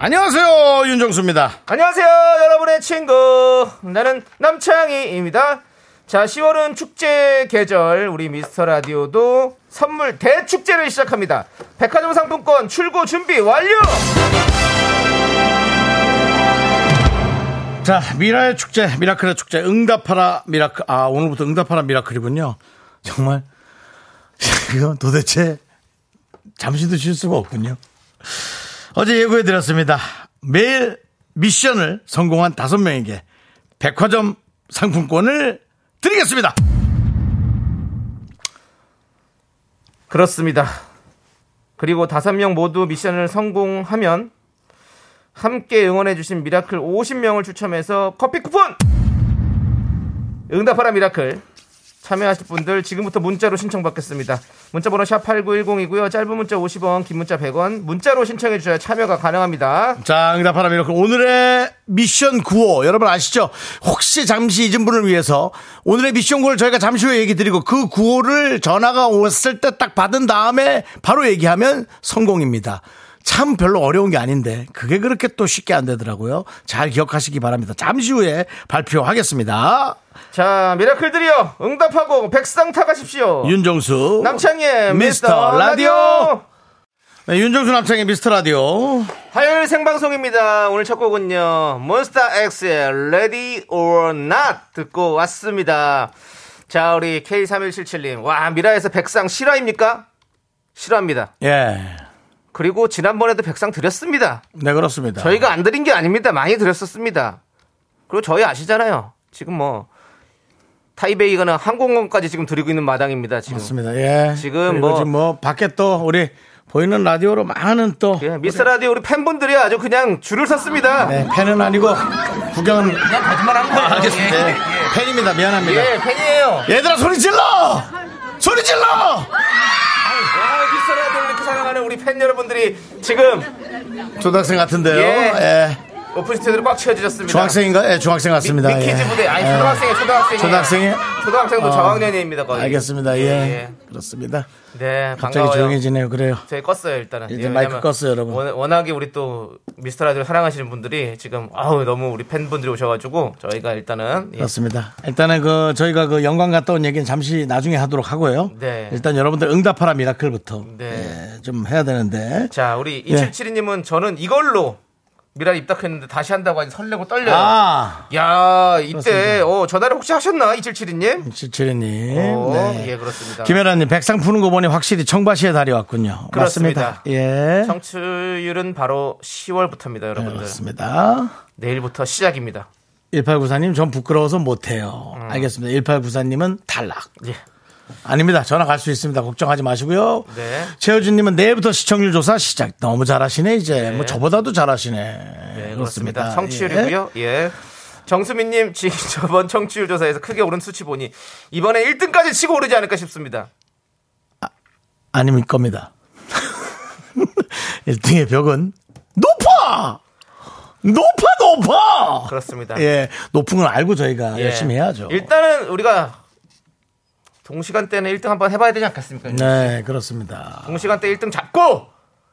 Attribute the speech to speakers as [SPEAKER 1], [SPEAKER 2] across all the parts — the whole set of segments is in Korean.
[SPEAKER 1] 안녕하세요 윤정수입니다.
[SPEAKER 2] 안녕하세요, 여러분의 친구. 나는 남창희입니다. 자, 10월은 축제 계절. 우리 미스터 라디오도 선물 대축제를 시작합니다. 백화점 상품권 출고 준비 완료!
[SPEAKER 1] 자 미라의 축제 미라클의 축제 응답하라 미라클 아 오늘부터 응답하라 미라클이군요. 정말 이건 도대체 잠시도 쉴 수가 없군요. 어제 예고해 드렸습니다. 매일 미션을 성공한 다섯 명에게 백화점 상품권을 드리겠습니다.
[SPEAKER 2] 그렇습니다. 그리고 다섯 명 모두 미션을 성공하면 함께 응원해주신 미라클 50명을 추첨해서 커피 쿠폰! 응답하라 미라클 참여하실 분들 지금부터 문자로 신청받겠습니다. 문자번호 샵 8910이고요. 짧은 문자 50원, 긴 문자 100원. 문자로 신청해 주셔야 참여가 가능합니다.
[SPEAKER 1] 자, 응답하라 미라클. 오늘의 미션 구호. 여러분 아시죠? 혹시 잠시 잊은 분을 위해서 오늘의 미션 구호를 저희가 잠시 후에 얘기 드리고 그 구호를 전화가 왔을 때 딱 받은 다음에 바로 얘기하면 성공입니다. 참 별로 어려운 게 아닌데 그게 그렇게 또 쉽게 안 되더라고요. 잘 기억하시기 바랍니다. 잠시 후에 발표하겠습니다.
[SPEAKER 2] 자, 미라클들이요. 응답하고 백상 타가십시오.
[SPEAKER 1] 윤정수.
[SPEAKER 2] 남창희의
[SPEAKER 1] 미스터
[SPEAKER 2] 미스터
[SPEAKER 1] 라디오.
[SPEAKER 2] 라디오.
[SPEAKER 1] 네, 윤정수 남창의 미스터 라디오.
[SPEAKER 2] 화요일 생방송입니다. 오늘 첫 곡은요. 몬스타 X의 Ready or Not 듣고 왔습니다. 자, 우리 K3177님. 와, 미라에서 백상 실화입니까? 실화입니다.
[SPEAKER 1] 예.
[SPEAKER 2] 그리고 지난번에도 백상 드렸습니다.
[SPEAKER 1] 네, 그렇습니다.
[SPEAKER 2] 저희가 안 드린 게 아닙니다. 많이 드렸었습니다. 그리고 저희 아시잖아요. 지금 뭐 타이베이가는 항공권까지 지금 드리고 있는 마당입니다. 지금.
[SPEAKER 1] 맞습니다. 예.
[SPEAKER 2] 지금
[SPEAKER 1] 그리고
[SPEAKER 2] 뭐-
[SPEAKER 1] 지금 뭐 밖에 또 우리 보이는 라디오로 많은 또
[SPEAKER 2] 예, 미스터 라디오 우리 팬분들이 아주 그냥 줄을 섰습니다.
[SPEAKER 1] 네, 팬은 아니고 구경은
[SPEAKER 2] 거짓말 한 거예요.
[SPEAKER 1] 알겠습니다. 네, 팬입니다. 미안합니다.
[SPEAKER 2] 예, 팬이에요.
[SPEAKER 1] 얘들아 소리 질러! 소리 질러!
[SPEAKER 2] 아, 미스터 라디오 이렇게 사랑하는 우리 팬 여러분들이 지금
[SPEAKER 1] 초등학생 같은데요.
[SPEAKER 2] 예.
[SPEAKER 1] 예.
[SPEAKER 2] 오픈 스튜디오로 꽉 채워지셨습니다.
[SPEAKER 1] 중학생인가? 예, 중학생
[SPEAKER 2] 미,
[SPEAKER 1] 같습니다.
[SPEAKER 2] 미키즈
[SPEAKER 1] 예.
[SPEAKER 2] 부대. 아니,
[SPEAKER 1] 예.
[SPEAKER 2] 초등학생이에요, 초등학생이에요.
[SPEAKER 1] 초등학생이에요?
[SPEAKER 2] 초등학생도
[SPEAKER 1] 어,
[SPEAKER 2] 저학년입니다, 거의.
[SPEAKER 1] 알겠습니다. 예.
[SPEAKER 2] 예,
[SPEAKER 1] 그렇습니다.
[SPEAKER 2] 네,
[SPEAKER 1] 갑자기
[SPEAKER 2] 반가워요.
[SPEAKER 1] 조용해지네요. 그래요.
[SPEAKER 2] 저희 껐어요 일단은.
[SPEAKER 1] 이제
[SPEAKER 2] 예,
[SPEAKER 1] 마이크
[SPEAKER 2] 왜냐면
[SPEAKER 1] 껐어요, 여러분.
[SPEAKER 2] 워- 워낙에 우리 또 미스터 라디오 사랑하시는 분들이 지금 아우 너무 우리 팬분들이 오셔가지고 저희가 일단은 예,
[SPEAKER 1] 그렇습니다. 일단은 그 저희가 그 영광 갔다 온 얘기는 잠시 나중에 하도록 하고요.
[SPEAKER 2] 네.
[SPEAKER 1] 일단 여러분들 응답하라 미라클부터
[SPEAKER 2] 네.
[SPEAKER 1] 예, 좀 해야 되는데.
[SPEAKER 2] 자 우리
[SPEAKER 1] 예.
[SPEAKER 2] 2772님은 저는 이걸로 미라 입덕했는데 다시 한다고 하니 설레고 떨려요.
[SPEAKER 1] 아,
[SPEAKER 2] 야 이때
[SPEAKER 1] 그렇습니다.
[SPEAKER 2] 어 전화를 혹시 하셨나 2772님?
[SPEAKER 1] 지칠이님.
[SPEAKER 2] 어,
[SPEAKER 1] 네.
[SPEAKER 2] 예 그렇습니다.
[SPEAKER 1] 김혜라님 백상 푸는 거 보니 확실히 청바시의 달이 왔군요.
[SPEAKER 2] 그렇습니다.
[SPEAKER 1] 맞습니다. 예.
[SPEAKER 2] 청취율은 바로 10월부터입니다,
[SPEAKER 1] 네,
[SPEAKER 2] 여러분들.
[SPEAKER 1] 그렇습니다.
[SPEAKER 2] 내일부터 시작입니다.
[SPEAKER 1] 1894님 전 부끄러워서 못해요.
[SPEAKER 2] 음.
[SPEAKER 1] 알겠습니다. 1894님은 탈락.
[SPEAKER 2] 예.
[SPEAKER 1] 아닙니다. 전화 갈 수 있습니다. 걱정하지 마시고요.
[SPEAKER 2] 네.
[SPEAKER 1] 최효진님은 내일부터 시청률 조사 시작. 너무 잘하시네 이제. 뭐 저보다도 잘하시네.
[SPEAKER 2] 네, 그렇습니다. 청취율이고요. 예. 정수민님 지- 저번 청취율 조사에서 크게 오른 수치 보니 이번에 1등까지 치고 오르지 않을까 싶습니다.
[SPEAKER 1] 아니면 겁니다. 1등의 벽은 높아! 높아, 높아!
[SPEAKER 2] 그렇습니다.
[SPEAKER 1] 예, 높은 걸 알고 저희가
[SPEAKER 2] 예.
[SPEAKER 1] 열심히 해야죠.
[SPEAKER 2] 일단은 우리가 동시간대는 1등 한번 해봐야 되지 않겠습니까?
[SPEAKER 1] 네, 그렇습니다.
[SPEAKER 2] 동시간대 1등 잡고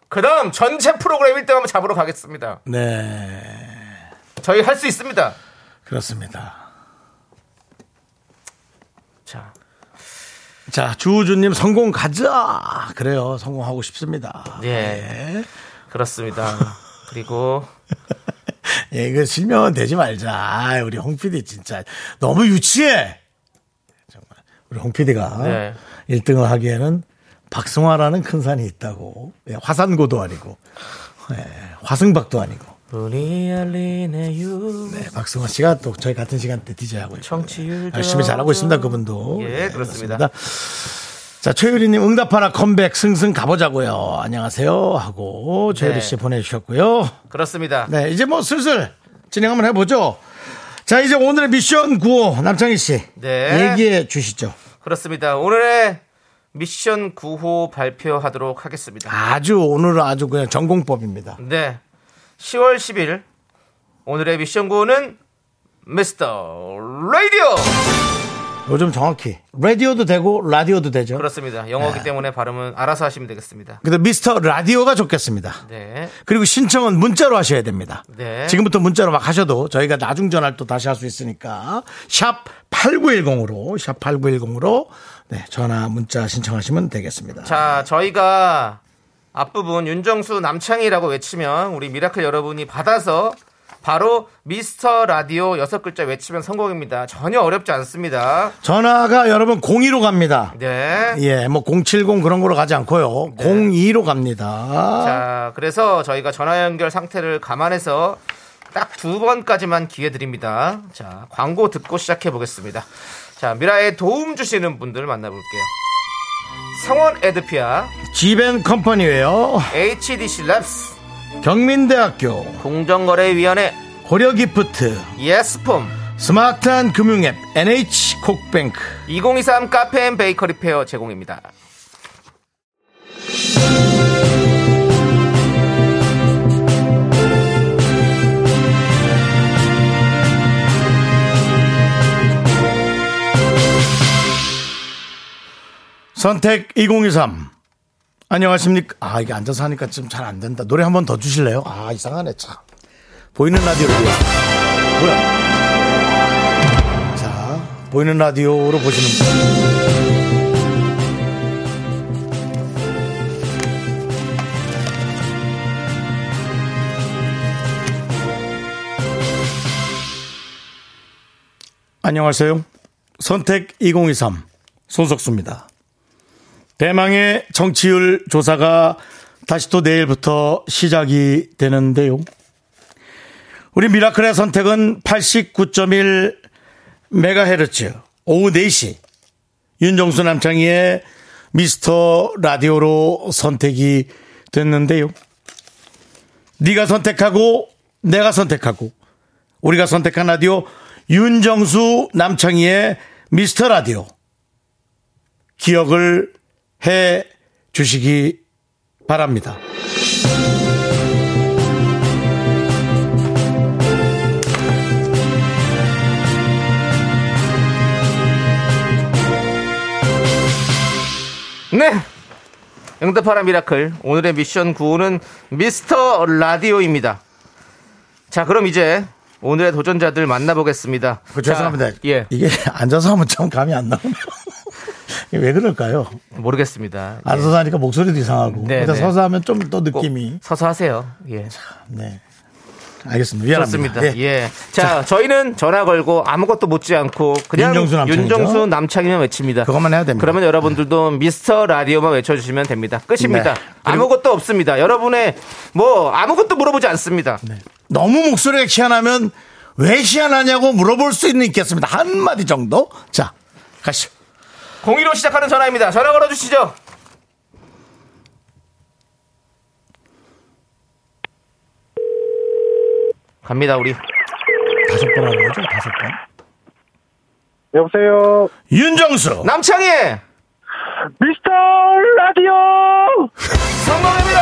[SPEAKER 2] 그다음 전체 프로그램 1등 한번 잡으러 가겠습니다.
[SPEAKER 1] 네,
[SPEAKER 2] 저희 할 수 있습니다.
[SPEAKER 1] 그렇습니다.
[SPEAKER 2] 자,
[SPEAKER 1] 자, 주우주님 성공 가자! 그래요, 성공하고 싶습니다.
[SPEAKER 2] 예, 그렇습니다. 그리고
[SPEAKER 1] 예, 이거 실명은 되지 말자. 아이, 우리 홍 PD 진짜 너무 유치해! 정말. 우리 홍 PD가
[SPEAKER 2] 네.
[SPEAKER 1] 1등을 하기에는 박승화라는 큰 산이 있다고. 예, 화산고도 아니고, 예, 화승박도 아니고.
[SPEAKER 2] 눈이 열리네요.
[SPEAKER 1] 네, 박승화 씨가 또 저희 같은 시간대 DJ 하고 아, 있고
[SPEAKER 2] 청취율도
[SPEAKER 1] 열심히 잘하고 있습니다 그분도
[SPEAKER 2] 예, 그렇습니다.
[SPEAKER 1] 그렇습니다. 자, 최유리님 응답 하나 컴백 승승 가보자고요. 안녕하세요. 하고 최유리
[SPEAKER 2] 네.
[SPEAKER 1] 씨 보내주셨고요.
[SPEAKER 2] 그렇습니다.
[SPEAKER 1] 네, 이제 뭐 슬슬 진행 한번 해보죠. 자, 이제 오늘의 미션 9호 남창희 씨
[SPEAKER 2] 네.
[SPEAKER 1] 얘기해 주시죠.
[SPEAKER 2] 그렇습니다. 오늘의 미션 9호 발표하도록 하겠습니다.
[SPEAKER 1] 아주 오늘은 아주 그냥 전공법입니다.
[SPEAKER 2] 네. 10월 10일 오늘의 미션 9호는 미스터 라디오.
[SPEAKER 1] 요즘 정확히 라디오도 되고 라디오도 되죠.
[SPEAKER 2] 그렇습니다. 영어기
[SPEAKER 1] 네.
[SPEAKER 2] 때문에 발음은 알아서 하시면 되겠습니다.
[SPEAKER 1] 근데 미스터 라디오가 좋겠습니다.
[SPEAKER 2] 네.
[SPEAKER 1] 그리고 신청은 문자로 하셔야 됩니다.
[SPEAKER 2] 네.
[SPEAKER 1] 지금부터 문자로 막 하셔도 저희가 나중 전화를 또 다시 할 수 있으니까 샵 8910으로 샵 8910으로 네, 전화 문자 신청하시면 되겠습니다.
[SPEAKER 2] 자, 저희가 앞부분 윤정수 남창희라고 외치면 우리 미라클 여러분이 받아서 바로 미스터 라디오 여섯 글자 외치면 성공입니다. 전혀 어렵지 않습니다.
[SPEAKER 1] 전화가 여러분 02로 갑니다.
[SPEAKER 2] 네.
[SPEAKER 1] 예, 뭐 070 그런 거로 가지 않고요. 02로 갑니다.
[SPEAKER 2] 자, 그래서 저희가 전화 연결 상태를 감안해서 딱 두 번까지만 기회 드립니다. 자, 광고 듣고 시작해 보겠습니다. 자, 미라에 도움 주시는 분들 만나볼게요. 성원 에드피아,
[SPEAKER 1] 지벤 컴퍼니웨어,
[SPEAKER 2] HDC 랩스,
[SPEAKER 1] 경민대학교,
[SPEAKER 2] 공정거래위원회,
[SPEAKER 1] 고려기프트,
[SPEAKER 2] 예스폼,
[SPEAKER 1] 스마트한 금융앱 NH콕뱅크
[SPEAKER 2] 2023 카페 앤 베이커리 페어 제공입니다.
[SPEAKER 1] 선택 2023 안녕하십니까 아 이게 앉아서 하니까 좀 잘 안 된다 노래 한 번 더 주실래요 아 이상하네 참 보이는 라디오로 보여 뭐야 자 보이는 라디오로 보시는 분 안녕하세요 선택 2023 손석수입니다 대망의 정치율 조사가 다시 또 내일부터 시작이 되는데요. 우리 미라클의 선택은 89.1 메가헤르츠 오후 4시 윤정수 남창희의 미스터 라디오로 선택이 됐는데요. 네가 선택하고 내가 선택하고 우리가 선택한 라디오 윤정수 남창희의 미스터 라디오 기억을 해 주시기 바랍니다.
[SPEAKER 2] 네. 응답하라 미라클. 오늘의 미션 9호는 미스터 라디오입니다. 자, 그럼 이제 오늘의 도전자들 만나보겠습니다.
[SPEAKER 1] 그 죄송합니다.
[SPEAKER 2] 자, 예.
[SPEAKER 1] 이게 앉아서 하면 참 감이 안 나오네요. 이게 왜 그럴까요?
[SPEAKER 2] 모르겠습니다. 예.
[SPEAKER 1] 앉아서 하니까 목소리도 이상하고
[SPEAKER 2] 네,
[SPEAKER 1] 일단
[SPEAKER 2] 네.
[SPEAKER 1] 서서 하면 좀 더
[SPEAKER 2] 꼭
[SPEAKER 1] 느낌이
[SPEAKER 2] 서서 하세요. 예.
[SPEAKER 1] 네. 알겠습니다. 미안합니다.
[SPEAKER 2] 그렇습니다. 예. 자, 저희는 전화 걸고 아무것도 묻지 않고 그냥
[SPEAKER 1] 윤정수, 남창이죠.
[SPEAKER 2] 윤정수 남창이만 외칩니다.
[SPEAKER 1] 그것만 해야 됩니다.
[SPEAKER 2] 그러면 여러분들도 미스터 라디오만 외쳐주시면 됩니다. 끝입니다.
[SPEAKER 1] 네. 그리고-
[SPEAKER 2] 아무것도 없습니다. 여러분의 뭐 아무것도 물어보지 않습니다.
[SPEAKER 1] 네. 너무 목소리가 희한하면 왜 희한하냐고 물어볼 수 있는 있겠습니다. 한 마디 정도. 자, 가시죠.
[SPEAKER 2] 공의로 시작하는 전화입니다. 전화 걸어주시죠. 갑니다 우리
[SPEAKER 1] 다섯 번 하는 거죠? 다섯 번.
[SPEAKER 3] 여보세요.
[SPEAKER 1] 윤정수.
[SPEAKER 2] 남창희
[SPEAKER 3] 미스터 라디오.
[SPEAKER 2] 성공입니다.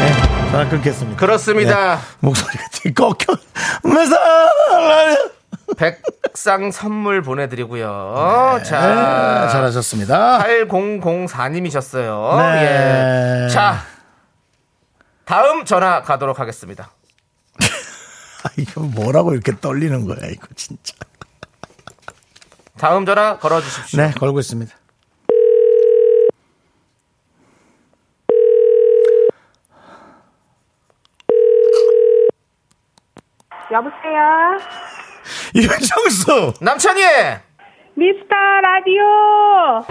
[SPEAKER 1] 네, 전화 끊겠습니다.
[SPEAKER 2] 그렇습니다.
[SPEAKER 1] 네, 목소리가 되게 꺾여. 매사라요. 네.
[SPEAKER 2] 백상 선물 보내드리고요. 자,
[SPEAKER 1] 아, 예. 잘하셨습니다.
[SPEAKER 2] 8004님이셨어요.
[SPEAKER 1] 네.
[SPEAKER 2] 예. 자, 다음 전화 가도록 하겠습니다.
[SPEAKER 1] 아, 이거 뭐라고 이렇게 떨리는 거야, 이거 진짜.
[SPEAKER 2] 다음 전화 걸어주십시오.
[SPEAKER 1] 네, 걸고 있습니다.
[SPEAKER 4] 여보세요?
[SPEAKER 1] 윤정수!
[SPEAKER 2] 남창희! 네.
[SPEAKER 4] 미스터 라디오!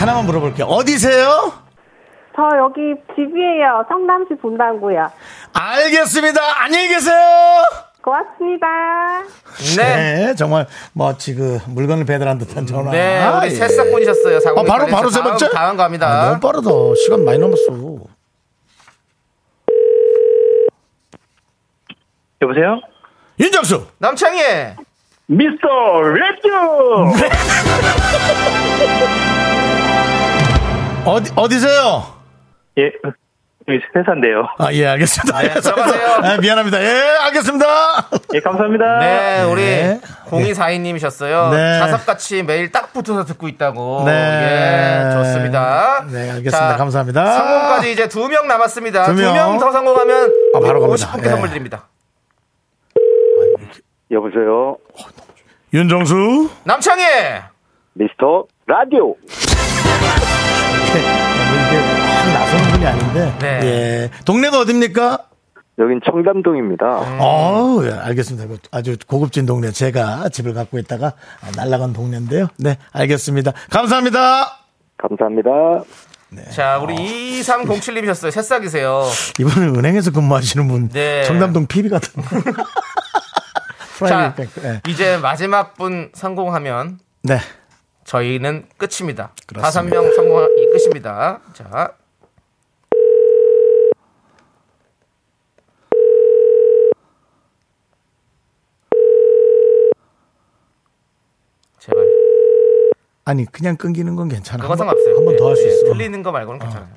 [SPEAKER 1] 하나만 물어볼게요. 어디세요?
[SPEAKER 4] 저 여기 집이에요. 성남시 분당구요.
[SPEAKER 1] 알겠습니다. 안녕히 계세요!
[SPEAKER 4] 고맙습니다.
[SPEAKER 2] 네.
[SPEAKER 1] 네, 정말 마치 그 물건을 배달한 듯한 전화.
[SPEAKER 2] 네,
[SPEAKER 1] 아,
[SPEAKER 2] 우리
[SPEAKER 1] 예.
[SPEAKER 2] 새싹 분이셨어요.
[SPEAKER 1] 아,
[SPEAKER 2] 사공육팔.
[SPEAKER 1] 바로 바로 세
[SPEAKER 2] 다음,
[SPEAKER 1] 번째.
[SPEAKER 2] 다음 갑니다.
[SPEAKER 1] 아, 너무 빠르다. 시간 많이 남았어.
[SPEAKER 3] 여보세요?
[SPEAKER 1] 윤정수.
[SPEAKER 2] 남창희의
[SPEAKER 3] 미스터 라디오!
[SPEAKER 1] 어디 어디세요?
[SPEAKER 3] 예, 여기 회사인데요.
[SPEAKER 1] 아, 예, 알겠습니다.
[SPEAKER 2] 예, 들어가세요.
[SPEAKER 1] 아, 미안합니다. 예, 알겠습니다.
[SPEAKER 3] 예, 감사합니다.
[SPEAKER 2] 네,
[SPEAKER 1] 네.
[SPEAKER 2] 우리 공이사인님이셨어요.
[SPEAKER 1] 네.
[SPEAKER 2] 자석같이 매일 딱 붙어서 듣고 있다고.
[SPEAKER 1] 네.
[SPEAKER 2] 예, 좋습니다.
[SPEAKER 1] 네, 알겠습니다. 감사합니다.
[SPEAKER 2] 성공까지 이제 두 명 남았습니다.
[SPEAKER 1] 두
[SPEAKER 2] 두
[SPEAKER 1] 명.
[SPEAKER 2] 명 더 성공하면
[SPEAKER 1] 아, 바로 갑니다.
[SPEAKER 2] 50분께
[SPEAKER 1] 예.
[SPEAKER 2] 선물 드립니다.
[SPEAKER 5] 여보세요.
[SPEAKER 1] 윤정수.
[SPEAKER 2] 남창희
[SPEAKER 5] 미스터 라디오.
[SPEAKER 1] 이렇게 확 나서는 분이 아닌데.
[SPEAKER 2] 네.
[SPEAKER 1] 예. 동네가 어딥니까?
[SPEAKER 5] 여긴 청담동입니다.
[SPEAKER 1] 어, 예, 알겠습니다. 아주 고급진 동네. 제가 집을 갖고 있다가 아, 날라간 동네인데요. 네, 알겠습니다. 감사합니다.
[SPEAKER 5] 감사합니다.
[SPEAKER 2] 자,
[SPEAKER 1] 네.
[SPEAKER 2] 우리 2307님이셨어요. 새싹이세요.
[SPEAKER 1] 이분은 은행에서 근무하시는 분.
[SPEAKER 2] 네.
[SPEAKER 1] 청담동 PB 같은 분.
[SPEAKER 2] 자,
[SPEAKER 1] 프라이빗 뱅크. 예.
[SPEAKER 2] 이제 마지막 분 성공하면
[SPEAKER 1] 네.
[SPEAKER 2] 저희는 끝입니다.
[SPEAKER 1] 그렇습니다.
[SPEAKER 2] 다섯 명 성공이 끝입니다. 자. 제발.
[SPEAKER 1] 아니, 그냥 끊기는 건 괜찮아.
[SPEAKER 2] 그건 상관없어요.
[SPEAKER 1] 한번 더 할 수
[SPEAKER 2] 예, 예,
[SPEAKER 1] 있어.
[SPEAKER 2] 틀리는 거 말고는 괜찮아요.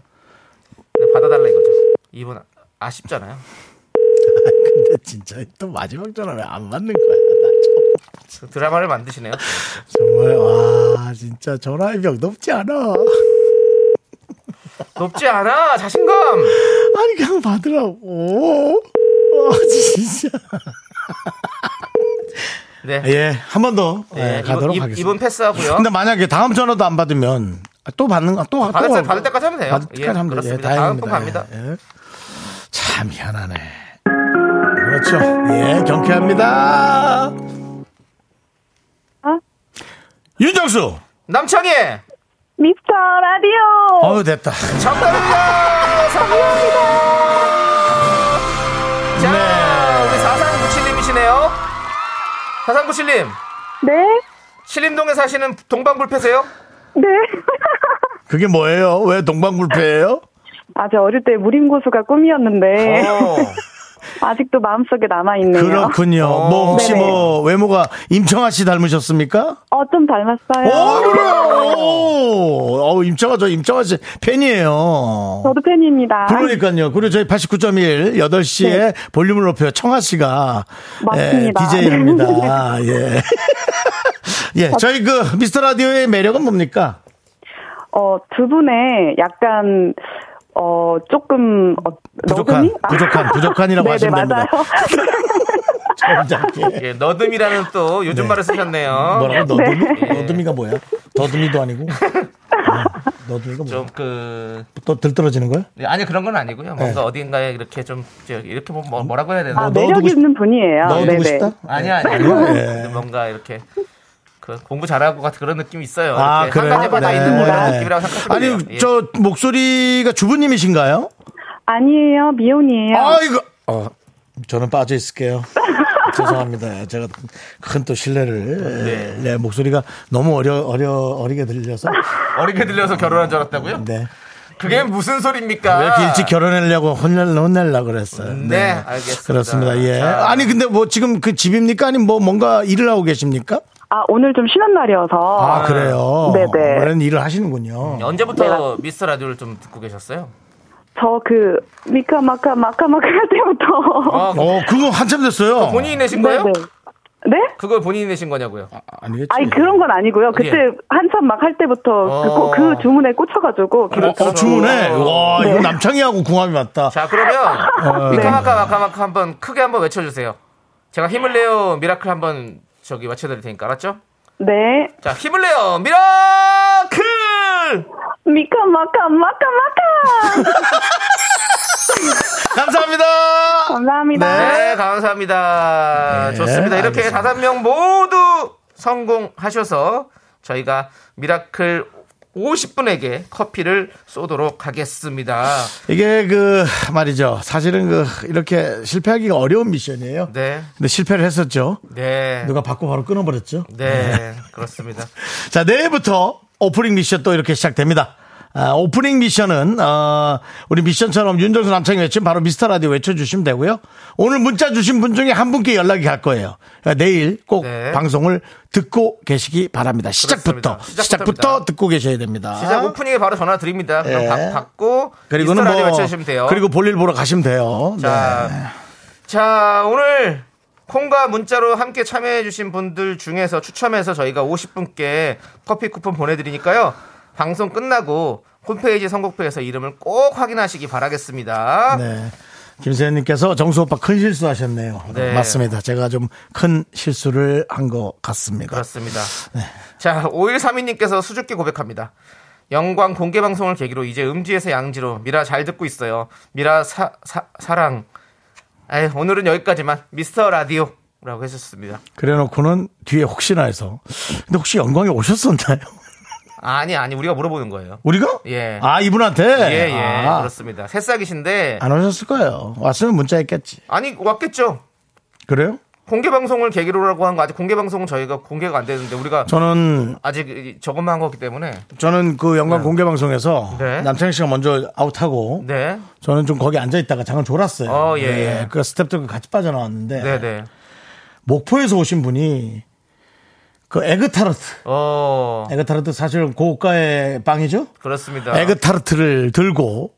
[SPEAKER 2] 근데 받아달라 이거죠. 이분 아- 아쉽잖아요.
[SPEAKER 1] 근데 진짜 또 마지막 전화 왜 안 맞는 거야? 나
[SPEAKER 2] 드라마를 만드시네요.
[SPEAKER 1] 참- 정말 와 진짜 전화의 벽 높지 않아. 아니
[SPEAKER 2] 높지 않아 자신감.
[SPEAKER 1] 그냥 받으라고. 아 진짜.
[SPEAKER 2] 네.
[SPEAKER 1] 예, 한 번 더
[SPEAKER 2] 네,
[SPEAKER 1] 예,
[SPEAKER 2] 이분-
[SPEAKER 1] 가도록
[SPEAKER 2] 이-
[SPEAKER 1] 하겠습니다.
[SPEAKER 2] 이분 패스하고요. 아,
[SPEAKER 1] 근데 만약에 다음 전화도 안 받으면 또 받는 거또
[SPEAKER 2] 받을 때- 받을 때까지 하면 돼요.
[SPEAKER 1] 받을 때까지
[SPEAKER 2] 예,
[SPEAKER 1] 하면 돼요.
[SPEAKER 2] 그렇습니다.
[SPEAKER 1] 예,
[SPEAKER 2] 다음 분
[SPEAKER 1] 다행입니다.
[SPEAKER 2] 갑니다.
[SPEAKER 1] 예, 예. 참 미안하네. 그렇죠. 예, 경쾌합니다.
[SPEAKER 4] 어?
[SPEAKER 1] 윤정수.
[SPEAKER 2] 남창희
[SPEAKER 4] 미스터 라디오.
[SPEAKER 1] 어우 됐다.
[SPEAKER 2] 정답입니다. 성공입니다. 자,
[SPEAKER 1] 네.
[SPEAKER 2] 우리 4397님이시네요. 4397님,
[SPEAKER 4] 네.
[SPEAKER 2] 신림동에 사시는 동방불패세요?
[SPEAKER 4] 네.
[SPEAKER 1] 그게 뭐예요? 왜 동방불패예요?
[SPEAKER 4] 아주 어릴 때 무림고수가 꿈이었는데
[SPEAKER 1] 어.
[SPEAKER 4] 아직도 마음속에 남아 있네요. 어.
[SPEAKER 1] 그렇군요. 뭐 혹시
[SPEAKER 4] 네네.
[SPEAKER 1] 뭐 외모가 임청아 씨 닮으셨습니까?
[SPEAKER 4] 어, 좀 닮았어요.
[SPEAKER 1] 오 그래요. 오, 어우, 임청아 저 임청아 씨 팬이에요.
[SPEAKER 4] 저도 팬입니다.
[SPEAKER 1] 그러니까요. 그리고 저희 89.1 8시에 볼륨을 높여 청아 씨가
[SPEAKER 4] 네. 맞습니다. 네.
[SPEAKER 1] DJ입니다. 예. 예, 저희 그 미스터 라디오의 매력은 뭡니까?
[SPEAKER 4] 어, 두 분의 약간 어, 조금 어,
[SPEAKER 1] 부족한,
[SPEAKER 4] 너구리? 아.
[SPEAKER 1] 부족한, 부족한이라고
[SPEAKER 4] 네네,
[SPEAKER 1] 하시면 됩니다. 어,
[SPEAKER 4] 맞아요.
[SPEAKER 1] 점잖게.
[SPEAKER 2] 예, 너듬이라는 또 요즘
[SPEAKER 1] 네.
[SPEAKER 2] 말을 쓰셨네요.
[SPEAKER 1] 뭐라고 너듬이?
[SPEAKER 2] 네.
[SPEAKER 1] 너듬이가 뭐야? 더듬이도 아니고 어, 너듬이가 뭐야?
[SPEAKER 2] 좀 그,
[SPEAKER 1] 또 들떨어지는 거야?
[SPEAKER 2] 아니 그런 건 아니고요. 뭔가
[SPEAKER 1] 네.
[SPEAKER 2] 어딘가에 이렇게 좀 이렇게 뭐- 뭐, 뭐라고 해야 되나?
[SPEAKER 4] 아,
[SPEAKER 1] 넣어두고
[SPEAKER 4] 매력
[SPEAKER 1] 싶-
[SPEAKER 4] 있는 분이에요. 네,
[SPEAKER 1] 넣어두고 싶다?
[SPEAKER 2] 아니 아니
[SPEAKER 1] 아니요?
[SPEAKER 2] 아니
[SPEAKER 1] 예.
[SPEAKER 2] 뭔가 이렇게 그 공부 잘하고 같은 그런 느낌이 있어요.
[SPEAKER 1] 아,
[SPEAKER 2] 이렇게
[SPEAKER 1] 그래요?
[SPEAKER 2] 한 가지 바다 있는
[SPEAKER 1] 네.
[SPEAKER 2] 그런 느낌이라고 생각하시면 돼요. 예.
[SPEAKER 1] 아니, 저 목소리가 주부님이신가요?
[SPEAKER 4] 아니에요. 미혼이에요.
[SPEAKER 1] 아, 이거. 어, 저는 빠져 있을게요. 죄송합니다. 제가 큰 또 신뢰를. 네. 목소리가 너무 어려, 어려, 어리게 들려서.
[SPEAKER 2] 예. 어리게 들려서 결혼한 줄 알았다고요?
[SPEAKER 1] 네.
[SPEAKER 2] 그게 무슨 소리입니까?
[SPEAKER 1] 왜 이렇게 일찍 결혼하려고 혼낼, 혼낼라 그랬어요.
[SPEAKER 2] 아. 네, 알겠습니다.
[SPEAKER 1] 그렇습니다. 예.
[SPEAKER 2] 자.
[SPEAKER 1] 아니, 근데 뭐 지금 그 집입니까? 아니면 뭐 뭔가 일을 하고 계십니까?
[SPEAKER 4] 아, 오늘 좀 쉬는 날이어서.
[SPEAKER 1] 아, 그래요?
[SPEAKER 4] 네네.
[SPEAKER 1] 원래는 일을 하시는군요.
[SPEAKER 2] 음, 언제부터 미스터 라디오를 좀 듣고 계셨어요?
[SPEAKER 4] 저 그 미카마카 마카마카 때부터.
[SPEAKER 2] 어,
[SPEAKER 1] 어, 그거 한참 됐어요.
[SPEAKER 2] 본인이 내신 거예요?
[SPEAKER 4] 네네. 네?
[SPEAKER 2] 그걸 본인이 내신 거냐고요?
[SPEAKER 1] 아니겠지.
[SPEAKER 4] 아니 그런 건 아니고요. 그때
[SPEAKER 2] 예.
[SPEAKER 4] 한참 막 할 때부터 그,
[SPEAKER 1] 아.
[SPEAKER 2] 어.
[SPEAKER 4] 고- 그 주문에 꽂혀가지고
[SPEAKER 1] 어, 어, 주문해.
[SPEAKER 2] 어.
[SPEAKER 1] 와, 이거
[SPEAKER 4] 네.
[SPEAKER 1] 남창희하고 궁합이 맞다.
[SPEAKER 2] 자, 그러면 미카마카 마카마카 한번 크게 한번 외쳐주세요. 제가 힘을 내요 미라클 한번 저기 외쳐드릴 테니까 알았죠?
[SPEAKER 4] 네
[SPEAKER 2] 자, 힘을 내요 미라클!
[SPEAKER 4] 미카마카 마카마카
[SPEAKER 1] 감사합니다.
[SPEAKER 4] 감사합니다.
[SPEAKER 2] 네, 감사합니다.
[SPEAKER 1] 네,
[SPEAKER 2] 좋습니다. 이렇게
[SPEAKER 1] 알겠습니다.
[SPEAKER 2] 다섯 명 모두 성공하셔서 저희가 미라클 50분에게 커피를 쏘도록 하겠습니다.
[SPEAKER 1] 이게 그 말이죠. 사실은 그 이렇게 실패하기가 어려운 미션이에요.
[SPEAKER 2] 네.
[SPEAKER 1] 근데 실패를 했었죠.
[SPEAKER 2] 네.
[SPEAKER 1] 누가 받고 바로 끊어버렸죠.
[SPEAKER 2] 네. 그렇습니다.
[SPEAKER 1] 자, 내일부터 오프닝 미션 또 이렇게 시작됩니다. 아, 오프닝 미션은 어, 우리 미션처럼 윤정수 남창이 외치면 바로 미스터 라디오 외쳐주시면 되고요. 오늘 문자 주신 분 중에 한 분께 연락이 갈 거예요. 그러니까 내일 꼭
[SPEAKER 2] 네.
[SPEAKER 1] 방송을 듣고 계시기 바랍니다. 시작부터
[SPEAKER 2] 그렇습니다.
[SPEAKER 1] 시작부터,
[SPEAKER 2] 시작부터입니다.
[SPEAKER 1] 듣고 계셔야 됩니다.
[SPEAKER 2] 시작 오프닝에 바로 전화 드립니다. 그럼
[SPEAKER 1] 예.
[SPEAKER 2] 받- 받고
[SPEAKER 1] 아. 그리고는 뭐
[SPEAKER 2] 미스터 라디오 외쳐주시면 돼요.
[SPEAKER 1] 그리고 네. 볼일 보러 가시면 돼요.
[SPEAKER 2] 자, 자 오늘 콩과 문자로 함께 참여해주신 분들 중에서 추첨해서 저희가 50분께 커피 쿠폰 보내드리니까요. 방송 끝나고 홈페이지 선곡표에서 이름을 꼭 확인하시기 바라겠습니다.
[SPEAKER 1] 네. 네. 김세현님께서 정수 오빠 큰 실수하셨네요.
[SPEAKER 2] 네.
[SPEAKER 1] 맞습니다. 제가 좀 큰 실수를 한 것 같습니다.
[SPEAKER 2] 그렇습니다. 자, 5132님께서 수줍게 고백합니다. 영광 공개 방송을 계기로 이제 음지에서 양지로 미라 잘 듣고 있어요. 미라 사, 사, 사랑. 에이, 오늘은 여기까지만 미스터 라디오라고 해주셨습니다.
[SPEAKER 1] 그래놓고는 뒤에 혹시나 해서 근데 혹시 영광에 오셨었나요?
[SPEAKER 2] 아니, 아니, 우리가 물어보는 거예요.
[SPEAKER 1] 우리가?
[SPEAKER 2] 예.
[SPEAKER 1] 아 이분한테?
[SPEAKER 2] 예, 예.
[SPEAKER 1] 아,
[SPEAKER 2] 그렇습니다. 새싹이신데.
[SPEAKER 1] 안 오셨을 거예요. 왔으면 문자했겠지.
[SPEAKER 2] 아니, 왔겠죠.
[SPEAKER 1] 그래요?
[SPEAKER 2] 공개 방송을 계기로라고 한 거 아직 공개 방송은 저희가 공개가 안 되는데 우리가
[SPEAKER 1] 저는
[SPEAKER 2] 아직 이- 저것만 한 거기 때문에.
[SPEAKER 1] 저는 그 영광 공개 방송에서
[SPEAKER 2] 네.
[SPEAKER 1] 남창희 씨가 먼저 아웃하고
[SPEAKER 2] 네.
[SPEAKER 1] 저는 좀 거기 앉아 있다가 잠깐 졸았어요.
[SPEAKER 2] 어, 예, 예.
[SPEAKER 1] 그 스탭들과 같이 빠져나왔는데
[SPEAKER 2] 네, 네.
[SPEAKER 1] 목포에서 오신 분이 그 에그타르트,
[SPEAKER 2] 어.
[SPEAKER 1] 에그타르트 사실은 고가의 빵이죠.
[SPEAKER 2] 그렇습니다.
[SPEAKER 1] 에그타르트를 들고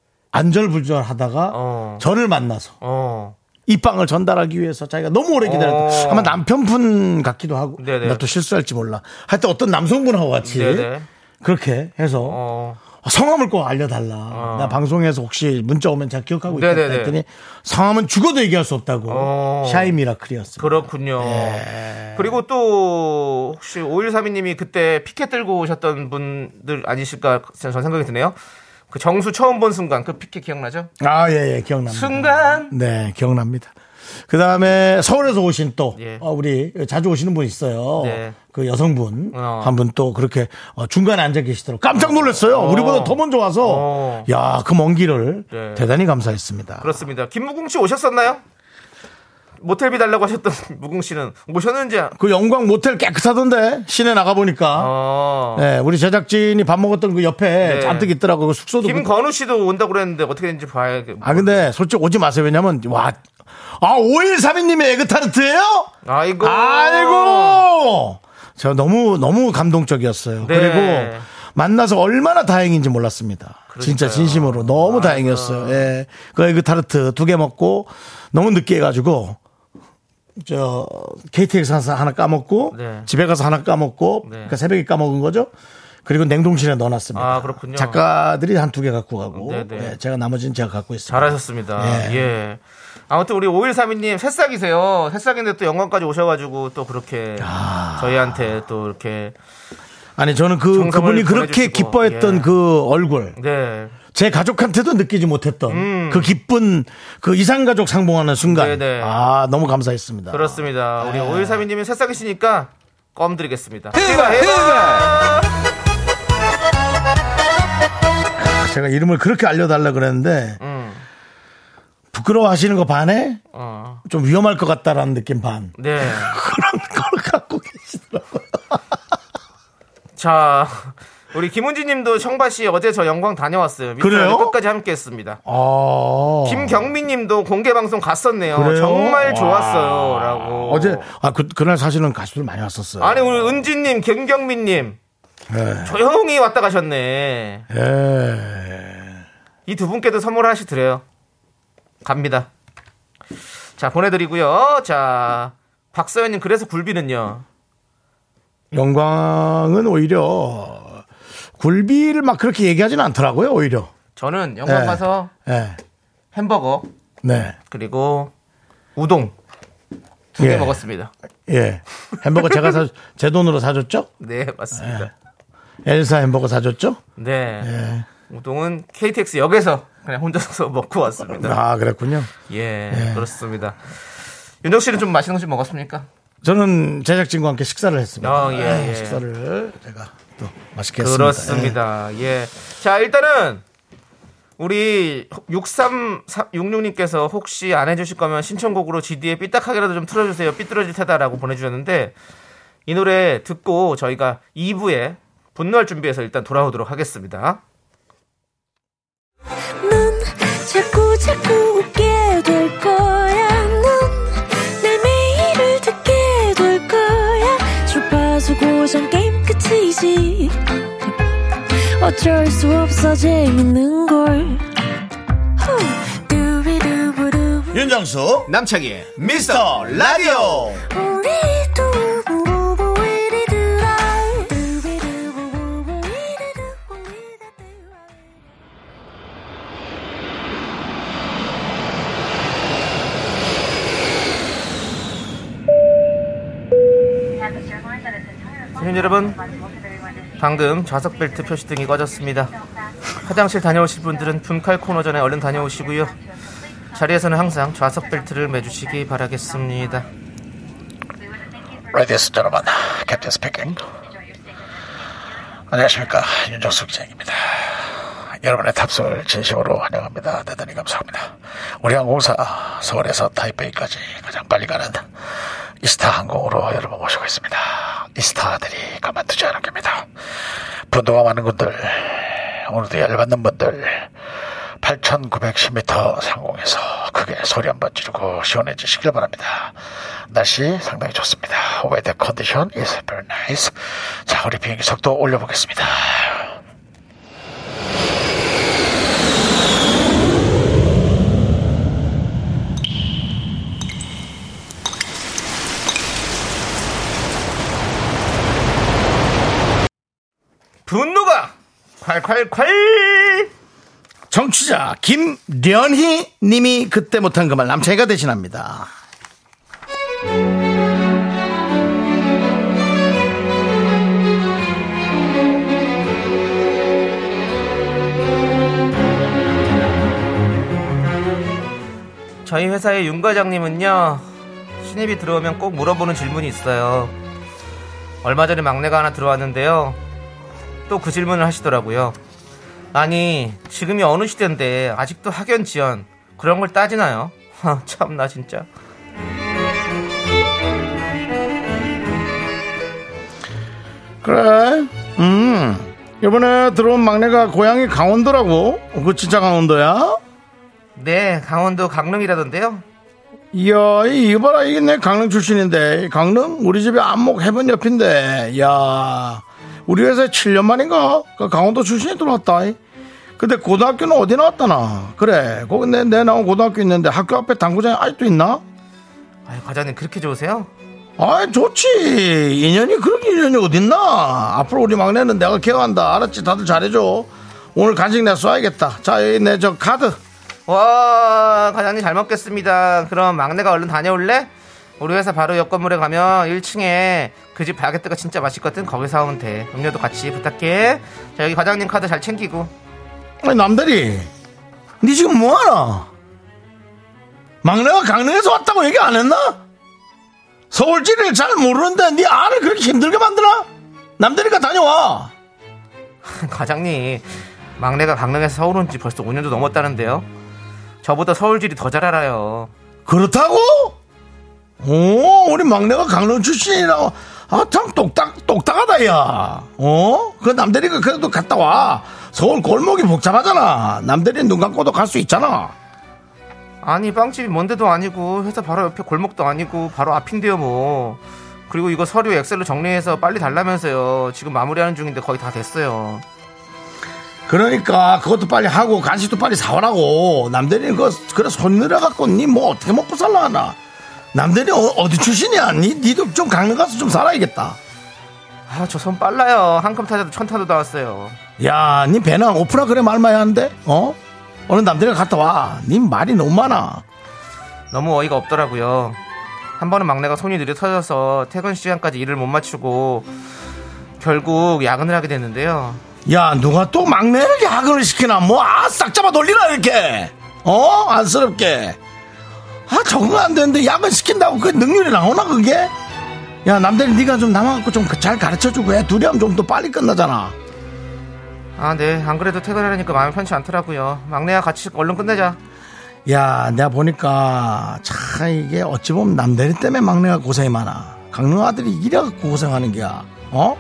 [SPEAKER 1] 안절부절하다가
[SPEAKER 2] 어.
[SPEAKER 1] 저를 만나서
[SPEAKER 2] 어.
[SPEAKER 1] 이 빵을 전달하기 위해서 자기가 너무 오래 기다렸다.
[SPEAKER 2] 어.
[SPEAKER 1] 아마 남편분 같기도 하고
[SPEAKER 2] 네네.
[SPEAKER 1] 나 또 실수할지 몰라. 하여튼 어떤 남성분하고 같이
[SPEAKER 2] 네네.
[SPEAKER 1] 그렇게 해서
[SPEAKER 2] 어.
[SPEAKER 1] 성함을 꼭 알려달라. 나 방송에서 혹시 문자 오면 제가 기억하고 있다
[SPEAKER 2] 네네네.
[SPEAKER 1] 했더니 성함은 죽어도 얘기할 수 없다고
[SPEAKER 2] 어.
[SPEAKER 1] 샤이 미라클이었습니다.
[SPEAKER 2] 그렇군요. 그리고 또 혹시 5132님이 그때 피켓 들고 오셨던 분들 아니실까 전 생각이 드네요. 그 정수 처음 본 순간 그 피켓 기억나죠?
[SPEAKER 1] 아, 예, 예, 기억납니다.
[SPEAKER 2] 순간
[SPEAKER 1] 네, 기억납니다. 그 다음에 서울에서 오신 또,
[SPEAKER 2] 예.
[SPEAKER 1] 어, 우리 자주 오시는 분 있어요.
[SPEAKER 2] 네.
[SPEAKER 1] 그 여성분
[SPEAKER 2] 어.
[SPEAKER 1] 한 분 또 그렇게 어, 중간에 앉아 계시더라고요. 깜짝 놀랐어요. 우리보다 더 먼저 와서.
[SPEAKER 2] 어.
[SPEAKER 1] 야, 그 먼 길을
[SPEAKER 2] 네.
[SPEAKER 1] 대단히 감사했습니다.
[SPEAKER 2] 그렇습니다. 김무궁 씨 오셨었나요? 모텔비 달라고 하셨던 무궁 씨는 오셨는지 아-
[SPEAKER 1] 그 영광 모텔 깨끗하던데 시내 나가보니까.
[SPEAKER 2] 어. 네.
[SPEAKER 1] 네, 우리 제작진이 밥 먹었던 그 옆에 잔뜩 있더라고요. 그 숙소도. 그-
[SPEAKER 2] 김건우 씨도 온다고 그랬는데 어떻게 된지 봐야
[SPEAKER 1] 아, 근데 솔직히 오지 마세요. 왜냐면, 와. 아, 5132님의 에그타르트예요
[SPEAKER 2] 아이고
[SPEAKER 1] 아이고! 제가 너무, 너무 감동적이었어요.
[SPEAKER 2] 네.
[SPEAKER 1] 그리고 만나서 얼마나 다행인지 몰랐습니다. 진짜 진심으로 너무 다행이었어요. 예. 그 에그 타르트 두 개 먹고 너무 늦게 해가지고 저 KTX 가서 하나 까먹고
[SPEAKER 2] 네.
[SPEAKER 1] 집에 가서 하나 까먹고 그러니까 새벽에 까먹은 거죠. 그리고 냉동실에 넣어놨습니다.
[SPEAKER 2] 아, 그렇군요.
[SPEAKER 1] 작가들이 한 두 개 갖고 가고
[SPEAKER 2] 네, 네.
[SPEAKER 1] 예, 제가 나머지는 제가 갖고 있습니다.
[SPEAKER 2] 잘하셨습니다.
[SPEAKER 1] 예.
[SPEAKER 2] 예. 아무튼 우리 5132님 새싹이세요. 새싹인데 또 영광까지 오셔가지고 또 그렇게
[SPEAKER 1] 아.
[SPEAKER 2] 저희한테 또 이렇게
[SPEAKER 1] 아니 저는 그
[SPEAKER 2] 정성을
[SPEAKER 1] 그분이 그렇게
[SPEAKER 2] 보내주시고,
[SPEAKER 1] 기뻐했던
[SPEAKER 2] 예.
[SPEAKER 1] 그 얼굴
[SPEAKER 2] 네.
[SPEAKER 1] 제 가족한테도 느끼지 못했던 그 기쁜 그 이상 가족 상봉하는 순간
[SPEAKER 2] 네네.
[SPEAKER 1] 아 너무 감사했습니다.
[SPEAKER 2] 그렇습니다.
[SPEAKER 1] 네.
[SPEAKER 2] 우리 5132님이 새싹이시니까 껌 드리겠습니다. 해봐 해봐.
[SPEAKER 1] 아, 제가 이름을 그렇게 알려달라 그랬는데 부끄러워하시는 거 반에
[SPEAKER 2] 어.
[SPEAKER 1] 좀 위험할 것 같다라는 느낌 반
[SPEAKER 2] 네.
[SPEAKER 1] 그런 걸 갖고 계시더라고요.
[SPEAKER 2] 자. 우리 김은지님도 청바 씨 어제 저 영광 다녀왔어요. 미스터
[SPEAKER 1] 그래요?
[SPEAKER 2] 라디오 끝까지 함께했습니다.
[SPEAKER 1] 아.
[SPEAKER 2] 김경민님도 공개 방송 갔었네요.
[SPEAKER 1] 그래요?
[SPEAKER 2] 정말
[SPEAKER 1] 와.
[SPEAKER 2] 좋았어요라고.
[SPEAKER 1] 어제 아 그, 그날 사실은 가수들 많이 왔었어요.
[SPEAKER 2] 아니 우리 은지님, 김경민님
[SPEAKER 1] 예.
[SPEAKER 2] 조용히 왔다 가셨네.
[SPEAKER 1] 예.
[SPEAKER 2] 이 두 분께도 선물 하나씩 드려요. 갑니다. 자, 보내드리고요. 자, 박서연님, 그래서 굴비는요.
[SPEAKER 1] 영광은 오히려 굴비를 막 그렇게 얘기하지는 않더라고요 오히려.
[SPEAKER 2] 저는 영광
[SPEAKER 1] 네.
[SPEAKER 2] 가서
[SPEAKER 1] 예.
[SPEAKER 2] 햄버거,
[SPEAKER 1] 네.
[SPEAKER 2] 그리고 우동 두 개
[SPEAKER 1] 예.
[SPEAKER 2] 먹었습니다.
[SPEAKER 1] 예. 햄버거 제가 사, 제 돈으로 사줬죠? 예.
[SPEAKER 2] 네, 맞습니다.
[SPEAKER 1] 엘사 햄버거 사줬죠? 예.
[SPEAKER 2] 네. 우동은 KTX 역에서 그냥 혼자서 먹고 왔습니다.
[SPEAKER 1] 아, 그랬군요.
[SPEAKER 2] 예, 그렇습니다. 윤정 씨는 좀 맛있는 거 좀 먹었습니까?
[SPEAKER 1] 저는 제작진과 함께 식사를 했습니다.
[SPEAKER 2] 아, 예,
[SPEAKER 1] 아,
[SPEAKER 2] 예.
[SPEAKER 1] 식사를 제가 또 맛있게 했습니다.
[SPEAKER 2] 그렇습니다. 예. 자, 일단은 우리 6366님께서 혹시 안 해주실 거면 신청곡으로 GD의 삐딱하게라도 좀 틀어주세요. 삐뚤어질 테다라고 보내주셨는데 이 노래 듣고 저희가 2부에 분노할 준비해서 일단 돌아오도록 하겠습니다.
[SPEAKER 6] 넌 자꾸 자꾸 웃게 될 거야. 넌내 매일을 듣게 될 거야. 주파수 고정 게임 끝이지. 어쩔 수 없어 재밌는 걸. 후. 두비두부두.
[SPEAKER 1] 윤정수
[SPEAKER 2] 남창희의 미스터 라디오
[SPEAKER 6] 우리 두부부부 우리 두라. 두비두부부부 우리 두부 우리 두라.
[SPEAKER 2] 시민 여러분
[SPEAKER 7] 아,
[SPEAKER 2] 방금 좌석벨트 표시등이 꺼졌습니다 화장실 다녀오실 분들은 분칼 코너 전에 얼른 다녀오시고요 자리에서는 항상 좌석벨트를 매주시기 바라겠습니다
[SPEAKER 8] 레디스 여러분, 캡틴 스피킹. 안녕하십니까. 윤정수 기자입니다. 여러분의 탑승을 진심으로 환영합니다. 대단히 감사합니다. 우리 항공사 서울에서 타이페이까지 가장 빨리 가는 이스타 항공으로 여러분 모시고 있습니다. 이스타들이 가만두지 않을 겁니다. 분노가 많은 분들, 오늘도 열받는 분들, 8,910m 상공에서 크게 소리 한 번 지르고 시원해지시길 바랍니다. 날씨 상당히 좋습니다. 웨더 컨디션 is very nice. 자, 우리 비행기 속도 올려보겠습니다.
[SPEAKER 2] 분노가 콸콸콸
[SPEAKER 1] 정취자 예. 김련희 님이 그때 못한 그 말 남창희가 대신합니다.
[SPEAKER 2] 저희 회사의 윤 과장님은요 신입이 들어오면 꼭 물어보는 질문이 있어요 얼마 전에 막내가 하나 들어왔는데요 또 그 질문을 하시더라고요 아니 지금이 어느 시대인데 아직도 학연 지연 그런 걸 따지나요? 아, 참나 진짜
[SPEAKER 1] 그래. 음. 이번에 들어온 막내가 고향이 강원도라고? 어, 그 진짜 강원도야?
[SPEAKER 2] 네 강원도 강릉이라던데요
[SPEAKER 1] 이야, 이- 이거 봐라. 이게 내 강릉 출신인데. 강릉? 우리 집이 안목 해변 옆인데. 야 우리 회사에 7년 만인가? 그 강원도 출신이 들어왔다. 이. 근데 고등학교는 어디 나왔다나? 그래. 거기 내, 내 나온 고등학교 있는데 학교 앞에 당구장이 아직도 있나?
[SPEAKER 2] 아유, 과장님 그렇게 좋으세요?
[SPEAKER 1] 아이, 좋지. 인연이 그런 인연이 어딨나? 앞으로 우리 막내는 내가 케어한다. 알았지? 다들 잘해줘. 오늘 간식 내가 쏴야겠다. 자, 여기 내 저 카드.
[SPEAKER 2] 와 과장님 잘 먹겠습니다 그럼 막내가 얼른 다녀올래? 우리 회사 바로 옆 건물에 가면 1층에 그 집 바게트가 진짜 맛있거든 거기 사오면 돼 음료도 같이 부탁해 자 여기 과장님 카드 잘 챙기고
[SPEAKER 1] 아니, 남들이. 니 지금 뭐하나? 막내가 강릉에서 왔다고 얘기 안 했나? 서울지를 잘 모르는데 니 알을 그렇게 힘들게 만드나? 남들이가 다녀와.
[SPEAKER 2] 과장님 막내가 강릉에서 서울 온 지 벌써 5년도 넘었다는데요 저보다 서울질이 더 잘 알아요
[SPEAKER 1] 그렇다고? 오, 우리 막내가 강릉 출신이라고. 아, 참 똑딱, 똑딱하다, 야. 어? 그 남대리가 그래도 갔다 와. 서울 골목이 복잡하잖아. 남대리 눈 감고도 갈 수 있잖아.
[SPEAKER 2] 아니 빵집이 먼데도 아니고 회사 바로 옆에 골목도 아니고 바로 앞인데요 뭐 그리고 이거 서류 엑셀로 정리해서 빨리 달라면서요 지금 마무리하는 중인데 거의 다 됐어요
[SPEAKER 1] 그러니까 그것도 빨리 하고 간식도 빨리 사오라고. 남대리는 그, 그래 손늘어갖고 니 뭐 어떻게 먹고 살라 하나. 남대리 어, 디 출신이야? 니, 니도 좀 강릉 가서 좀 살아야겠다.
[SPEAKER 2] 아, 저 손 빨라요. 한컴 타자도 천타도 나왔어요.
[SPEAKER 1] 야, 니 배낭 오프라 그래 말마야 하는데? 어? 어느 남대리 갔다 와. 니 말이 너무 많아.
[SPEAKER 2] 너무 어이가 없더라고요. 한 번은 막내가 손이 느려 터져서 퇴근 시간까지 일을 못 마치고 결국 야근을 하게 됐는데요.
[SPEAKER 1] 야 누가 또 막내를 야근을 시키나 뭐아싹 잡아 돌리라 이렇게 어 안쓰럽게 아 적응 안 되는데 야근 시킨다고 그 능률이 나오나 그게 야 남들이 네가 좀 남아갖고 좀 잘 가르쳐주고 해 둘이 하면 좀 더 빨리 끝나잖아
[SPEAKER 2] 아, 네. 안 그래도 퇴근하려니까 마음이 편치 않더라고요. 막내야 같이 얼른 끝내자.
[SPEAKER 1] 야 내가 보니까 참 이게 어찌 보면 남들이 때문에 막내가 고생이 많아 강릉 아들이 이래갖고 고생하는 게야 어?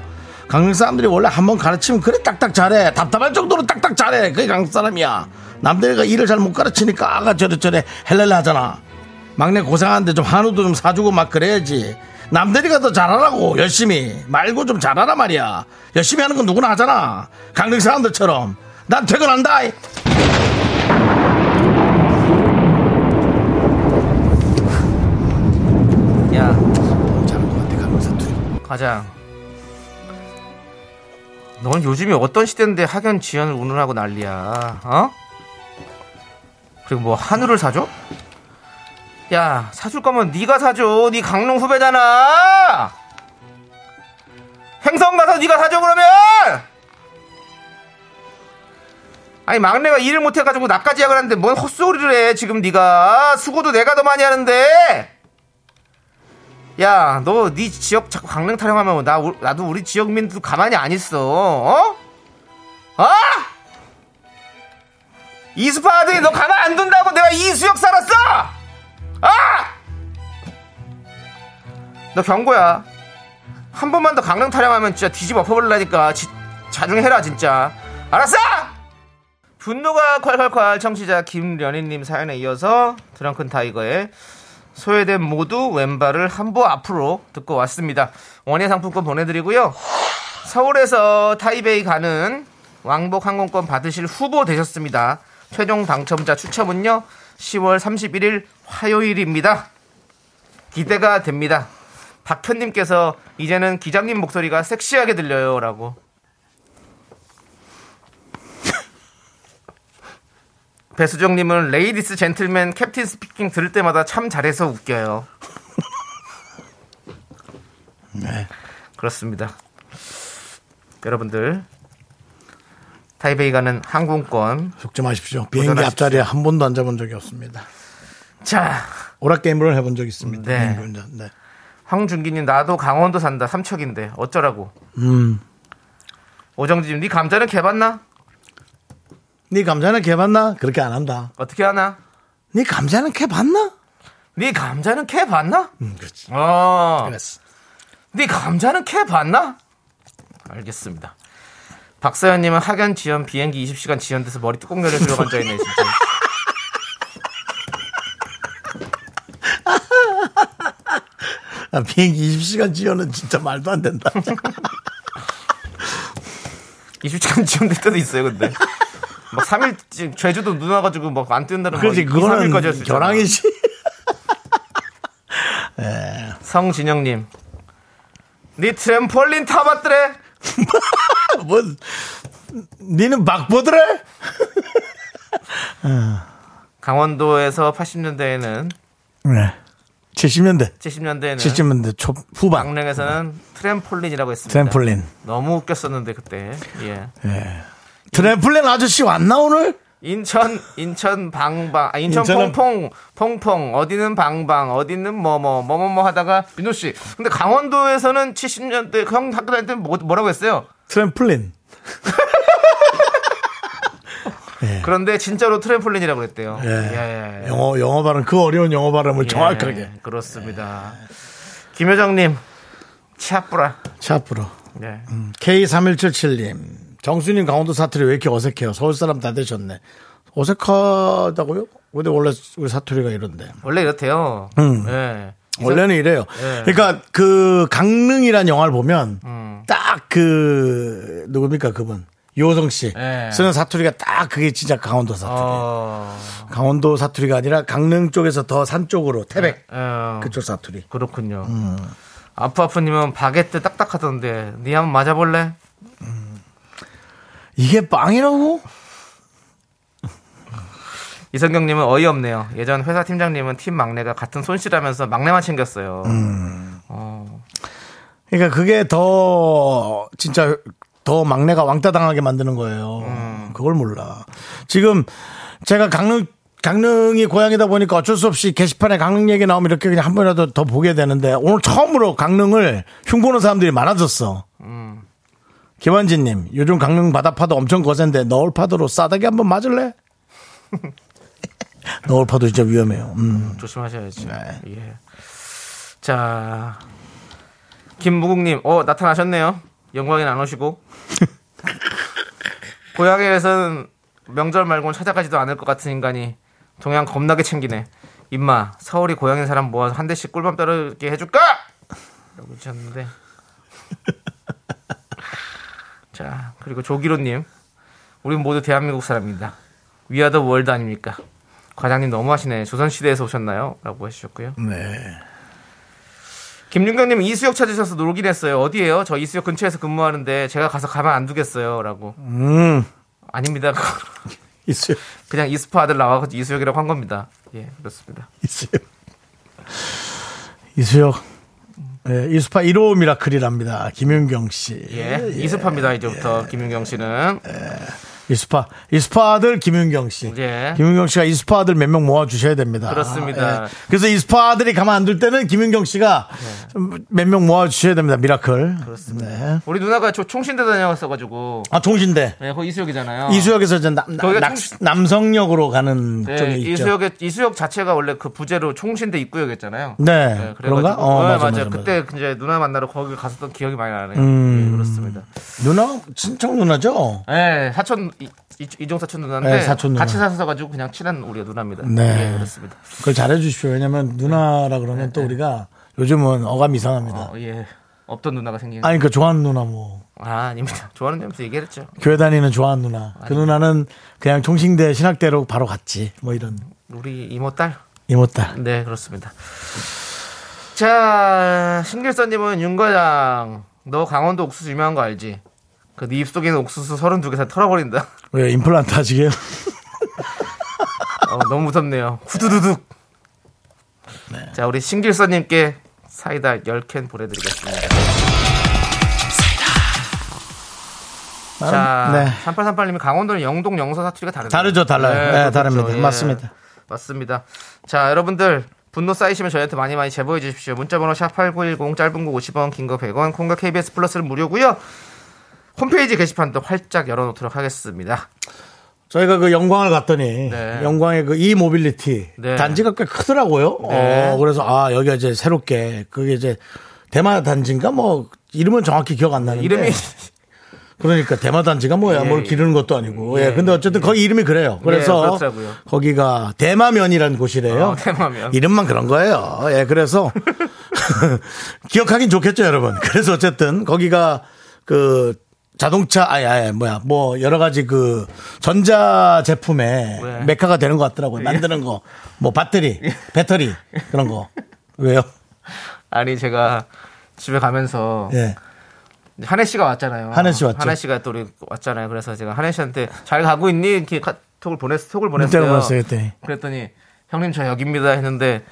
[SPEAKER 1] 강릉 사람들이 원래 한번 가르치면 그래 딱딱 잘해 답답할 정도로 딱딱 잘해 그게 강릉 사람이야 남들이가 일을 잘 못 가르치니까 아가 저래저래 헬렐레 하잖아 막내 고생하는데 좀 한우도 좀 사주고 막 그래야지 남들이가 더 잘하라고 열심히 말고 좀 잘하라 말이야 열심히 하는 건 누구나 하잖아 강릉 사람들처럼 난 퇴근한다 이.
[SPEAKER 2] 야,
[SPEAKER 1] 잘할 것 같아 강릉 사람들이
[SPEAKER 2] 과장. 넌 요즘이 어떤 시대인데 학연 지연을 운운하고 난리야. 어? 그리고 뭐 한우를 사줘? 야, 사줄 거면 네가 사줘. 네 강릉 후배잖아. 행성 가서 네가 사줘 그러면. 아니 막내가 일을 못해가지고 나까지 야근하는데 뭔 헛소리를 해 지금 네가 수고도 내가 더 많이 하는데 야, 너 네 지역 자꾸 강릉 타령하면 나 우- 나도 우리 지역민도 가만히 안 있어. 어? 어? 이스파 아들이 너 가만 안 둔다고 내가 이수역 살았어. 아! 너 경고야. 한 번만 더 강릉 타령하면 진짜 뒤집어 엎어버리라니까. 지- 자중해라 진짜. 알았어? 분노가 콸콸콸 청취자 김련희님 사연에 이어서 드렁큰 타이거의 소외된 모두 왼발을 한 보 앞으로 듣고 왔습니다. 원예 상품권 보내드리고요. 서울에서 타이베이 가는 왕복 항공권 받으실 후보 되셨습니다. 최종 당첨자 추첨은요. 10월 31일 화요일입니다. 기대가 됩니다. 박현님께서 이제는 기장님 목소리가 섹시하게 들려요라고. 배수정님은 레이디스 젠틀맨 캡틴 스피킹 들을 때마다 참 잘해서 웃겨요.
[SPEAKER 1] 네.
[SPEAKER 2] 그렇습니다. 여러분들 타이베이 가는 항공권
[SPEAKER 1] 속지 마십시오. 비행기
[SPEAKER 2] 도전하십시오.
[SPEAKER 1] 앞자리에 한 번도 앉아본 적이 없습니다.
[SPEAKER 2] 자
[SPEAKER 1] 오락게임을 해본 적이 있습니다.
[SPEAKER 2] 네.
[SPEAKER 1] 비행기 운전. 네.
[SPEAKER 2] 황준기님 나도 강원도 산다 삼척인데 어쩌라고
[SPEAKER 1] 음.
[SPEAKER 2] 오정지님 네 감자는 개봤나
[SPEAKER 1] 네 감자는 개 봤나? 그렇게 안 한다.
[SPEAKER 2] 어떻게 하나
[SPEAKER 1] 네 감자는 개 봤나?
[SPEAKER 2] 네 감자는 캐 봤나
[SPEAKER 1] 음, 그렇지.
[SPEAKER 2] 어
[SPEAKER 1] 그랬어.
[SPEAKER 2] 네 감자는 캐 봤나? 알겠습니다. 박서연님은 학연 지연 비행기 20시간 지연돼서 머리 뚜껑 열려주려고 앉아있네 진짜.
[SPEAKER 1] 아, 비행기 20시간 지연은 진짜 말도 안 된다.
[SPEAKER 2] 20시간 지연될 때도 있어요 근데. 막 3일 지금 제주도 눈 와가지고 막 안 뜬다는
[SPEAKER 1] 그렇지,
[SPEAKER 2] 뭐 2, 3일까지
[SPEAKER 1] 그거는
[SPEAKER 2] 할수 있잖아.
[SPEAKER 1] 결항이지.
[SPEAKER 2] 성진영님. 네 트램폴린 타봤더래?
[SPEAKER 1] 뭐, 니는 막 보더래?
[SPEAKER 2] 강원도에서 80년대에는
[SPEAKER 1] 네. 70년대.
[SPEAKER 2] 70년대에는
[SPEAKER 1] 70년대 초, 후반.
[SPEAKER 2] 강릉에서는 트램폴린이라고 했습니다.
[SPEAKER 1] 트램폴린.
[SPEAKER 2] 너무 웃겼었는데 그때. 예.
[SPEAKER 1] 네. 트램플린 아저씨 왔나, 오늘?
[SPEAKER 2] 인천 인천 방방 아 인천
[SPEAKER 1] 인천은-
[SPEAKER 2] 퐁퐁 퐁퐁 어디는 방방 어디는 뭐뭐 뭐뭐뭐 하다가 민호 씨 근데 강원도에서는 70년대 형 학교 다닐 때 뭐, 뭐라고 했어요?
[SPEAKER 1] 트램플린.
[SPEAKER 2] 그런데 진짜로 트램폴린이라고 그랬대요.
[SPEAKER 1] 예. 영어, 영어 발음, 그 어려운 영어 발음을 정확하게.
[SPEAKER 2] 예, 그렇습니다. 김효정님 치아뿌라.
[SPEAKER 1] 자, 앞으로.
[SPEAKER 2] 네.
[SPEAKER 1] 음. K3177님. 정수님 강원도 사투리 왜 이렇게 어색해요? 서울 사람 다 되셨네. 어색하다고요? 근데 원래 우리 사투리가 이런데.
[SPEAKER 2] 원래 이렇대요.
[SPEAKER 1] 음.
[SPEAKER 2] 예.
[SPEAKER 1] 원래는 이래요.
[SPEAKER 2] 예.
[SPEAKER 1] 그러니까 그 강릉이란 영화를 보면
[SPEAKER 2] 음.
[SPEAKER 1] 딱 그 누굽니까 그분 요성 씨
[SPEAKER 2] 예.
[SPEAKER 1] 쓰는 사투리가 딱 그게 진짜 강원도 사투리.
[SPEAKER 2] 어,
[SPEAKER 1] 강원도 사투리가 아니라 강릉 쪽에서 더 산 쪽으로 태백
[SPEAKER 2] 어,
[SPEAKER 1] 그쪽 사투리.
[SPEAKER 2] 그렇군요.
[SPEAKER 1] 음.
[SPEAKER 2] 아프아프님은 바게트 딱딱하던데 니 한번 맞아볼래?
[SPEAKER 1] 이게 빵이라고?
[SPEAKER 2] 이성경님은 어이없네요. 예전 회사 팀장님은 팀 막내가 같은 손실하면서 막내만 챙겼어요.
[SPEAKER 1] 그러니까 그게 더 진짜 더 막내가 왕따 당하게 만드는 거예요. 그걸 몰라. 지금 제가 강릉 강릉이 고향이다 보니까 어쩔 수 없이 게시판에 강릉 얘기 나오면 이렇게 그냥 한 번이라도 더 보게 되는데 오늘 처음으로 강릉을 흉보는 사람들이 많아졌어. 김원진님, 요즘 강릉 바다파도 엄청 거센데 너울파도로 싸다기 한번 맞을래? 너울파도 진짜 위험해요. 음.
[SPEAKER 2] 조심하셔야지.
[SPEAKER 1] 네.
[SPEAKER 2] 예. 자, 김무국님, 어 나타나셨네요. 영광이 안 오시고 고향에서는 명절 말고는 찾아가지도 않을 것 같은 인간이 동양 겁나게 챙기네. 임마 서울이 고향인 사람 모아서 한 대씩 꿀밤 떨어게 해줄까? 라고 주셨는데. 자, 그리고 조기로님, 우린 모두 대한민국 사람입니다. 위아더 월드 아닙니까? 과장님 너무하시네. 조선시대에서 오셨나요? 라고 해주셨고요.
[SPEAKER 1] 네.
[SPEAKER 2] 김윤경님 이수역 찾으셔서 놀긴 했어요. 어디에요? 저 이수역 근처에서 근무하는데 제가 가서 가만 안 두겠어요. 라고.
[SPEAKER 1] 음.
[SPEAKER 2] 아닙니다.
[SPEAKER 1] 있어요.
[SPEAKER 2] 그냥 이스파 아들 나와서 이수역이라고 한 겁니다. 예, 그렇습니다.
[SPEAKER 1] 이수혁. 이수혁. 예, 이수파 1호 미라클이랍니다. 김윤경 씨.
[SPEAKER 2] 예, 이스파입니다.
[SPEAKER 1] 예.
[SPEAKER 2] 이제부터 김윤경 씨는.
[SPEAKER 1] 이수파. 이수파 아들 김윤경 씨.
[SPEAKER 2] 예.
[SPEAKER 1] 김윤경 씨가 이수파 아들 몇 명 모아 주셔야 됩니다. 예.
[SPEAKER 2] 그렇습니다.
[SPEAKER 1] 그래서 이수파 아들이 가만 안 둘 때는 김윤경 씨가
[SPEAKER 2] 예.
[SPEAKER 1] 몇 명 모아 주셔야 됩니다. 미라클. 그렇습니다.
[SPEAKER 2] 우리 누나가 저 총신대 다녀왔어가지고.
[SPEAKER 1] 아, 종신대.
[SPEAKER 2] 예, 거기 이수역이잖아요.
[SPEAKER 1] 이수혁에서 이제 남,
[SPEAKER 2] 거기가
[SPEAKER 1] 남-
[SPEAKER 2] 총-
[SPEAKER 1] 남성역으로 가는
[SPEAKER 2] 예,
[SPEAKER 1] 쪽이 있죠.
[SPEAKER 2] 이수역의, 이수역 자체가 원래 그 부제로 총신대 입구역이었잖아요.
[SPEAKER 1] 네.
[SPEAKER 2] 네,
[SPEAKER 1] 그런가?
[SPEAKER 2] 그래가지고
[SPEAKER 1] 어, 맞아,
[SPEAKER 2] 네, 맞아요.
[SPEAKER 1] 맞아, 맞아. 음.
[SPEAKER 2] 그때 이제 누나 만나러 거기 갔었던 기억이 많이 나네요. 예, 그렇습니다.
[SPEAKER 1] 누나? 친척 누나죠?
[SPEAKER 2] 네, 사촌 이- 이- 이종 사촌 누나인데
[SPEAKER 1] 네, 사촌 누나.
[SPEAKER 2] 같이 사서 가지고 그냥 친한 우리 누나입니다.
[SPEAKER 1] 네.
[SPEAKER 2] 예, 그렇습니다.
[SPEAKER 1] 그걸 잘해주십시오. 왜냐면 누나라 그러면 또 우리가 요즘은 어감 이상합니다.
[SPEAKER 2] 네, 어, 예. 없던 누나가 생긴. 아,
[SPEAKER 1] 아니, 그 좋아하는 누나 뭐.
[SPEAKER 2] 아닙니다. 좋아하는 점에서 얘기했죠.
[SPEAKER 1] 교회 다니는 좋아하는 누나. 그 누나는 그냥 총신대 신학대로 바로 갔지. 뭐 이런.
[SPEAKER 2] 우리 이모 딸.
[SPEAKER 1] 이모딸.
[SPEAKER 2] 네, 그렇습니다. 자, 신길선님은 윤과장, 너 강원도 옥수수 유명한 거 알지? 그 네 입속에 있는 옥수수 32개 다 털어버린다.
[SPEAKER 1] 왜 임플란트 하시게요?
[SPEAKER 2] 어, 너무 무섭네요. 후두두둑.
[SPEAKER 1] 네.
[SPEAKER 2] 자, 우리 신길선님께 사이다 10캔 보내드리겠습니다. 자,
[SPEAKER 1] 네.
[SPEAKER 2] 3838님이 강원도는 영동 영서 사투리가 다르죠. 예.
[SPEAKER 1] 다르죠, 달라요. 네,
[SPEAKER 2] 그렇죠.
[SPEAKER 1] 다릅니다. 맞습니다.
[SPEAKER 2] 맞습니다. 자, 여러분들 분노 쌓이시면 저희한테 많이 많이 제보해 주십시오. 문자번호 샵 #8910 짧은 거 50원, 긴 거 100원, 콩과 KBS 플러스는 무료고요. 홈페이지 게시판도 활짝 열어놓도록 하겠습니다.
[SPEAKER 1] 저희가 그 영광을 갔더니
[SPEAKER 2] 네.
[SPEAKER 1] 영광의 그 이모빌리티
[SPEAKER 2] 네.
[SPEAKER 1] 단지가 꽤 크더라고요.
[SPEAKER 2] 네.
[SPEAKER 1] 어, 그래서 아 여기가 이제 새롭게 그게 이제 대마 단지인가 뭐 이름은 정확히 기억 안 나는데
[SPEAKER 2] 이름이
[SPEAKER 1] 그러니까 대마 단지가 뭐야
[SPEAKER 2] 예,
[SPEAKER 1] 뭘
[SPEAKER 2] 예.
[SPEAKER 1] 기르는 것도 아니고
[SPEAKER 2] 예, 네,
[SPEAKER 1] 예, 근데 어쨌든 거기 이름이 그래요. 그래서
[SPEAKER 2] 그렇더라고요.
[SPEAKER 1] 거기가 대마면이라는 곳이래요.
[SPEAKER 2] 어, 대마면.
[SPEAKER 1] 이름만 그런 거예요. 예 그래서 기억하긴 좋겠죠 여러분. 그래서 어쨌든 거기가 그 자동차 아예 아예 뭐야 뭐 여러 가지 그 전자 제품의
[SPEAKER 2] 왜?
[SPEAKER 1] 메카가 되는 것 같더라고요.
[SPEAKER 2] 예.
[SPEAKER 1] 만드는 거 뭐 배터리 배터리 그런 거 왜요?
[SPEAKER 2] 아니 제가 집에 가면서
[SPEAKER 1] 예
[SPEAKER 2] 한혜 씨가 왔잖아요.
[SPEAKER 1] 한혜 씨 왔죠.
[SPEAKER 2] 한혜 씨가 또 우리 왔잖아요. 그래서 제가 한혜 씨한테 잘 가고 있니? 이렇게 카톡을 보냈 톡을
[SPEAKER 1] 그때로
[SPEAKER 2] 보냈어요.
[SPEAKER 1] 봤어요 그때.
[SPEAKER 2] 그랬더니 형님 저 여기입니다 했는데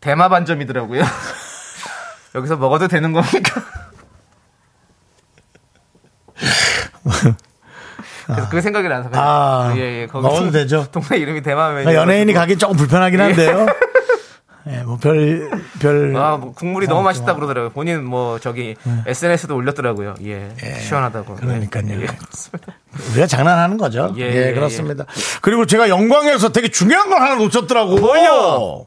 [SPEAKER 2] 대마 반점이더라고요. 여기서 먹어도 되는 겁니까? 그래서 그 생각이 나서 그냥 예,
[SPEAKER 1] 아,
[SPEAKER 2] 거기
[SPEAKER 1] 먹어도
[SPEAKER 2] 동-
[SPEAKER 1] 되죠. 아,
[SPEAKER 2] 동네 이름이 대마면
[SPEAKER 1] 그러니까 연예인이 가긴 조금 불편하긴 한데요. 예, 뭐 별, 별.
[SPEAKER 2] 아, 뭐 국물이 너무 맛있다 그러더라고요. 본인 뭐 저기 SNS도 올렸더라고요. 예, 시원하다고.
[SPEAKER 1] 네. 그러니까요.
[SPEAKER 2] 예, 그렇습니다.
[SPEAKER 1] 뭐, 우리가 장난하는 거죠.
[SPEAKER 2] 예,
[SPEAKER 1] 예,
[SPEAKER 2] 예,
[SPEAKER 1] 그렇습니다. 그리고 제가 영광에서 되게 중요한 걸 하나 놓쳤더라고.
[SPEAKER 2] 뭐요? 음.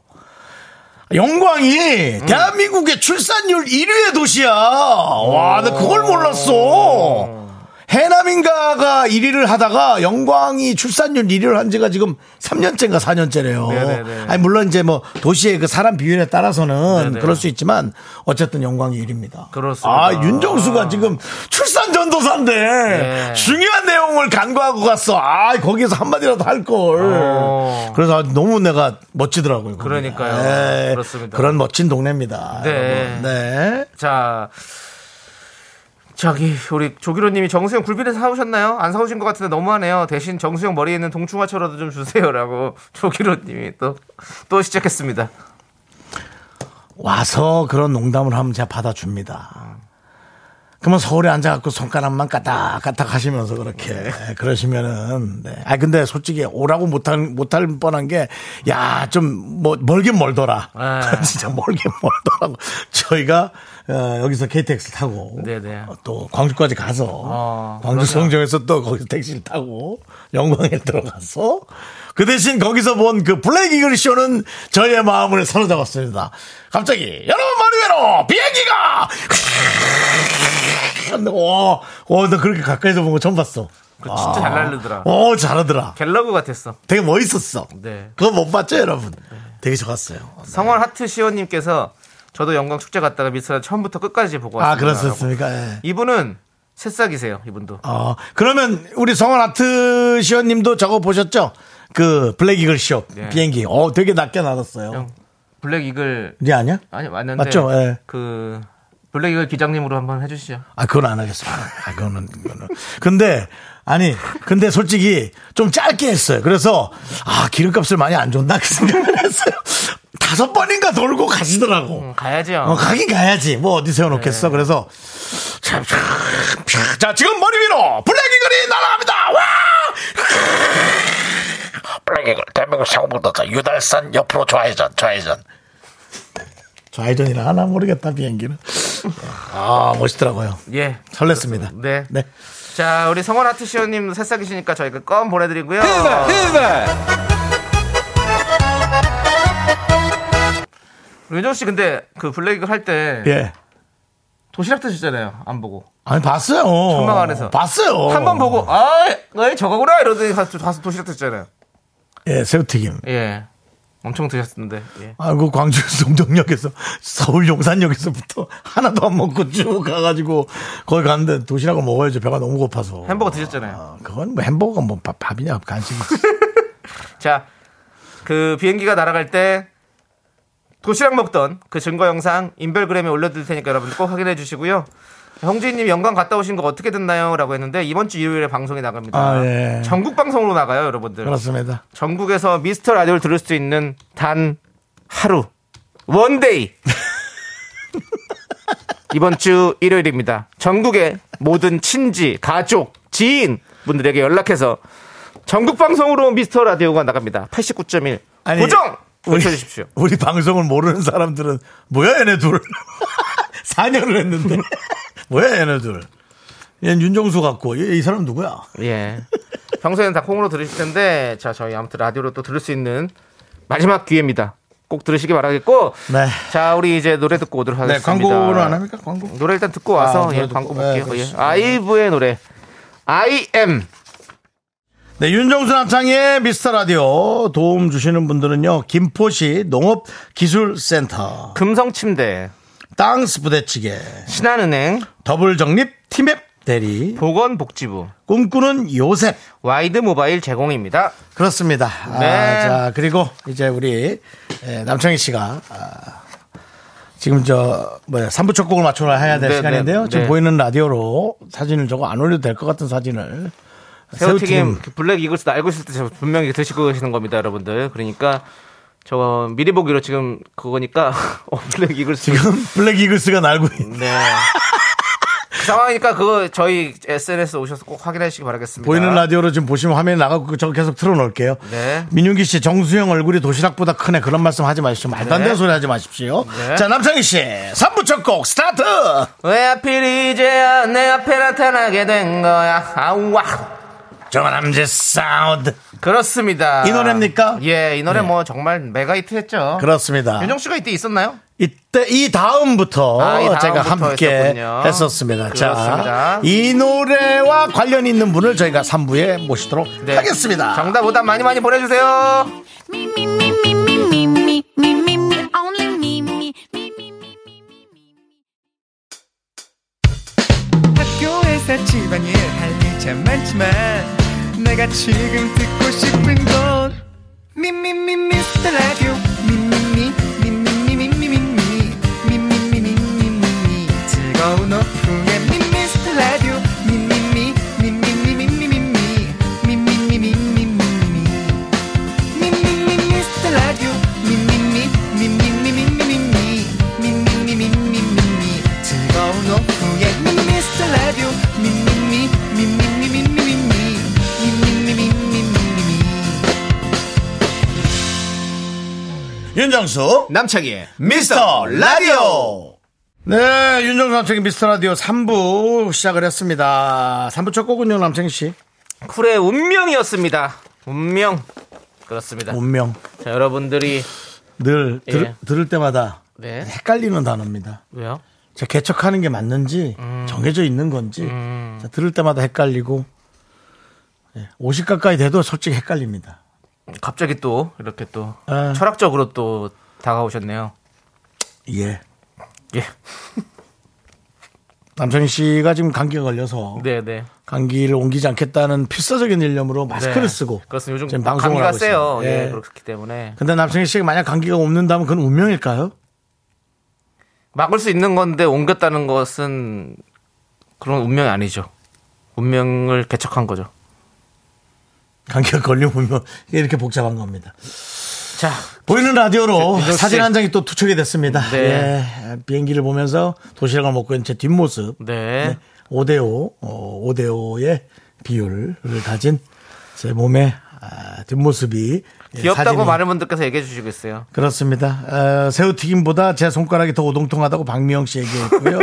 [SPEAKER 1] 영광이 대한민국의 출산율 1위의 도시야. 와, 나 그걸 몰랐어. 해남인가가 1위를 하다가 영광이 출산율 1위를 한 지가 지금 3년째인가 4년째래요.
[SPEAKER 2] 네네네.
[SPEAKER 1] 아니 물론 이제 뭐 도시의 그 사람 비율에 따라서는
[SPEAKER 2] 네네.
[SPEAKER 1] 그럴 수 있지만 어쨌든 영광이 1위입니다.
[SPEAKER 2] 그렇습니다.
[SPEAKER 1] 아, 윤정수가 지금 출산 전도사인데
[SPEAKER 2] 네.
[SPEAKER 1] 중요한 내용을 간과하고 갔어. 아, 거기에서 한마디라도 할 걸.
[SPEAKER 2] 어.
[SPEAKER 1] 그래서 아주 너무 내가 멋지더라고요. 거기가. 네.
[SPEAKER 2] 그러니까요. 그렇습니다.
[SPEAKER 1] 그런 멋진 동네입니다.
[SPEAKER 2] 네.
[SPEAKER 1] 여러분. 네.
[SPEAKER 2] 자, 저기 우리 조기로님이 정수영 굴비를 사오셨나요? 안 사오신 것 같은데 너무하네요. 대신 정수영 머리에 있는 동충하초라도 좀 주세요라고 조기로님이 또 또 시작했습니다.
[SPEAKER 1] 와서 그런 농담을 하면 제가 받아줍니다. 그러면 서울에 앉아갖고 손가락만 까딱까딱 하시면서 그렇게 그러시면은 네. 아 근데 솔직히 오라고 못할 못할 뻔한 게 야 좀 뭐 멀긴 멀더라
[SPEAKER 2] 아.
[SPEAKER 1] 진짜 멀긴 멀더라고 저희가 어, 여기서 KTX 타고
[SPEAKER 2] 네네.
[SPEAKER 1] 어, 또 광주까지 가서
[SPEAKER 2] 어,
[SPEAKER 1] 광주 성정에서 또 거기서 택시를 타고 영광에 들어가서 그 대신 거기서 본 그 블랙 이글 쇼는 저희의 마음을 사로잡았습니다. 갑자기 여러분 말이외로 비행기가 어, 어, 나 그렇게 가까이서 본 거 처음 봤어.
[SPEAKER 2] 그거 진짜 잘 날르더라.
[SPEAKER 1] 어, 잘하더라.
[SPEAKER 2] 갤러그 같았어.
[SPEAKER 1] 되게 멋있었어.
[SPEAKER 2] 네.
[SPEAKER 1] 그거 못 봤죠, 여러분? 되게 좋았어요.
[SPEAKER 2] 성원 하트 시원님께서 저도 영광 축제 갔다가 미스라 처음부터 끝까지 보고 왔습니다.
[SPEAKER 1] 아, 그렇습니까? 예.
[SPEAKER 2] 이분은 새싹이세요. 이분도.
[SPEAKER 1] 어, 그러면 우리 성원 아트 시원님도 저거 보셨죠? 그 블랙 이글 쇼
[SPEAKER 2] 네.
[SPEAKER 1] 비행기. 어, 되게 낮게 날았어요.
[SPEAKER 2] 형, 블랙 이글
[SPEAKER 1] 이제 아니야?
[SPEAKER 2] 아니 맞는데
[SPEAKER 1] 맞죠? 예.
[SPEAKER 2] 그 블랙 이글 기장님으로 한번 해주시죠.
[SPEAKER 1] 아, 그건 안 하겠습니다. 아, 그거는, 그거는. 근데, 아니, 근데 솔직히 좀 짧게 했어요. 그래서, 아, 기름값을 많이 안 줬나? 그 생각을 했어요. 다섯 번인가 돌고 가시더라고.
[SPEAKER 2] 음, 가야죠.
[SPEAKER 1] 어, 가긴 가야지. 뭐 어디 세워놓겠어. 그래서, 참, 참, 참. 자, 지금 머리 위로 블랙이글이 날아갑니다! 와!
[SPEAKER 8] 블랙이글 대한민국 상공도자 유달산 옆으로 좌회전 좌회전
[SPEAKER 1] 좌회전이나 하나 모르겠다, 비행기는. 아, 멋있더라고요.
[SPEAKER 2] 예.
[SPEAKER 1] 설렜습니다.
[SPEAKER 2] 네.
[SPEAKER 1] 네.
[SPEAKER 2] 자 우리 성원 하트 시원님 새싹이시니까 저희가 그 껌 보내드리고요. 윤정 씨 근데 그 블랙 이글 할 때
[SPEAKER 1] 예.
[SPEAKER 2] 도시락 드시잖아요. 안 보고.
[SPEAKER 1] 아니, 봤어요.
[SPEAKER 2] 천막 안에서.
[SPEAKER 1] 봤어요.
[SPEAKER 2] 한 번 보고 아, 이 저거구나 이러더니 가서, 가서 도시락 드셨잖아요.
[SPEAKER 1] 예, 새우튀김.
[SPEAKER 2] 예. 엄청 드셨는데. 예.
[SPEAKER 1] 아이고 그 광주 동덕역에서 서울 용산역에서부터 하나도 안 먹고 쭉 가가지고 거기 갔는데 도시락을 먹어야죠 배가 너무 고파서
[SPEAKER 2] 햄버거 드셨잖아요.
[SPEAKER 1] 아, 그건 뭐 햄버거가 뭐 밥, 밥이냐 간식이지
[SPEAKER 2] 자, 그 비행기가 날아갈 때 도시락 먹던 그 증거 영상 인별그램에 올려드릴 테니까 여러분 꼭 확인해 주시고요. 형진님 영광 갔다 오신 거 어떻게 됐나요? 라고 했는데 이번 주 일요일에 방송이 나갑니다.
[SPEAKER 1] 아, 예.
[SPEAKER 2] 전국 방송으로 나가요, 여러분들.
[SPEAKER 1] 그렇습니다
[SPEAKER 2] 전국에서 미스터 라디오를 들을 수 있는 단 하루 원데이 이번 주 일요일입니다. 전국의 모든 친지, 가족, 지인 분들에게 연락해서 전국 방송으로 미스터 라디오가 나갑니다. 89.1
[SPEAKER 1] 아니,
[SPEAKER 2] 고정
[SPEAKER 1] 우리,
[SPEAKER 2] 외쳐주십시오.
[SPEAKER 1] 우리 방송을 모르는 사람들은 뭐야 얘네 둘 4년을 했는데 뭐야 얘네 둘얘 윤정수 같고 얘, 이 사람 누구야
[SPEAKER 2] 예. 평소에는 다 콩으로 들으실 텐데 자 저희 아무튼 라디오로 또 들을 수 있는 마지막 기회입니다. 꼭 들으시기 바라겠고
[SPEAKER 1] 네.
[SPEAKER 2] 자 우리 이제 노래 듣고 오도록
[SPEAKER 1] 네
[SPEAKER 2] 하겠습니다.
[SPEAKER 1] 광고를 안 합니까 광고
[SPEAKER 2] 노래 일단 듣고 와서
[SPEAKER 1] 아, 노래
[SPEAKER 2] 예,
[SPEAKER 1] 듣고.
[SPEAKER 2] 광고
[SPEAKER 1] 네,
[SPEAKER 2] 볼게요. 예.
[SPEAKER 1] 그렇습니다.
[SPEAKER 2] 아이브의 노래. I am.
[SPEAKER 1] 네, 윤정수 남창의 미스터 라디오 도움 주시는 분들은요, 김포시 농업기술센터,
[SPEAKER 2] 금성침대.
[SPEAKER 1] 땅스 부대찌개,
[SPEAKER 2] 신한은행.
[SPEAKER 1] 더블 정립 티맵 대리,
[SPEAKER 2] 보건복지부.
[SPEAKER 1] 꿈꾸는 요셉.
[SPEAKER 2] 와이드 모바일 제공입니다.
[SPEAKER 1] 그렇습니다.
[SPEAKER 2] 네.
[SPEAKER 1] 아, 자, 그리고 이제 우리 에, 남창희 씨가 아, 지금 저 뭐야 삼부첫 곡을 맞춰라 해야 될
[SPEAKER 2] 네,
[SPEAKER 1] 시간인데요.
[SPEAKER 2] 네,
[SPEAKER 1] 지금
[SPEAKER 2] 네.
[SPEAKER 1] 보이는 라디오로 사진을 저거 안 올려도 될 것 같은 사진을
[SPEAKER 2] 새우튀김 블랙 이글스도 알고 있을 때 제가 분명히 드시고 계시는 겁니다, 여러분들. 그러니까 저 미리 보기로 지금 그거니까 어, 블랙 이글스
[SPEAKER 1] 지금 블랙 이글스가 날고 있는
[SPEAKER 2] 네. 그 상황이니까 그거 저희 SNS 오셔서 꼭 확인해 주시기 바라겠습니다.
[SPEAKER 1] 보이는 라디오로 지금 보시면 화면에 나가고 그 저거 계속 틀어놓을게요.
[SPEAKER 2] 네.
[SPEAKER 1] 민윤기 씨, 정수영 얼굴이 도시락보다 크네. 그런 말씀 하지 마십시오. 말도 안 되는
[SPEAKER 2] 네.
[SPEAKER 1] 소리 하지 마십시오.
[SPEAKER 2] 네.
[SPEAKER 1] 자, 남창희 씨, 삼부 첫 곡 스타트!
[SPEAKER 2] 왜 하필 이제야 내 앞에 나타나게 된 거야? 아우와.
[SPEAKER 1] 정남재 사운드.
[SPEAKER 2] 그렇습니다.
[SPEAKER 1] 이 노래입니까?
[SPEAKER 2] 예, 이 노래
[SPEAKER 1] 네.
[SPEAKER 2] 뭐 정말 메가히트 했죠.
[SPEAKER 1] 그렇습니다.
[SPEAKER 2] 윤정 씨가 이때 있었나요?
[SPEAKER 1] 이때 이 다음부터
[SPEAKER 2] 아, 이 다음부터
[SPEAKER 1] 제가 함께
[SPEAKER 2] 했었군요.
[SPEAKER 1] 했었습니다. 자,
[SPEAKER 2] 그렇습니다.
[SPEAKER 1] 이 노래와 관련 있는 분을 저희가 3부에 모시도록
[SPEAKER 2] 네.
[SPEAKER 1] 하겠습니다.
[SPEAKER 2] 정답 오답 많이 많이 보내주세요.
[SPEAKER 6] Me, me, me, me, me, me, me, me, me, me, only me, me, me, me, me.
[SPEAKER 9] 학교에서 집안일 할 일 참 많지만 내가 지금 듣고 싶은 건 미미미 미스터 라디오 미미미 미미미 미미미 미미미 미미미 즐거운 오후에 미스터 라디오 미미미 미미미 미미미 미미미 미미미
[SPEAKER 1] 윤정수
[SPEAKER 2] 남창희의
[SPEAKER 1] 미스터 라디오 네 윤정수 남창희 미스터 라디오 3부 시작을 했습니다 3부 첫 곡은요 남창희 씨
[SPEAKER 2] 쿨의 운명이었습니다. 운명. 그렇습니다.
[SPEAKER 1] 운명
[SPEAKER 2] 자, 여러분들이
[SPEAKER 1] 늘 들,
[SPEAKER 2] 예.
[SPEAKER 1] 들을 때마다
[SPEAKER 2] 네.
[SPEAKER 1] 헷갈리는 단어입니다
[SPEAKER 2] 왜요?
[SPEAKER 1] 자, 개척하는 게 맞는지
[SPEAKER 2] 음.
[SPEAKER 1] 정해져 있는 건지 자, 들을 때마다 헷갈리고 예, 50 가까이 돼도 솔직히 헷갈립니다
[SPEAKER 2] 갑자기 또 이렇게 또
[SPEAKER 1] 아.
[SPEAKER 2] 철학적으로 또 다가오셨네요.
[SPEAKER 1] 예
[SPEAKER 2] 예.
[SPEAKER 1] 남창희 씨가 지금 감기에 걸려서
[SPEAKER 2] 네, 네.
[SPEAKER 1] 감기를 옮기지 않겠다는 필사적인 일념으로 마스크를
[SPEAKER 2] 네.
[SPEAKER 1] 쓰고
[SPEAKER 2] 그렇습니다. 요즘
[SPEAKER 1] 지금 방송을
[SPEAKER 2] 감기가
[SPEAKER 1] 하고
[SPEAKER 2] 세요.
[SPEAKER 1] 있습니다.
[SPEAKER 2] 예.
[SPEAKER 1] 예.
[SPEAKER 2] 그렇기 때문에
[SPEAKER 1] 근데 남창희 씨가 만약 감기가 없는다면 그건 운명일까요?
[SPEAKER 2] 막을 수 있는 건데 옮겼다는 것은 그런 운명이 아니죠. 운명을 개척한 거죠.
[SPEAKER 1] 감기가 걸리면 이렇게 복잡한 겁니다.
[SPEAKER 2] 자,
[SPEAKER 1] 보이는 라디오로
[SPEAKER 2] 윤정 씨.
[SPEAKER 1] 사진 한 장이 또 투척이 됐습니다.
[SPEAKER 2] 네.
[SPEAKER 1] 예, 비행기를 보면서 도시락을 먹고 있는 제 뒷모습.
[SPEAKER 2] 네.
[SPEAKER 1] 5대5, 어, 5대5의 비율을 가진 제 몸의 아, 뒷모습이. 예,
[SPEAKER 2] 귀엽다고
[SPEAKER 1] 사진이
[SPEAKER 2] 많은 분들께서 얘기해 주시고 있어요.
[SPEAKER 1] 그렇습니다. 어, 새우튀김보다 제 손가락이 더 오동통하다고 박미영 씨 얘기했고요.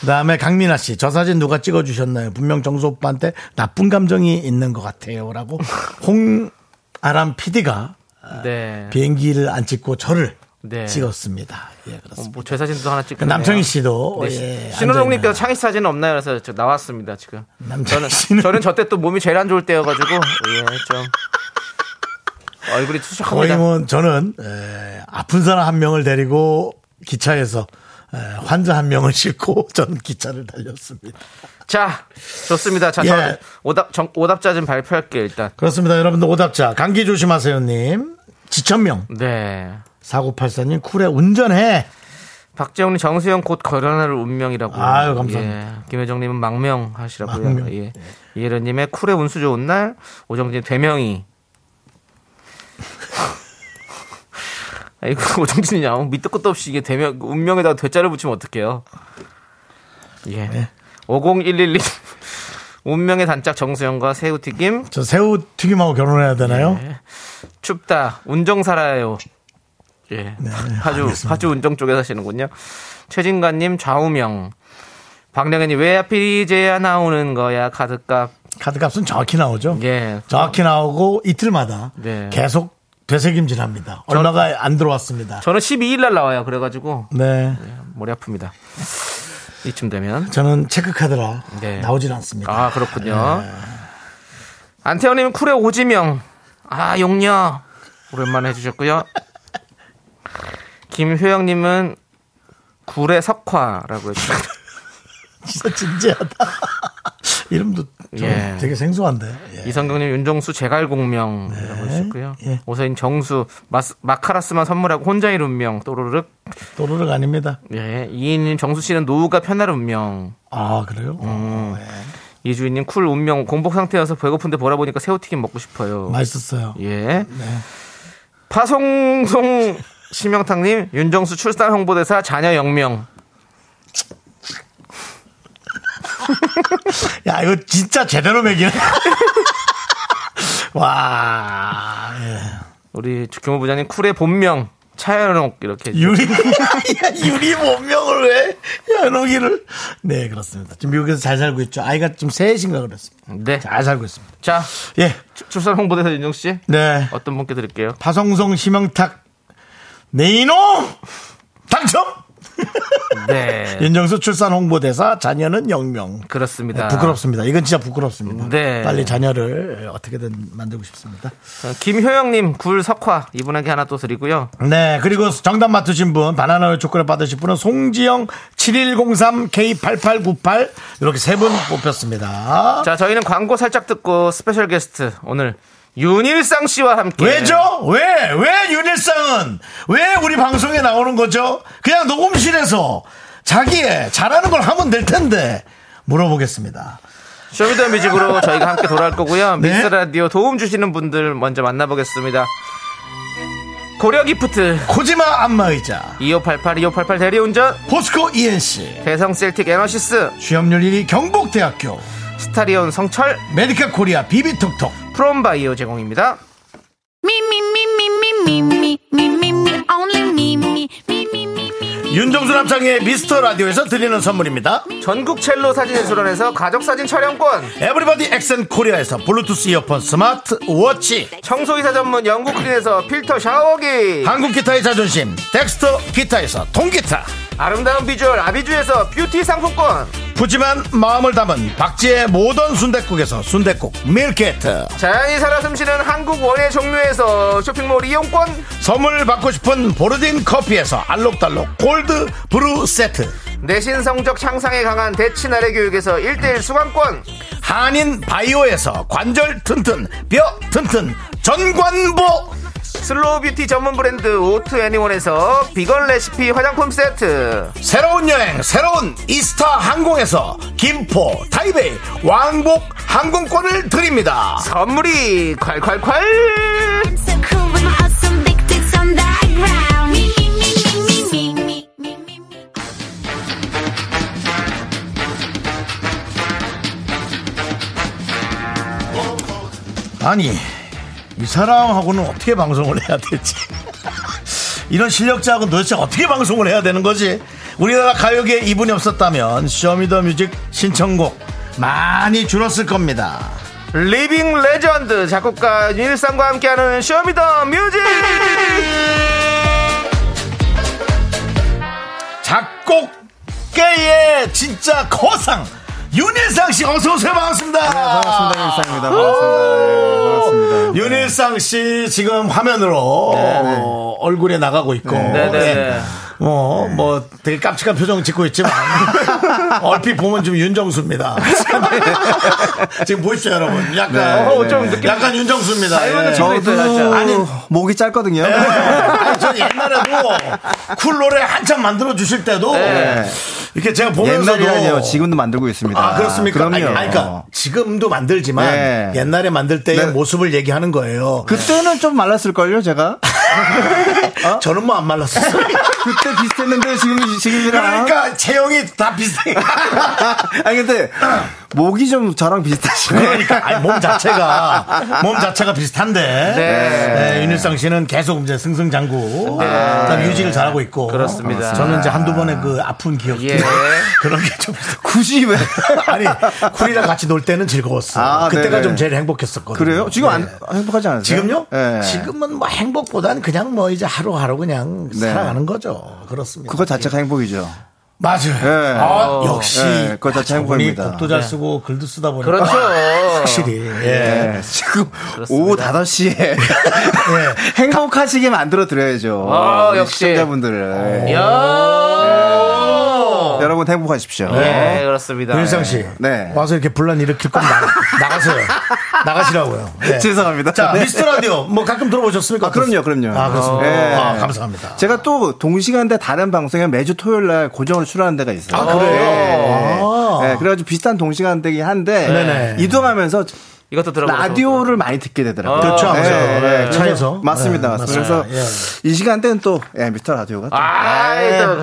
[SPEAKER 1] 그 다음에 강민아 씨, 저 사진 누가 찍어주셨나요? 분명 정수 오빠한테 나쁜 감정이 있는 것 같아요. 라고 홍아람 PD가
[SPEAKER 2] 네.
[SPEAKER 1] 비행기를 안 찍고 저를
[SPEAKER 2] 네.
[SPEAKER 1] 찍었습니다. 예, 그렇습니다.
[SPEAKER 2] 뭐 제 사진도 하나 찍고.
[SPEAKER 1] 남창희 씨도
[SPEAKER 2] 네.
[SPEAKER 1] 예,
[SPEAKER 2] 신호동님께서
[SPEAKER 1] 앉아있네요.
[SPEAKER 2] 창희 씨 사진 없나요? 그래서 저 나왔습니다 지금.
[SPEAKER 1] 남창희
[SPEAKER 2] 저는
[SPEAKER 1] 씨는
[SPEAKER 2] 저는 저때 또 몸이 제일 안 좋을 때여가지고 예좀 얼굴이
[SPEAKER 1] 거의
[SPEAKER 2] 투석합니다.
[SPEAKER 1] 뭐 저는 에, 아픈 사람 한 명을 데리고 기차에서 에, 환자 한 명을 싣고 저는 기차를 달렸습니다.
[SPEAKER 2] 자 좋습니다. 자
[SPEAKER 1] 예.
[SPEAKER 2] 저는 오답 정, 오답자 좀 발표할게요 일단.
[SPEAKER 1] 그렇습니다. 여러분들 오답자 감기 조심하세요님 지천명
[SPEAKER 2] 네.
[SPEAKER 1] 4984님 쿨에 운전해
[SPEAKER 2] 박재홍님 정수영 곧 거론할 운명이라고.
[SPEAKER 1] 아유, 감사합니다.
[SPEAKER 2] 예. 김혜정님은 망명 하시라고요.
[SPEAKER 1] 망명.
[SPEAKER 2] 예. 이혜련님의 쿨의 운수 좋은 날. 오정진 대명이. 아이고 오정진이냐 어, 밑도 끝도 없이 이게 대명 운명에다가 대자를 붙이면 어떡해요. 예.
[SPEAKER 1] 네.
[SPEAKER 2] 50111 운명의 단짝 정수영과 새우튀김
[SPEAKER 1] 저 새우 튀김하고 결혼해야 되나요?
[SPEAKER 2] 네. 춥다. 운정 살아요. 예. 파주, 파주 운정 쪽에 사시는군요. 최진관님 좌우명. 박령현님 왜 하필 이제야 나오는 거야 카드값.
[SPEAKER 1] 카드값은 정확히 나오죠.
[SPEAKER 2] 예.
[SPEAKER 1] 정확히 나오고 이틀마다
[SPEAKER 2] 네.
[SPEAKER 1] 계속 되새김질합니다. 얼마가 안 들어왔습니다.
[SPEAKER 2] 저는 12일 날 나와요. 그래가지고
[SPEAKER 1] 네,
[SPEAKER 2] 머리 아픕니다. 이쯤 되면.
[SPEAKER 1] 저는 체크카드라
[SPEAKER 2] 네.
[SPEAKER 1] 나오질 않습니다.
[SPEAKER 2] 아 그렇군요. 안태현님 쿨의 오지명. 아 용녀. 오랜만에 해주셨고요. 김효영님은 굴의 석화라고 해주셨고.
[SPEAKER 1] 진짜 진지하다. 이름도 좀
[SPEAKER 2] 예.
[SPEAKER 1] 되게 생소한데. 예.
[SPEAKER 2] 네. 이성경님 윤정수 제갈공명이라고 하셨고요.
[SPEAKER 1] 예.
[SPEAKER 2] 오서인 정수 마스, 마카라스만 선물하고 혼자일 운명 또르륵.
[SPEAKER 1] 또르륵 아닙니다.
[SPEAKER 2] 예. 이인님 정수 씨는 노후가 편할 운명. 음.
[SPEAKER 1] 아 그래요?
[SPEAKER 2] 어, 예. 이주인님 쿨 운명 공복 상태여서 배고픈데 보라 보니까 새우튀김 먹고 싶어요.
[SPEAKER 1] 맛있었어요.
[SPEAKER 2] 예. 파송송 심영탁님 윤정수 출산 홍보대사 자녀 영명.
[SPEAKER 1] 야 이거 진짜 제대로 먹이네. 와 예.
[SPEAKER 2] 우리 주교모 부장님 쿨의 본명 차연옥 이렇게.
[SPEAKER 1] 유리 야, 유리 본명을 왜 연옥이를? 네 그렇습니다. 지금 미국에서 잘 살고 있죠. 아이가 지금 셋인가 그랬습니다.
[SPEAKER 2] 네.
[SPEAKER 1] 잘 살고 있습니다.
[SPEAKER 2] 자
[SPEAKER 1] 예,
[SPEAKER 2] 출- 출산 홍보대사 윤정수 씨
[SPEAKER 1] 네
[SPEAKER 2] 어떤 분께 드릴게요.
[SPEAKER 1] 파성송 심영탁 네 이놈 당첨.
[SPEAKER 2] 네.
[SPEAKER 1] 윤정수 출산 홍보대사 자녀는 영명. 아.
[SPEAKER 2] 그렇습니다.
[SPEAKER 1] 네, 부끄럽습니다. 이건 진짜 부끄럽습니다.
[SPEAKER 2] 네.
[SPEAKER 1] 빨리 자녀를 어떻게든 만들고 싶습니다.
[SPEAKER 2] 어, 김효영님 굴 석화 이분에게 하나 또 드리고요.
[SPEAKER 1] 네, 그리고 정답 맞추신 분, 바나나우유 초콜릿 받으실 분은 송지영 7103K8898 이렇게 세 분 뽑혔습니다.
[SPEAKER 2] 자 저희는 광고 살짝 듣고 스페셜 게스트 오늘 윤일상 씨와 함께
[SPEAKER 1] 왜죠? 왜? 왜 윤일상은? 왜 우리 방송에 나오는 거죠? 그냥 녹음실에서 자기의 잘하는 걸 하면 될 텐데 물어보겠습니다.
[SPEAKER 2] 쇼미더뮤직으로 저희가 함께 돌아올 거고요.
[SPEAKER 1] 네.
[SPEAKER 2] 미스 라디오 도움 주시는 분들 먼저 만나보겠습니다. 고려 기프트
[SPEAKER 1] 코지마 안마의자,
[SPEAKER 2] 2588 2588 대리운전
[SPEAKER 1] 포스코 ENC,
[SPEAKER 2] 대성 셀틱 에너시스
[SPEAKER 1] 취업률 1위 경북대학교,
[SPEAKER 2] 스타리온 성철
[SPEAKER 1] 메디카 코리아 비비톡톡,
[SPEAKER 2] 프롬바이오 제공입니다.
[SPEAKER 6] me, me, me, me, me, me, me, me, me, me, only me, me, me, me, me.
[SPEAKER 1] 윤정수 남창의 미스터 라디오에서 드리는 선물입니다.
[SPEAKER 2] 전국 첼로 사진예술원에서 가족사진 촬영권
[SPEAKER 1] 에브리바디 엑센 코리아에서 블루투스 이어폰 스마트 워치.
[SPEAKER 2] 청소이사 전문 영국 크린에서 필터 샤워기
[SPEAKER 1] 한국 기타의 자존심. 덱스터 기타에서 통기타.
[SPEAKER 2] 아름다운 비주얼 아비주에서 뷰티 상품권
[SPEAKER 1] 푸짐한 마음을 담은 박지의 모던 순댓국에서순댓국 밀키트.
[SPEAKER 2] 자연이 살아 숨쉬는 한국 원예 종류에서 쇼핑몰 이용권
[SPEAKER 1] 선물 받고 싶은 보르딘 커피에서 알록달록 골드 브루 세트.
[SPEAKER 2] 내신 성적 향상에 강한 대치나래 교육에서 일대일 수강권
[SPEAKER 1] 한인 바이오에서 관절 튼튼, 뼈 튼튼, 전관보!
[SPEAKER 2] 슬로우 뷰티 전문 브랜드 오트 애니원에서 비건 레시피 화장품 세트
[SPEAKER 1] 새로운 여행, 새로운 이스타 항공에서 김포, 타이베이, 왕복 항공권을 드립니다.
[SPEAKER 2] 선물이 콸콸콸
[SPEAKER 6] So cool with my awesome big tits on the ground. Me, me, me, me, me, me, me, me, me, me.
[SPEAKER 1] 아니, 이 사람하고는 어떻게 방송을 해야 되지? 이런 실력자하고는 도대체 어떻게 방송을 해야 되는 거지? 우리나라 가요계에 이분이 없었다면 쇼미더 뮤직 신청곡 많이 줄었을 겁니다.
[SPEAKER 2] 리빙 레전드 작곡가 윤일상과 함께하는 쇼미더 뮤직
[SPEAKER 1] 작곡계의 진짜 거상 윤일상 씨 어서 오세요 네, 반갑습니다. 반갑습니다 윤일상입니다. 네, 반갑습니다. 윤일상 씨 지금 화면으로 어, 얼굴에 나가고 있고
[SPEAKER 2] 네, 네.
[SPEAKER 1] 예. 어, 뭐 되게 깜찍한 표정 짓고 있지만 얼핏 보면 좀 윤정수입니다. 네. 지금 보십시오 여러분. 약간
[SPEAKER 2] 어, 좀 느낌-
[SPEAKER 1] 약간 윤정수입니다. 예. 아니
[SPEAKER 7] 목이 짧거든요.
[SPEAKER 1] 네. 아니, 전 옛날에도 쿨 노래 한참 만들어 주실 때도 이렇게 제가 보면서도
[SPEAKER 7] 네. 옛날이 아니에요. 지금도 만들고 있습니다.
[SPEAKER 1] 아 그렇습니까?
[SPEAKER 7] 그럼요.
[SPEAKER 1] 아니, 아니, 그러니까 지금도 만들지만
[SPEAKER 7] 네.
[SPEAKER 1] 옛날에 만들 때의
[SPEAKER 7] 네.
[SPEAKER 1] 모습을 얘기하는 거예요.
[SPEAKER 7] 그때는 좀 말랐을걸요, 제가? 어?
[SPEAKER 1] 저는 뭐 안 말랐었어요.
[SPEAKER 7] 그때 비슷했는데 지금, 지금이랑.
[SPEAKER 1] 그러니까 체형이 다 비슷해.
[SPEAKER 7] 아니, 근데 목이 좀 저랑 비슷하시네.
[SPEAKER 1] 그러니까 아니, 몸 자체가 몸 자체가 비슷한데 네, 윤일상 씨는 계속 이제 승승장구 일단 유지를 잘하고 있고
[SPEAKER 2] 네. 그렇습니다.
[SPEAKER 1] 저는 이제 한두 번의 그 아픈 기억
[SPEAKER 2] 예.
[SPEAKER 1] 그런 게좀 있었고
[SPEAKER 7] 굳이 왜?
[SPEAKER 1] 아니 쿨이랑 같이 놀 때는 즐거웠어.
[SPEAKER 7] 아,
[SPEAKER 1] 그때가
[SPEAKER 7] 네네.
[SPEAKER 1] 좀 제일 행복했었거든.
[SPEAKER 7] 그래요? 지금 안, 행복하지 않으세요?
[SPEAKER 1] 지금요?
[SPEAKER 7] 예.
[SPEAKER 1] 지금은 뭐 행복보다는 그냥 뭐 이제 하루하루 그냥
[SPEAKER 7] 네.
[SPEAKER 1] 살아가는 거죠. 그렇습니다.
[SPEAKER 7] 그거 자체가 행복이죠.
[SPEAKER 1] 맞아요.
[SPEAKER 7] 예.
[SPEAKER 1] 아, 역시
[SPEAKER 7] 예, 그거 자체
[SPEAKER 1] 아, 저분이
[SPEAKER 7] 행복입니다. 네.
[SPEAKER 1] 곡도 잘 쓰고 글도 쓰다 보니까
[SPEAKER 2] 그렇죠
[SPEAKER 1] 확실히 예.
[SPEAKER 7] 예. 지금 오후 5시에 예. 행복하시게 만들어 드려야죠.
[SPEAKER 2] 아,
[SPEAKER 7] 우리
[SPEAKER 2] 역시.
[SPEAKER 1] 어.
[SPEAKER 7] 시청자분들을.
[SPEAKER 2] 야
[SPEAKER 7] 여러분 행복하십시오.
[SPEAKER 1] 네.
[SPEAKER 2] 예, 그렇습니다.
[SPEAKER 1] 윤상 씨
[SPEAKER 7] 네.
[SPEAKER 1] 와서 이렇게 분란 일으킬 거면 나- 나가세요. 나가시라고요. 예.
[SPEAKER 7] 죄송합니다.
[SPEAKER 1] 자
[SPEAKER 7] 네.
[SPEAKER 1] 미스터 라디오 뭐 가끔 들어보셨습니까?
[SPEAKER 7] 아, 그럼요, 그럼요.
[SPEAKER 1] 아 그렇습니다.
[SPEAKER 7] 예.
[SPEAKER 1] 아, 감사합니다.
[SPEAKER 7] 제가 또 동시간대 다른 방송에 매주 토요일 날 고정으로 출연하는 데가 있어요.
[SPEAKER 1] 아, 그래요? 아.
[SPEAKER 7] 네, 그래가지고 비슷한 동시간대긴 한데
[SPEAKER 1] 네네.
[SPEAKER 7] 이동하면서
[SPEAKER 2] 이것도 들어보죠.
[SPEAKER 7] 라디오를 많이 듣게 되더라고요.
[SPEAKER 1] 그렇죠.
[SPEAKER 7] 네,
[SPEAKER 1] 그렇죠.
[SPEAKER 7] 네,
[SPEAKER 1] 네, 차에서.
[SPEAKER 7] 맞습니다.
[SPEAKER 1] 네,
[SPEAKER 7] 맞습니다.
[SPEAKER 1] 맞습니다.
[SPEAKER 7] 그래서 이 시간대는 또 예, 미스터 라디오가 또
[SPEAKER 2] 아이, 또.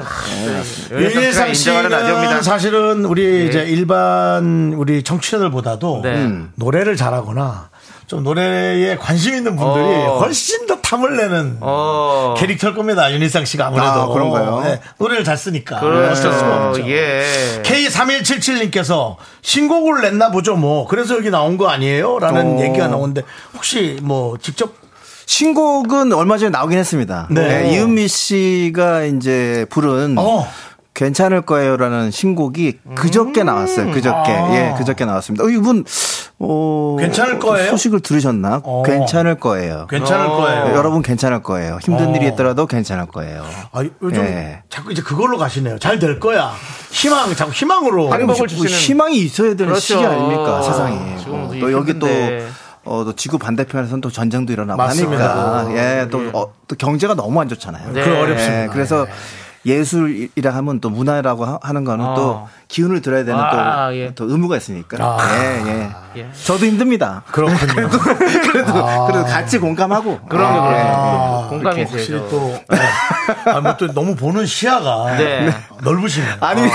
[SPEAKER 7] 네.
[SPEAKER 1] 윤일상 씨는 사실은 우리 이제 일반 우리 청취자들보다도
[SPEAKER 2] 네.
[SPEAKER 1] 음. 노래를 잘하거나 좀 노래에 관심 있는 분들이
[SPEAKER 2] 어.
[SPEAKER 1] 훨씬 더 탐을 내는
[SPEAKER 2] 어.
[SPEAKER 1] 캐릭터일 겁니다. 윤일상 씨가 아무래도 네,
[SPEAKER 7] 아, 그런가요?
[SPEAKER 1] 노래를 잘 쓰니까.
[SPEAKER 7] 네.
[SPEAKER 1] 어쩔 수가
[SPEAKER 2] 그렇죠.
[SPEAKER 1] 없죠.
[SPEAKER 2] 예.
[SPEAKER 1] K3177님께서 신곡을 냈나 보죠, 뭐. 그래서 여기 나온 거 아니에요? 라는
[SPEAKER 7] 어.
[SPEAKER 1] 얘기가 나오는데 혹시 뭐 직접
[SPEAKER 7] 신곡은 얼마 전에 나오긴 했습니다.
[SPEAKER 1] 네.
[SPEAKER 7] 네, 이은미 씨가 이제 부른
[SPEAKER 1] 어.
[SPEAKER 7] 괜찮을 거예요라는 신곡이 그저께
[SPEAKER 1] 음.
[SPEAKER 7] 나왔어요. 그저께 예, 그저께 나왔습니다. 어, 이분 어,
[SPEAKER 1] 아. 괜찮을 거예요?
[SPEAKER 7] 소식을 들으셨나?
[SPEAKER 1] 어.
[SPEAKER 7] 괜찮을 거예요.
[SPEAKER 1] 괜찮을 거예요.
[SPEAKER 7] 네, 여러분 괜찮을 거예요. 힘든
[SPEAKER 1] 어.
[SPEAKER 7] 일이 있더라도 괜찮을 거예요.
[SPEAKER 1] 아, 요즘
[SPEAKER 7] 예.
[SPEAKER 1] 자꾸 이제 그걸로 가시네요. 잘 될 거야. 희망, 자꾸 희망으로.
[SPEAKER 2] 행복을
[SPEAKER 7] 뭐
[SPEAKER 2] 주시는.
[SPEAKER 7] 희망이 있어야 되는
[SPEAKER 2] 그렇죠.
[SPEAKER 7] 시기 아닙니까 세상에.
[SPEAKER 2] 지금은
[SPEAKER 7] 어,
[SPEAKER 2] 되게
[SPEAKER 7] 또 여기 또
[SPEAKER 2] 힘든데.
[SPEAKER 7] 어, 또 지구 반대편에서는 또 전쟁도 일어나고
[SPEAKER 1] 맞습니다.
[SPEAKER 7] 하니까 예, 또, 어, 또 경제가 너무 안 좋잖아요.
[SPEAKER 2] 네. 그거
[SPEAKER 1] 어렵습니다.
[SPEAKER 7] 예, 그래서 예술이라 하면 또 문화라고 하- 하는 거는
[SPEAKER 2] 어.
[SPEAKER 7] 또 기운을 들어야 되는
[SPEAKER 2] 아,
[SPEAKER 7] 또,
[SPEAKER 2] 예.
[SPEAKER 7] 또 의무가 있으니까. 예, 예.
[SPEAKER 2] 예.
[SPEAKER 7] 저도 힘듭니다.
[SPEAKER 1] 그렇군요.
[SPEAKER 7] 그래도 그래도 같이 공감하고.
[SPEAKER 2] 그럼요,
[SPEAKER 7] 예, 예.
[SPEAKER 2] 그럼요. 공감이
[SPEAKER 1] 이렇게 확실히
[SPEAKER 2] 되죠.
[SPEAKER 1] 또, 아, 뭐또 너무 보는 시야가
[SPEAKER 2] 네.
[SPEAKER 1] 넓으시네요.
[SPEAKER 7] 아니,
[SPEAKER 1] 어.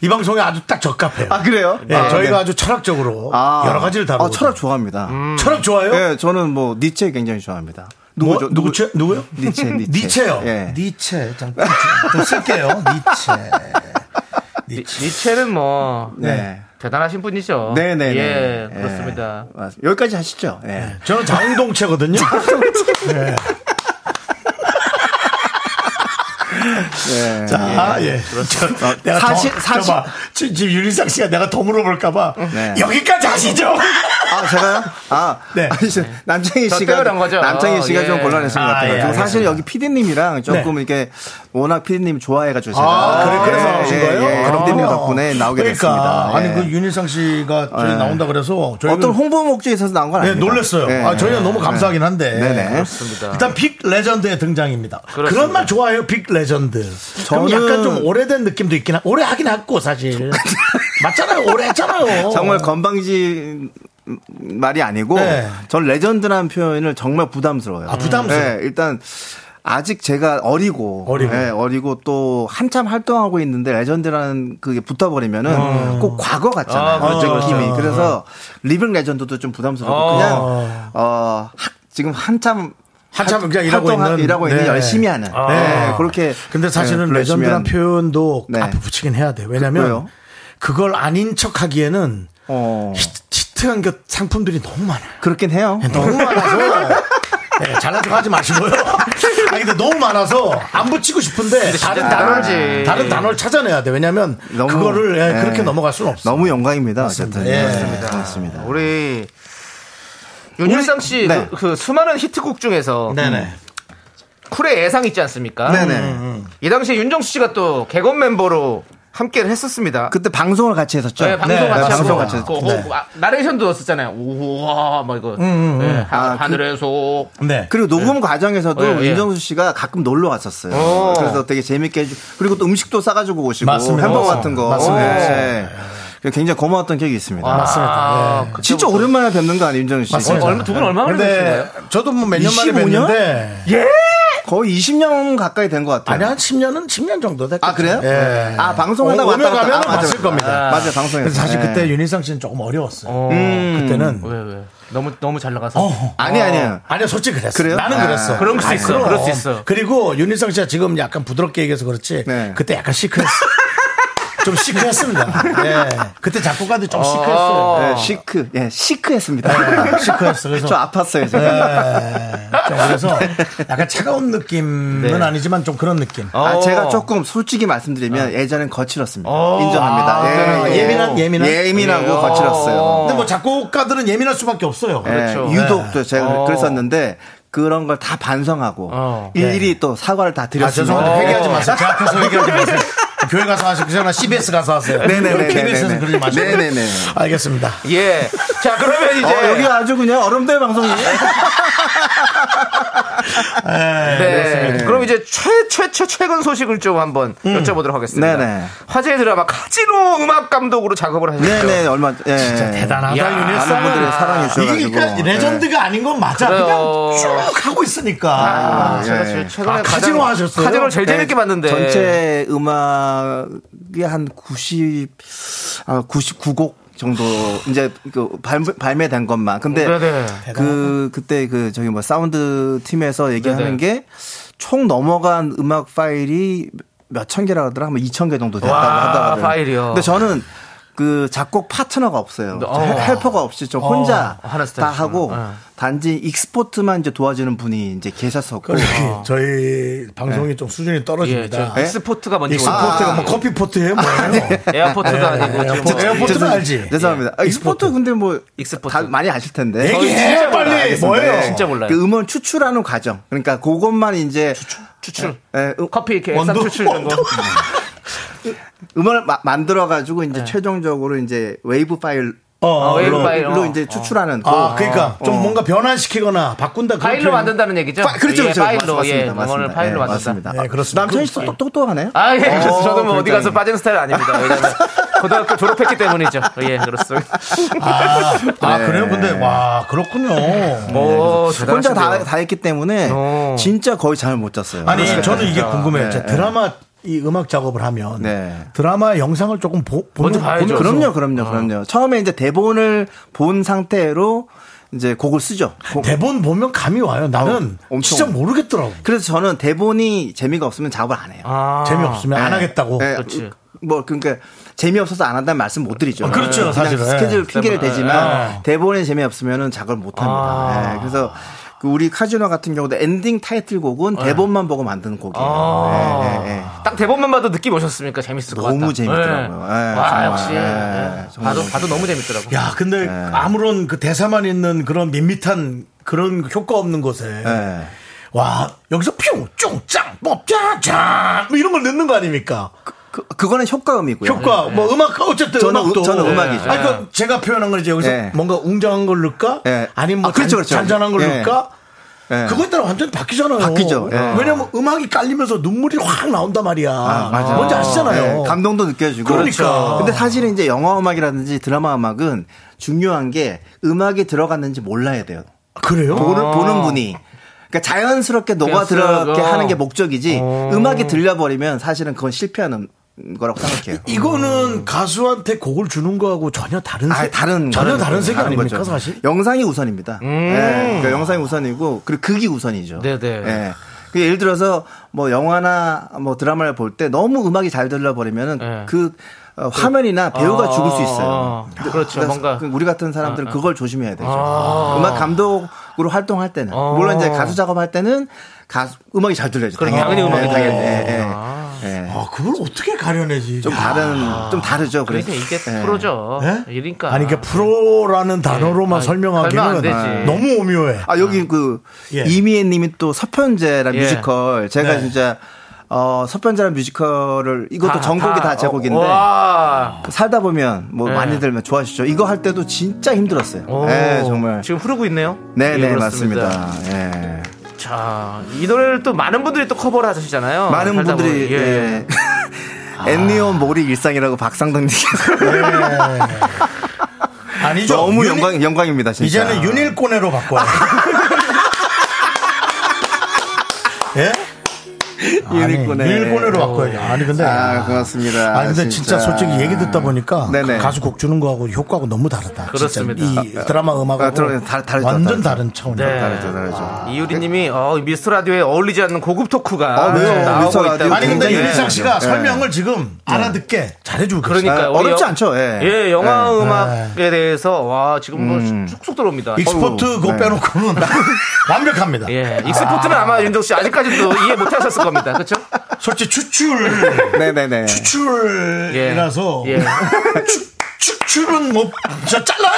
[SPEAKER 1] 이 방송이 아주 딱 적합해요.
[SPEAKER 7] 아 그래요?
[SPEAKER 1] 예,
[SPEAKER 7] 아,
[SPEAKER 1] 저희가
[SPEAKER 7] 네.
[SPEAKER 1] 아주 철학적으로
[SPEAKER 7] 아.
[SPEAKER 1] 여러 가지를
[SPEAKER 7] 아, 음.
[SPEAKER 1] 다루고. 음.
[SPEAKER 7] 철학 좋아합니다.
[SPEAKER 1] 철학 좋아요?
[SPEAKER 7] 예, 저는 뭐 니체 굉장히 좋아합니다. 누구죠?
[SPEAKER 1] 누구, 누구체? 누구요?
[SPEAKER 7] 니체, 니체.
[SPEAKER 1] 니체요.
[SPEAKER 7] 예.
[SPEAKER 1] 니체. 잠깐 좀- 좀 쓸게요. 니체.
[SPEAKER 2] 니- 니체는 뭐
[SPEAKER 7] 네.
[SPEAKER 2] 대단하신 분이죠.
[SPEAKER 7] 네네네.
[SPEAKER 2] 예, 그렇습니다.
[SPEAKER 7] 맞습니다. 아, 여기까지 하시죠. 예.
[SPEAKER 1] 저는 자웅동체거든요. 네.
[SPEAKER 7] 예. 그렇죠. 아,
[SPEAKER 1] 자, 예. 저, 내가
[SPEAKER 7] 사실-
[SPEAKER 1] 더,
[SPEAKER 7] 사실-
[SPEAKER 1] 저 봐. 지- 지금 윤희상 씨가 내가 더 물어볼까봐
[SPEAKER 7] 네.
[SPEAKER 1] 여기까지 하시죠.
[SPEAKER 7] 아, 제가요? 아,
[SPEAKER 1] 네.
[SPEAKER 7] 아니, 저 남창희
[SPEAKER 2] 저
[SPEAKER 7] 씨가
[SPEAKER 2] 때문에 거죠.
[SPEAKER 7] 남창희 씨가
[SPEAKER 2] 예.
[SPEAKER 7] 좀 곤란했을 것
[SPEAKER 1] 아,
[SPEAKER 7] 같아요.
[SPEAKER 1] 예,
[SPEAKER 7] 그리고 사실
[SPEAKER 1] 알겠습니다. 네.
[SPEAKER 7] 여기 PD님이랑 조금 이렇게 워낙 PD님 좋아해가지고 제가
[SPEAKER 1] 아, 그래, 그래서 나오신 거예요? 아,
[SPEAKER 7] 예, 그럼 PD님 덕분에 나오게
[SPEAKER 1] 그러니까.
[SPEAKER 7] 됐습니다.
[SPEAKER 1] 아니, 그
[SPEAKER 7] 예.
[SPEAKER 1] 윤희상 씨가 저희
[SPEAKER 7] 예.
[SPEAKER 1] 나온다 그래서 저희
[SPEAKER 7] 어떤 홍보 목적에 있어서 나온 건
[SPEAKER 1] 네,
[SPEAKER 7] 아니에요.
[SPEAKER 1] 놀랐어요. 아, 저희가 너무 감사하긴 한데.
[SPEAKER 7] 예. 네네.
[SPEAKER 2] 그렇습니다.
[SPEAKER 1] 일단 빅 레전드의 등장입니다. 그런
[SPEAKER 2] 그렇습니다.
[SPEAKER 1] 말 좋아해요, 빅 레전드.
[SPEAKER 7] 저는-
[SPEAKER 1] 그럼 약간 좀 오래된 느낌도 있긴 하, 오래 하긴 했고, 사실. 맞잖아요, 오래 했잖아요.
[SPEAKER 7] 정말 건방진 말이 아니고
[SPEAKER 1] 네.
[SPEAKER 7] 전 레전드라는 표현을 정말 부담스러워요.
[SPEAKER 1] 아, 부담스러워요?
[SPEAKER 7] 네, 일단 아직 제가 어리고
[SPEAKER 1] 어리고.
[SPEAKER 7] 네, 어리고 또 한참 활동하고 있는데 레전드라는 그게 붙어버리면은
[SPEAKER 1] 아.
[SPEAKER 7] 꼭 과거 같잖아요.
[SPEAKER 2] 아, 그렇죠,
[SPEAKER 7] 느낌이.
[SPEAKER 2] 그렇죠.
[SPEAKER 7] 그래서 리빙 레전드도 좀 부담스럽고
[SPEAKER 2] 어.
[SPEAKER 7] 그냥 어 하- 지금 한참
[SPEAKER 1] 아. 한참
[SPEAKER 7] 활-
[SPEAKER 1] 그냥 일하고
[SPEAKER 7] 활동하-
[SPEAKER 1] 있는.
[SPEAKER 7] 일하고 있는
[SPEAKER 1] 네.
[SPEAKER 7] 열심히 하는 네, 그렇게
[SPEAKER 1] 근데 사실은
[SPEAKER 7] 네, 열심히
[SPEAKER 1] 레전드란
[SPEAKER 7] 하는.
[SPEAKER 1] 표현도
[SPEAKER 7] 네.
[SPEAKER 1] 앞에 붙이긴 해야 돼. 왜냐면
[SPEAKER 7] 왜요?
[SPEAKER 1] 그걸 아닌 척 하기에는
[SPEAKER 7] 어,
[SPEAKER 1] 히트, 한그 상품들이 너무 많아요.
[SPEAKER 7] 그렇긴 해요.
[SPEAKER 1] 너무 많아서. 네, 잘난 척 하지 마시고요. 아니, 근데 너무 많아서 안 붙이고 싶은데 다른 단어를,
[SPEAKER 2] 대단하지.
[SPEAKER 1] 다른 단어를 찾아내야 돼. 왜냐면
[SPEAKER 7] 너무-
[SPEAKER 1] 그거를 예,
[SPEAKER 7] 예.
[SPEAKER 1] 그렇게 넘어갈 수는 없어.
[SPEAKER 7] 너무 영광입니다. 어쨌든
[SPEAKER 1] 예.
[SPEAKER 7] 그렇습니다. 그렇습니다.
[SPEAKER 2] 우리 윤일상 씨,
[SPEAKER 7] 네.
[SPEAKER 2] 그, 그 수많은 히트곡 중에서
[SPEAKER 1] 네네.
[SPEAKER 2] 쿨의 예상 있지 않습니까?
[SPEAKER 7] 네네.
[SPEAKER 2] 이 당시에 윤정수 씨가 또 개건 멤버로 함께를 했었습니다.
[SPEAKER 7] 그때 방송을 같이 했었죠.
[SPEAKER 2] 네, 방송
[SPEAKER 1] 네,
[SPEAKER 2] 같이 하고,
[SPEAKER 7] 방송 같이
[SPEAKER 2] 그,
[SPEAKER 7] 했었죠.
[SPEAKER 2] 그, 아, 나레이션도 넣었었잖아요. 우와, 막 이거. 네, 하,
[SPEAKER 7] 아, 그-
[SPEAKER 2] 늘에서
[SPEAKER 1] 네. 어,
[SPEAKER 7] 그리고 녹음 과정에서도
[SPEAKER 2] 예, 예.
[SPEAKER 7] 윤정수 씨가 가끔 놀러 왔었어요.
[SPEAKER 2] 오.
[SPEAKER 7] 그래서 되게 재밌게 해주 그리고 또 음식도 싸가지고 오시고
[SPEAKER 1] 맞습니다.
[SPEAKER 7] 햄버거
[SPEAKER 1] 맞습니다.
[SPEAKER 7] 같은 거.
[SPEAKER 1] 맞습니다. 아.
[SPEAKER 7] 예. 그래서 굉장히 고마웠던 기억이 있습니다.
[SPEAKER 1] 예.
[SPEAKER 2] 맞습니다.
[SPEAKER 7] 진짜 오랜만에 뵙는 거 아니에요, 윤정수 씨?
[SPEAKER 1] 어,
[SPEAKER 2] 얼마 두 분 얼마 만에
[SPEAKER 1] 근데
[SPEAKER 2] 뵙신가요?
[SPEAKER 1] 저도 뭐 몇 년 만에
[SPEAKER 7] 25 년?
[SPEAKER 1] 뵀는데
[SPEAKER 7] 거의 20년 가까이 된 것 같아요.
[SPEAKER 1] 아니 한 10년은 10년 정도 됐.
[SPEAKER 7] 아, 그래요?
[SPEAKER 1] 예.
[SPEAKER 7] 아, 방송하다
[SPEAKER 1] 오- 오며
[SPEAKER 7] 왔다 갔다.
[SPEAKER 1] 가면
[SPEAKER 7] 아, 맞아요.
[SPEAKER 1] 봤을 겁니다.
[SPEAKER 7] 아, 맞아요, 방송에서.
[SPEAKER 1] 그래서 사실
[SPEAKER 7] 예.
[SPEAKER 1] 그때 윤희상 씨는 조금 어려웠어요. 음. 그때는
[SPEAKER 2] 왜, 왜? 네, 너무, 너무 잘 나가서.
[SPEAKER 1] 어.
[SPEAKER 7] 아니, 아니에요.
[SPEAKER 1] 아니요, 솔직히 그랬어.
[SPEAKER 7] 그래요?
[SPEAKER 1] 나는
[SPEAKER 7] 아.
[SPEAKER 1] 그랬어.
[SPEAKER 2] 그런 거
[SPEAKER 1] 아이,
[SPEAKER 2] 있어.
[SPEAKER 1] 그럼.
[SPEAKER 2] 그럴 수 있어.
[SPEAKER 1] 그리고 윤희상 씨가 지금 약간 부드럽게 얘기해서 그렇지.
[SPEAKER 7] 네.
[SPEAKER 1] 그때 약간 시크했어. 좀 시크했습니다. 예. 그때 작곡가들 좀 시크했어요.
[SPEAKER 7] 예, 시크. 예, 시크했습니다.
[SPEAKER 1] 예, 시크했어. 그래서
[SPEAKER 7] 저 아팠어요,
[SPEAKER 1] 예.
[SPEAKER 7] 제가.
[SPEAKER 1] 좀 그래서 약간 차가운 느낌은 아니지만 좀 그런 느낌.
[SPEAKER 7] 아,
[SPEAKER 2] 어.
[SPEAKER 7] 제가 조금 솔직히
[SPEAKER 1] 어.
[SPEAKER 7] 말씀드리면 예전엔 거칠었습니다.
[SPEAKER 2] 어.
[SPEAKER 7] 인정합니다.
[SPEAKER 2] 아,
[SPEAKER 7] 예, 예.
[SPEAKER 1] 그 예민한, 예민한?
[SPEAKER 7] 예민하고
[SPEAKER 2] 어.
[SPEAKER 7] 거칠었어요.
[SPEAKER 1] 근데 뭐 작곡가들은 예민할 수밖에 없어요.
[SPEAKER 7] 예,
[SPEAKER 2] 그렇죠.
[SPEAKER 7] 유독 또 제가
[SPEAKER 2] 어.
[SPEAKER 7] 그랬었는데 그런 걸 다 반성하고
[SPEAKER 2] 어.
[SPEAKER 7] 일일이 또 사과를 다
[SPEAKER 1] 아,
[SPEAKER 7] 드렸습니다. 예.
[SPEAKER 1] 죄송한데
[SPEAKER 2] 어.
[SPEAKER 1] 회개하지 마세요. 제 앞에서 회개하지 마세요. 교회 가서 하시고, 저나 CBS 가서 하세요.
[SPEAKER 7] 네네네네네.
[SPEAKER 1] KBS에서 그러지 마시고.
[SPEAKER 7] 네네네.
[SPEAKER 1] 알겠습니다.
[SPEAKER 2] 예. 자, 그러면 이제.
[SPEAKER 7] 어, 여기 아주 그냥 얼음대 방송이에요.
[SPEAKER 2] 네. 음. 그럼 이제 최, 최, 최, 최근 소식을 좀 한번 여쭤보도록 하겠습니다.
[SPEAKER 7] 네네.
[SPEAKER 2] 화제의 드라마 카지노 음악 감독으로 작업을 하셨죠.
[SPEAKER 7] 네네 얼마 예. 진짜
[SPEAKER 1] 대단하다,
[SPEAKER 7] 많은
[SPEAKER 1] 윤일상.
[SPEAKER 7] 분들의 사랑이
[SPEAKER 1] 이게 그러니까
[SPEAKER 7] 있어가지고
[SPEAKER 1] 레전드가 아닌 건 맞아. 그냥
[SPEAKER 2] 그래요.
[SPEAKER 1] 쭉 하고 있으니까.
[SPEAKER 2] 아, 제가 제일 최근에
[SPEAKER 1] 아, 카지노
[SPEAKER 2] 가장-
[SPEAKER 1] 하셨어요?
[SPEAKER 2] 카지노를 네. 제일
[SPEAKER 7] 예.
[SPEAKER 2] 재밌게
[SPEAKER 7] 예,
[SPEAKER 2] 봤는데.
[SPEAKER 7] 전체 음악이 네, 한 90, 아, 99곡 정도 이제 그 발, 발매된 것만. 근데
[SPEAKER 2] 어, 네네.
[SPEAKER 7] 그 그때 그 저기 뭐 사운드 팀에서
[SPEAKER 2] 네.
[SPEAKER 7] 얘기하는 게 총 넘어간 음악 파일이 몇 천 개라 하더라. 한 2천 개 정도 됐다고
[SPEAKER 2] 와,
[SPEAKER 7] 하더라고요.
[SPEAKER 2] 파일이요.
[SPEAKER 7] 근데 저는 그 작곡 파트너가 없어요.
[SPEAKER 2] 어.
[SPEAKER 7] 헬퍼가 없이 저 혼자
[SPEAKER 2] 어, 하는
[SPEAKER 7] 다
[SPEAKER 2] 스타일이구나.
[SPEAKER 7] 하고
[SPEAKER 2] 예.
[SPEAKER 7] 단지 익스포트만 이제 도와주는 분이 이제 계셨었고
[SPEAKER 1] 저희- 저희 방송이 좀 수준이
[SPEAKER 2] 예, 저
[SPEAKER 1] 떨어집니다.
[SPEAKER 2] 익스포트가 뭔지
[SPEAKER 1] 익스포트가
[SPEAKER 2] 몰라요.
[SPEAKER 1] 뭐 커피포트예요?
[SPEAKER 2] 네.
[SPEAKER 1] 뭐예요?
[SPEAKER 2] 에어포트도 아니고 지금 뭐-
[SPEAKER 1] 에어포트, 에어포트는 알지?
[SPEAKER 7] 죄송합니다. 아, 익스포트 근데 뭐
[SPEAKER 2] 익스포트.
[SPEAKER 7] 다 많이 아실 텐데.
[SPEAKER 1] 얘기해, 예, 빨리. 네, 뭐예요?
[SPEAKER 2] 네, 진짜 몰라요.
[SPEAKER 7] 그 음원 추출하는 과정. 그러니까 그것만 이제
[SPEAKER 1] 어,
[SPEAKER 2] 추출.
[SPEAKER 7] 예, 음,
[SPEAKER 2] 그 커피 이렇게
[SPEAKER 1] 원두?
[SPEAKER 2] 액상 추출 이런 거. 아,
[SPEAKER 7] 음원을 마- 만들어가지고 이제 최종적으로 이제 웨이브 파일로
[SPEAKER 1] 어,
[SPEAKER 2] 어, 웨이브
[SPEAKER 1] 물론.
[SPEAKER 2] 파일. 어.
[SPEAKER 7] 이제 추출하는.
[SPEAKER 1] 아,
[SPEAKER 7] 그-
[SPEAKER 1] 그러니까 좀
[SPEAKER 7] 어.
[SPEAKER 1] 뭔가 변환시키거나 바꾼다. 그런
[SPEAKER 2] 파일로
[SPEAKER 1] 표현.
[SPEAKER 2] 만든다는 얘기죠?
[SPEAKER 7] 파- 그렇죠,
[SPEAKER 2] 예,
[SPEAKER 7] 그렇죠.
[SPEAKER 2] 파일로
[SPEAKER 7] 맞습니다,
[SPEAKER 2] 예,
[SPEAKER 7] 맞습니다.
[SPEAKER 2] 음원을 파일로
[SPEAKER 7] 예,
[SPEAKER 2] 만든다.
[SPEAKER 7] 맞습니다.
[SPEAKER 1] 예, 그렇습니다.
[SPEAKER 7] 남편이 어. 또 똑- 똑똑하네요.
[SPEAKER 2] 아, 예. 그래서
[SPEAKER 7] 어,
[SPEAKER 2] 저도 뭐 어디
[SPEAKER 7] 굉장히.
[SPEAKER 2] 가서 빠진 스타일 아닙니다. 왜냐면 고등학교 졸업했기 때문이죠. 예, 그렇습니다.
[SPEAKER 1] 아, 아,
[SPEAKER 7] 네.
[SPEAKER 1] 그래요? 근데, 와, 그렇군요.
[SPEAKER 7] 뭐,
[SPEAKER 1] 네.
[SPEAKER 2] 오,
[SPEAKER 7] 혼자
[SPEAKER 2] 대단하신데요.
[SPEAKER 7] 다, 다 했기 때문에
[SPEAKER 2] 어.
[SPEAKER 7] 진짜 거의 잠을 못 잤어요.
[SPEAKER 1] 아니
[SPEAKER 7] 그래서
[SPEAKER 1] 저는 이게 궁금해요. 진짜 드라마 이 음악 작업을 하면
[SPEAKER 7] 네.
[SPEAKER 1] 드라마 영상을 조금 보, 보면
[SPEAKER 2] 먼저 봐야죠.
[SPEAKER 7] 그럼요, 그럼요, 그럼요. 처음에 이제 대본을 본 상태로 이제 곡을 쓰죠.
[SPEAKER 1] 대본 보면 감이 와요. 나는 진짜 모르겠더라고.
[SPEAKER 7] 어, 그래서 저는 대본이 재미가 없으면 작업을 안 해요.
[SPEAKER 1] 재미없으면
[SPEAKER 7] 아, 네.
[SPEAKER 1] 안 하겠다고?
[SPEAKER 7] 그렇지. 뭐 그러니까 재미없어서 안 한다는 말씀 못 드리죠.
[SPEAKER 1] 아, 그렇죠,
[SPEAKER 7] 그냥
[SPEAKER 1] 사실은.
[SPEAKER 7] 스케줄 핑계를
[SPEAKER 1] 네.
[SPEAKER 7] 대지만
[SPEAKER 1] 네.
[SPEAKER 7] 대본에 재미없으면은 작업을 못 합니다.
[SPEAKER 1] 아.
[SPEAKER 7] 네, 그래서 그 우리 카지노 같은 경우도 엔딩 타이틀곡은
[SPEAKER 1] 네.
[SPEAKER 7] 대본만 보고 만드는 곡이에요.
[SPEAKER 2] 아.
[SPEAKER 7] 네, 네, 네.
[SPEAKER 2] 딱 대본만 봐도 느낌 오셨습니까? 재밌을 것 같다.
[SPEAKER 7] 너무 재밌더라고요.
[SPEAKER 2] 네.
[SPEAKER 7] 예,
[SPEAKER 2] 와,
[SPEAKER 7] 정말.
[SPEAKER 2] 역시.
[SPEAKER 7] 예,
[SPEAKER 2] 네.
[SPEAKER 7] 정말.
[SPEAKER 2] 봐도, 봐도 너무 재밌더라고요.
[SPEAKER 1] 야, 근데
[SPEAKER 7] 네.
[SPEAKER 1] 아무런 그 대사만 있는 그런 밋밋한 그런 효과 없는 곳에
[SPEAKER 7] 네.
[SPEAKER 1] 와 여기서 뿅쫑짱뭐짜짱뭐 이런 걸 넣는 거 아닙니까?
[SPEAKER 7] 그, 그거는 효과음이고요.
[SPEAKER 1] 효과
[SPEAKER 7] 네.
[SPEAKER 1] 뭐 음악 어쨌든
[SPEAKER 7] 저는
[SPEAKER 1] 음악도
[SPEAKER 7] 음- 저는 음악이죠.
[SPEAKER 1] 아니 그 제가 표현한 건 이제 여기서
[SPEAKER 7] 네.
[SPEAKER 1] 뭔가 웅장한 걸 넣을까? 아니면 뭐
[SPEAKER 7] 아, 그렇죠,
[SPEAKER 1] 잔-
[SPEAKER 7] 그렇죠.
[SPEAKER 1] 잔잔한 걸
[SPEAKER 7] 네.
[SPEAKER 1] 넣을까?
[SPEAKER 7] 네.
[SPEAKER 1] 그거에 따라 완전히 바뀌잖아요. 네.
[SPEAKER 7] 바뀌죠. 예.
[SPEAKER 1] 왜냐면 음악이 깔리면서 눈물이 확 나온단 말이야.
[SPEAKER 7] 아, 맞아요.
[SPEAKER 1] 뭔지 아시잖아요.
[SPEAKER 7] 네, 감동도 느껴지고.
[SPEAKER 1] 어. 그러니까. 그렇죠.
[SPEAKER 7] 근데 사실은 이제 영화 음악이라든지 드라마 음악은 중요한 게 음악이 들어갔는지 몰라야 돼요.
[SPEAKER 1] 그래요?
[SPEAKER 7] 보는,
[SPEAKER 1] 아.
[SPEAKER 7] 보는 분이. 그러니까 자연스럽게
[SPEAKER 1] 그냥
[SPEAKER 7] 녹아 들어게
[SPEAKER 1] 쓰여서.
[SPEAKER 7] 하는 게 목적이지 음악이 들려버리면 사실은 그건 실패하는 거라고 생각해요.
[SPEAKER 1] 이거는 가수한테 곡을 주는 거하고 전혀 다른
[SPEAKER 7] 음. 아,
[SPEAKER 1] 색-
[SPEAKER 7] 다른
[SPEAKER 1] 전혀 다른, 색이
[SPEAKER 7] 다른
[SPEAKER 1] 아닙니까
[SPEAKER 7] 거죠.
[SPEAKER 1] 사실?
[SPEAKER 7] 영상이 우선입니다. 예, 그러니까 영상이 우선이고 그리고 극이 우선이죠. 예. 그 예를 들어서 뭐 영화나 뭐 드라마를 볼 때 너무 음악이 잘 들려버리면은 그 어, 화면이나 배우가
[SPEAKER 2] 아,
[SPEAKER 7] 죽을 수 있어요.
[SPEAKER 2] 아, 그렇죠.
[SPEAKER 7] 그래서
[SPEAKER 2] 뭔가.
[SPEAKER 7] 그 우리 같은 사람들은
[SPEAKER 2] 아, 아.
[SPEAKER 7] 그걸 조심해야 되죠.
[SPEAKER 2] 아.
[SPEAKER 7] 음악 감독으로 활동할 때는 물론 이제 가수 작업할 때는 가수 음악이 잘 들려야죠.
[SPEAKER 2] 그럼 당연히 음악이
[SPEAKER 7] 당연히.
[SPEAKER 2] 들려야죠.
[SPEAKER 7] 예, 예.
[SPEAKER 2] 아.
[SPEAKER 7] 예.
[SPEAKER 1] 아, 그걸 어떻게 가려내지?
[SPEAKER 7] 좀 다른 좀 다르죠.
[SPEAKER 2] 그러니까
[SPEAKER 7] 그래서
[SPEAKER 2] 이게
[SPEAKER 7] 예.
[SPEAKER 2] 프로죠.
[SPEAKER 1] 예?
[SPEAKER 2] 이러니까.
[SPEAKER 1] 아니 그러니까 프로라는 단어로만
[SPEAKER 2] 아니, 설명 안
[SPEAKER 1] 설명하기는
[SPEAKER 2] 되지.
[SPEAKER 1] 너무 오묘해.
[SPEAKER 7] 아 여기 그
[SPEAKER 1] 예.
[SPEAKER 7] 이미애 님이 또 서편제라
[SPEAKER 1] 예.
[SPEAKER 7] 뮤지컬 제가
[SPEAKER 1] 네.
[SPEAKER 7] 진짜 어 서편제라 뮤지컬을 이것도
[SPEAKER 2] 다,
[SPEAKER 7] 전곡이
[SPEAKER 2] 다.
[SPEAKER 7] 다 제 곡인데
[SPEAKER 2] 와.
[SPEAKER 7] 그 살다 보면 뭐
[SPEAKER 2] 네.
[SPEAKER 7] 많이 들면 좋아하시죠. 이거 할 때도 진짜 힘들었어요.
[SPEAKER 2] 오.
[SPEAKER 7] 네 정말.
[SPEAKER 2] 지금 흐르고 있네요.
[SPEAKER 7] 네,
[SPEAKER 2] 예,
[SPEAKER 7] 네,
[SPEAKER 2] 그렇습니다.
[SPEAKER 7] 맞습니다. 예.
[SPEAKER 2] 자, 이 노래를 또 많은 분들이 또 커버를 하시잖아요.
[SPEAKER 7] 많은
[SPEAKER 2] 살다
[SPEAKER 7] 분들이
[SPEAKER 2] 보면.
[SPEAKER 7] 예. 엔니온 모리 일상이라고 박상덕 님께서
[SPEAKER 1] 아니죠.
[SPEAKER 7] 너무
[SPEAKER 1] 유니-
[SPEAKER 7] 영광 영광입니다, 진짜.
[SPEAKER 1] 이제는 윤일꼬네로 바꿔야 예?
[SPEAKER 7] 유니콘에.
[SPEAKER 1] 유니콘으로 바꿔야죠. 아니, 근데.
[SPEAKER 7] 아, 고맙습니다.
[SPEAKER 1] 아니 근데 진짜, 솔직히 얘기 듣다 보니까
[SPEAKER 7] 네네.
[SPEAKER 1] 그 가수 곡 주는 거하고 효과가 너무 다르다.
[SPEAKER 2] 그렇습니다.
[SPEAKER 1] 진짜 이 드라마 음악하고
[SPEAKER 7] 아, 드라마 다- 다르죠,
[SPEAKER 1] 완전
[SPEAKER 7] 다르죠.
[SPEAKER 1] 다른 차원이에요.
[SPEAKER 2] 네. 다르죠, 이유리님이 어, 미스 라디오에 어울리지 않는 고급 토크가
[SPEAKER 1] 아, 왜요?
[SPEAKER 2] 지금
[SPEAKER 1] 미스터
[SPEAKER 2] 나오고
[SPEAKER 7] 네.
[SPEAKER 1] 라디오
[SPEAKER 2] 있다.
[SPEAKER 1] 아니, 근데 굉장히- 윤희상 씨가 설명을 지금 알아듣게 잘해주고
[SPEAKER 2] 그러니까
[SPEAKER 1] 계시죠. 어렵지 않죠,
[SPEAKER 7] 예.
[SPEAKER 2] 예, 영화
[SPEAKER 1] 예.
[SPEAKER 2] 음악에 대해서 와 지금 뭐 쑥쑥 들어옵니다.
[SPEAKER 1] 익스포트
[SPEAKER 7] 네.
[SPEAKER 1] 그거 빼놓고는 완벽합니다.
[SPEAKER 2] 예, 익스포트는 아마 윤정 씨 아직까지도 이해 못하셨을 겁니다. 그렇죠?
[SPEAKER 1] 솔직히 추출
[SPEAKER 7] 네네네.
[SPEAKER 1] 추출이라서
[SPEAKER 2] 예.
[SPEAKER 1] 추- 추출은 뭐 진짜 잘라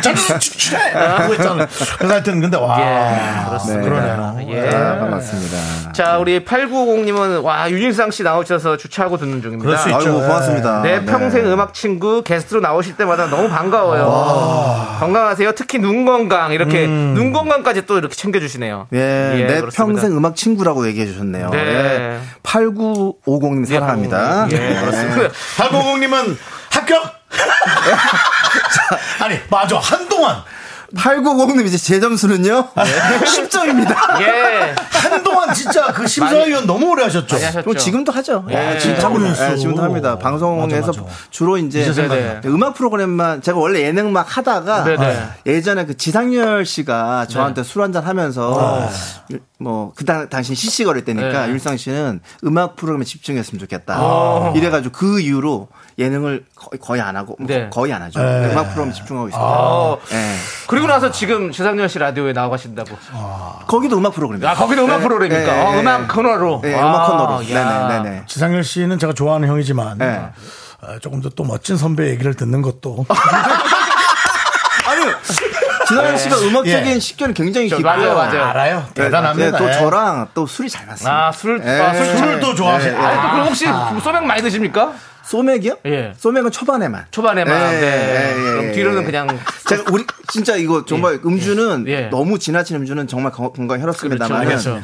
[SPEAKER 1] 잘라 추출해 하고 있잖아요. 그래서 하여튼 근데 와
[SPEAKER 2] 예, 그렇습니다.
[SPEAKER 1] 그러네요.
[SPEAKER 2] 예.
[SPEAKER 7] 아, 반갑습니다.
[SPEAKER 2] 자, 우리 8950님은 와 윤일상 씨 나오셔서 주차하고 듣는 중입니다.
[SPEAKER 7] 그럴 수 있죠. 뭐 아이고, 고맙습니다.
[SPEAKER 2] 내
[SPEAKER 7] 네.
[SPEAKER 2] 평생 음악 친구 게스트로 나오실 때마다 너무 반가워요.
[SPEAKER 7] 아.
[SPEAKER 2] 건강하세요. 특히 눈 건강 이렇게 눈 건강까지 또 이렇게 챙겨주시네요.
[SPEAKER 7] 음. 예,
[SPEAKER 2] 예,
[SPEAKER 7] 내
[SPEAKER 2] 그렇습니다.
[SPEAKER 7] 평생 음악 친구라고 얘기해 주셨네요.
[SPEAKER 2] 네.
[SPEAKER 7] 예. 8950님 사랑합니다.
[SPEAKER 2] 예, 그렇습니다.
[SPEAKER 1] 팔공공님은 합격. 아니 맞아 한동안
[SPEAKER 7] 8950님 이제 제 점수는요? 10점입니다.
[SPEAKER 2] 예.
[SPEAKER 1] 한동안 진짜 그 심사위원 너무 오래 하셨죠.
[SPEAKER 7] 많이 하셨죠. 그럼 지금도 하죠.
[SPEAKER 1] 아,
[SPEAKER 7] 예.
[SPEAKER 1] 진짜 오래 했어.
[SPEAKER 7] 예, 지금도 합니다. 방송에서
[SPEAKER 1] 맞아, 맞아.
[SPEAKER 7] 주로 이제 네,
[SPEAKER 1] 이제 생각나.
[SPEAKER 7] 음악 프로그램만 제가 원래 예능 막 하다가
[SPEAKER 1] 네네.
[SPEAKER 7] 예전에 그 지상열 씨가 저한테 술 한잔 하면서
[SPEAKER 1] 아.
[SPEAKER 7] 뭐그 당신 CC 거릴 때니까
[SPEAKER 2] 네.
[SPEAKER 7] 율상 씨는 음악 프로그램에 집중했으면 좋겠다.
[SPEAKER 2] 아.
[SPEAKER 7] 이래가지고 그 이후로 예능을 거의, 거의 안 하고 뭐
[SPEAKER 2] 네.
[SPEAKER 7] 거의 안 하죠.
[SPEAKER 2] 네.
[SPEAKER 7] 음악 프로그램에 집중하고 있습니다.
[SPEAKER 2] 아.
[SPEAKER 7] 예.
[SPEAKER 2] 그리고 나서 지금 지상렬 씨 라디오에 나가신다고.
[SPEAKER 7] 거기도 음악 프로그램이요.
[SPEAKER 2] 아, 거기는 음악 프로그램입니까? 어, 음악 코너로.
[SPEAKER 7] 네,
[SPEAKER 2] 아,
[SPEAKER 7] 음악 코너로.
[SPEAKER 2] 야.
[SPEAKER 7] 네네네.
[SPEAKER 1] 지상열 씨는 제가 좋아하는 형이지만
[SPEAKER 7] 예.
[SPEAKER 1] 어, 조금 더 또 멋진 선배 얘기를 듣는 것도
[SPEAKER 7] 아니 지나연
[SPEAKER 1] 네.
[SPEAKER 7] 씨가 음악적인
[SPEAKER 1] 예.
[SPEAKER 7] 식견이 굉장히
[SPEAKER 1] 저
[SPEAKER 7] 깊고
[SPEAKER 1] 맞아요, 맞아요. 알아요. 대단합니다.
[SPEAKER 7] 또
[SPEAKER 1] 예.
[SPEAKER 7] 저랑 또 술이 잘 맞습니다.
[SPEAKER 2] 아, 술, 아, 술 잘- 예, 예. 아, 또 그럼 혹시 소맥 많이 드십니까?
[SPEAKER 7] 소맥이요?
[SPEAKER 2] 예.
[SPEAKER 7] 소맥은 초반에만.
[SPEAKER 2] 초반에만. 네. 그럼 뒤로는 그냥 예,
[SPEAKER 7] 제가 우리 진짜 이거 정말 음주는 너무 지나친 음주는 정말 건- 건강 에 해롭습니다만
[SPEAKER 2] 그렇죠.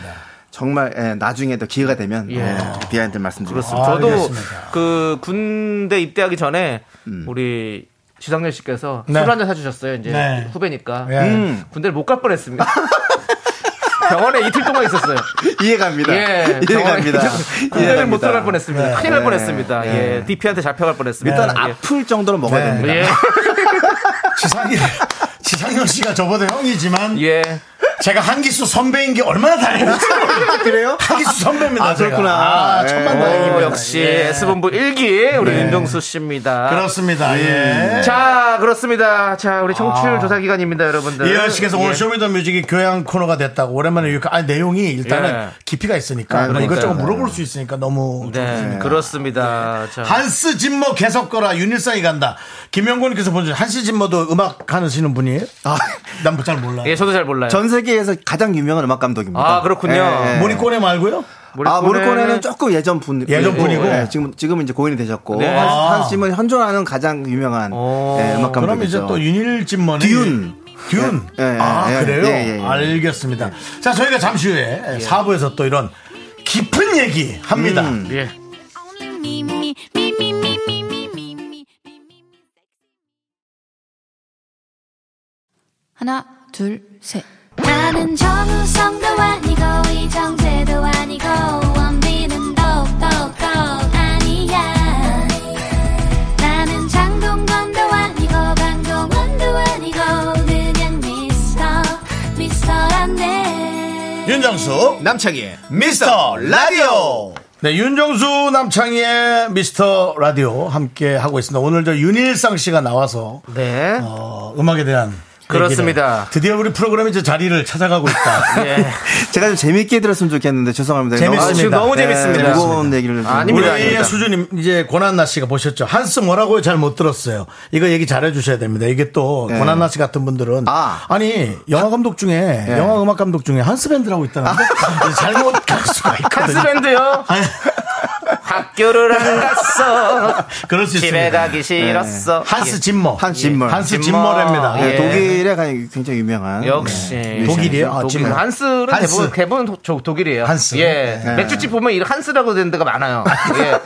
[SPEAKER 7] 정말 예, 나중에 더 기회가 되면
[SPEAKER 2] 예.
[SPEAKER 7] 어, 비하인드 말씀드리겠습니다.
[SPEAKER 2] 저도 그 군대 입대하기 전에
[SPEAKER 7] 음.
[SPEAKER 2] 우리 지상렬 씨께서
[SPEAKER 7] 네.
[SPEAKER 2] 술 한잔 사주셨어요. 이제
[SPEAKER 7] 네.
[SPEAKER 2] 후배니까.
[SPEAKER 7] 예.
[SPEAKER 2] 음, 군대를 못 갈 뻔했습니다. 병원에 이틀 동안 있었어요.
[SPEAKER 7] 이해갑니다.
[SPEAKER 2] 예,
[SPEAKER 7] 이해갑니다.
[SPEAKER 2] 군대를 못
[SPEAKER 7] 이해갑니다.
[SPEAKER 2] 들어갈 뻔했습니다.
[SPEAKER 7] 네.
[SPEAKER 2] 큰일 날
[SPEAKER 7] 네.
[SPEAKER 2] 뻔했습니다.
[SPEAKER 7] 네.
[SPEAKER 2] 예, DP한테 잡혀갈 뻔했습니다.
[SPEAKER 7] 일단 아플 정도로 먹어야 됩니다.
[SPEAKER 2] 예.
[SPEAKER 1] 지상이 지상렬 씨가 저보다 형이지만
[SPEAKER 2] 예.
[SPEAKER 1] 제가 한기수 선배인 게 얼마나 다행인지 그래요? 한기수 선배입니다.
[SPEAKER 2] 아,
[SPEAKER 1] 제가.
[SPEAKER 2] 그렇구나.
[SPEAKER 1] 아, 천만 다행이고
[SPEAKER 7] 어,
[SPEAKER 1] 예.
[SPEAKER 2] 오, 역시 S본부 1기 우리 윤정수 씨입니다.
[SPEAKER 1] 그렇습니다. 예.
[SPEAKER 2] 자, 그렇습니다. 자, 우리 청취율 조사 기간입니다, 여러분들.
[SPEAKER 1] 이현 씨께서
[SPEAKER 2] 예.
[SPEAKER 1] 오늘 쇼미더뮤직이 교양 코너가 됐다고 오랜만에 이렇게 아 내용이 일단은
[SPEAKER 2] 예.
[SPEAKER 1] 깊이가 있으니까
[SPEAKER 2] 아,
[SPEAKER 1] 뭐
[SPEAKER 2] 그러니까요.
[SPEAKER 1] 이것저것 물어볼 수 있으니까 너무
[SPEAKER 2] 네,
[SPEAKER 1] 좋습니다.
[SPEAKER 2] 그렇습니다. 자.
[SPEAKER 1] 한스 진머 계속 거라 윤일상이 간다. 김영곤님께서 보내주 한스 진머도 음악 하시는 분이에요?
[SPEAKER 7] 아.
[SPEAKER 1] 난 잘 몰라요.
[SPEAKER 2] 예, 저도 잘 몰라요.
[SPEAKER 7] 전 세계에서 가장 유명한 음악 감독입니다.
[SPEAKER 2] 아, 그렇군요.
[SPEAKER 1] 예. 모리꼬네 말고요?
[SPEAKER 7] 아, 모리꼬네는
[SPEAKER 2] 모리꼬네는
[SPEAKER 7] 조금 예전 분
[SPEAKER 1] 예전 분이고?
[SPEAKER 7] 예, 지금 지금 이제 고인이 되셨고
[SPEAKER 1] 네.
[SPEAKER 7] 한스-
[SPEAKER 1] 아.
[SPEAKER 7] 한스 씨은 현존하는 가장 유명한
[SPEAKER 2] 어.
[SPEAKER 7] 예, 음악 감독이죠.
[SPEAKER 1] 그럼 이제 또 윤일 진머네.
[SPEAKER 7] 듀운.
[SPEAKER 1] 듀운.
[SPEAKER 7] 예, 예,
[SPEAKER 1] 아,
[SPEAKER 7] 예,
[SPEAKER 1] 그래요?
[SPEAKER 7] 예, 예, 예.
[SPEAKER 1] 알겠습니다. 자, 저희가 잠시 후에 4부에서 또 이런 깊은 얘기 합니다.
[SPEAKER 7] 음.
[SPEAKER 2] 예.
[SPEAKER 6] me, me, me, me, me, me, me.
[SPEAKER 10] 하나, 둘, 셋.
[SPEAKER 6] 나는 정우성도 아니고 이정재도 아니고 원빈은 더욱더 아니야 나는 장동건도 아니고 강동원도 아니고 그냥 미스터 미스터란데
[SPEAKER 1] 예? 윤정수 남창희의 미스터 라디오 네 윤정수 남창희의 미스터 라디오 함께 하고 있습니다 오늘 저 윤일상 씨가 나와서
[SPEAKER 2] 네.
[SPEAKER 1] 어, 음악에 대한
[SPEAKER 2] 그렇습니다. 예.
[SPEAKER 1] 얘기를. 드디어 우리 프로그램이 이제 자리를 찾아가고 있다
[SPEAKER 7] 제가 좀 재밌게 들었으면 좋겠는데 죄송합니다.
[SPEAKER 1] 재밌습니다.
[SPEAKER 7] 예, 무거운 얘기를 좀-
[SPEAKER 1] 우리의 수준 이제 고난나 씨가 보셨죠. 한스 뭐라고요? 잘 못 들었어요. 이거 얘기 잘해 주셔야 됩니다. 이게 또
[SPEAKER 7] 네.
[SPEAKER 1] 고난나 씨 같은 분들은 아. 니 영화 감독 중에
[SPEAKER 7] 네. 아.
[SPEAKER 1] 영화 음악 감독 중에 한스 밴드라고 있다는데 잘못 갈 수가 있거든요.
[SPEAKER 2] 한스 밴드요? 학교를 안 갔어.
[SPEAKER 1] 그럴 수
[SPEAKER 2] 집에
[SPEAKER 1] 있습니다.
[SPEAKER 2] 가기 싫었어. 예.
[SPEAKER 1] 한스 진머.
[SPEAKER 7] 예.
[SPEAKER 1] 예,
[SPEAKER 7] 한스 진머.
[SPEAKER 1] 한스 진머랍니다.
[SPEAKER 7] 예,
[SPEAKER 1] 예.
[SPEAKER 7] 독일의 가장 굉장히 유명한
[SPEAKER 2] 아, 예. 역시
[SPEAKER 7] 네,
[SPEAKER 1] 독일이에요? 아,
[SPEAKER 2] 독일.
[SPEAKER 1] 지금.
[SPEAKER 2] 한스는
[SPEAKER 1] 한스.
[SPEAKER 2] 대부분 대부분 도- 저- 독일이에요.
[SPEAKER 1] 한스.
[SPEAKER 2] 예.
[SPEAKER 1] 네.
[SPEAKER 2] 맥주집 보면 이 한스라고 된 데가 많아요. 예.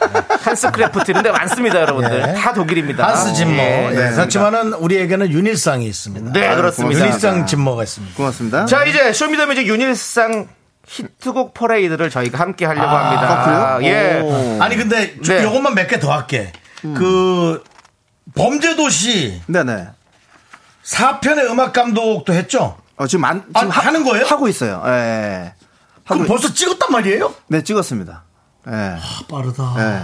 [SPEAKER 2] 한스 크래프트 이런 데 많습니다, 여러분들.
[SPEAKER 1] 예.
[SPEAKER 2] 다 독일입니다.
[SPEAKER 1] 한스 진머.
[SPEAKER 2] 예.
[SPEAKER 1] 네. 뭐, 그렇지만은 우리에게는 윤일상이 있습니다.
[SPEAKER 2] 네, 그렇습니다.
[SPEAKER 1] 윤일상 진머가 있습니다.
[SPEAKER 7] 고맙습니다.
[SPEAKER 2] 자, 이제 쇼미더뮤직 윤일상 히트곡 퍼레이드를 저희가 함께 하려고
[SPEAKER 1] 아,
[SPEAKER 2] 합니다. 예.
[SPEAKER 1] 아니 근데 저-
[SPEAKER 2] 네.
[SPEAKER 1] 요것만 몇 개 더 할게. 그 범죄도시
[SPEAKER 7] 네네.
[SPEAKER 1] 4편의 음악 감독도 했죠?
[SPEAKER 7] 어, 지금, 안,
[SPEAKER 1] 아,
[SPEAKER 7] 지금 하,
[SPEAKER 1] 하는 거예요?
[SPEAKER 7] 하고 있어요. 예, 예.
[SPEAKER 1] 그럼 벌써 찍었단 말이에요?
[SPEAKER 7] 네, 찍었습니다. 예.
[SPEAKER 1] 빠르다.
[SPEAKER 7] 예.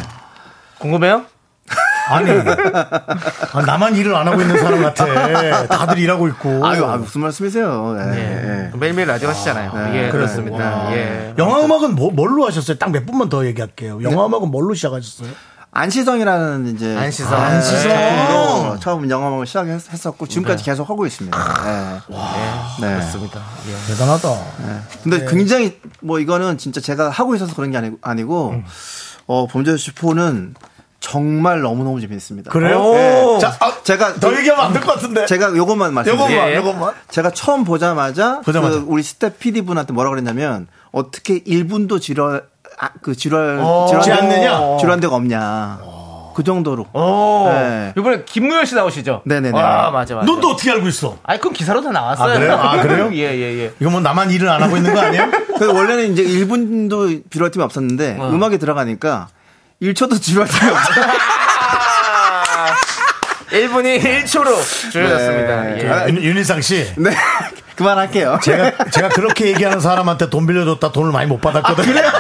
[SPEAKER 2] 궁금해요?
[SPEAKER 1] 아니. 아, 나만 일을 안 하고 있는 사람 같아. 다들 일하고 있고.
[SPEAKER 7] 아유, 아, 무슨 말씀이세요? 예.
[SPEAKER 2] 네.
[SPEAKER 1] 네.
[SPEAKER 7] 예.
[SPEAKER 2] 매일매일 라디오 하시잖아요.
[SPEAKER 7] 네.
[SPEAKER 2] 예,
[SPEAKER 7] 그래요.
[SPEAKER 2] 그렇습니다.
[SPEAKER 7] 와.
[SPEAKER 2] 예.
[SPEAKER 1] 영화 음악은 뭐- 뭘로 하셨어요? 딱 몇 분만 더 얘기할게요. 영화 음악은 뭘로 시작하셨어요?
[SPEAKER 7] 안시성이라는 이제
[SPEAKER 1] 아.
[SPEAKER 2] 안시성.
[SPEAKER 1] 안시성.
[SPEAKER 7] 작품으로 처음 영화음악을 시작했었고 지금까지 계속 하고 있습니다. 예. 네.
[SPEAKER 2] 네. 그렇습니다. 네. 예.
[SPEAKER 1] 대단하다.
[SPEAKER 7] 근데 굉장히 뭐 이거는 진짜 제가 하고 있어서 그런 게 아니고, 아니고
[SPEAKER 2] 음.
[SPEAKER 7] 어, 범죄도시 4는 정말 너무너무 재밌습니다.
[SPEAKER 1] 그래요?
[SPEAKER 7] 예.
[SPEAKER 1] 자, 아,
[SPEAKER 7] 제가
[SPEAKER 1] 더 얘기하면 안 될 것 같은데.
[SPEAKER 7] 제가 요것만 말씀드릴게요.
[SPEAKER 1] 요것만,
[SPEAKER 2] 예.
[SPEAKER 1] 요것만.
[SPEAKER 7] 제가 처음 보자마자,
[SPEAKER 1] 보자마자.
[SPEAKER 7] 그 우리 스텝 PD 분한테 뭐라 그랬냐면 어떻게 1분도 지랄 아, 그 지랄
[SPEAKER 1] 어, 지 않느냐? 어.
[SPEAKER 7] 지랄한 데가 없냐 그 정도로
[SPEAKER 2] 오.
[SPEAKER 7] 네.
[SPEAKER 2] 이번에 김무현 씨 나오시죠?
[SPEAKER 7] 네네네.
[SPEAKER 2] 아, 맞아, 맞아.
[SPEAKER 1] 넌 또 어떻게 알고 있어?
[SPEAKER 2] 아이, 그건 기사로 다 나왔어요.
[SPEAKER 1] 아, 그래요? 아, 그래요?
[SPEAKER 2] 예, 예, 예.
[SPEAKER 1] 이거 뭐 나만 일을 안 하고 있는 거 아니에요?
[SPEAKER 7] 그 원래는 이제 1분도 지랄 팀이 없었는데
[SPEAKER 1] 어.
[SPEAKER 7] 음악에 들어가니까 1초도 지랄 팀이 없어요
[SPEAKER 2] 1분이 1초로 줄여졌습니다. 예.
[SPEAKER 1] 아, 윤- 윤일상 씨.
[SPEAKER 7] 네 그만할게요
[SPEAKER 1] 제가, 제가 그렇게 얘기하는 사람한테 돈 빌려줬다 돈을 많이 못 받았거든요.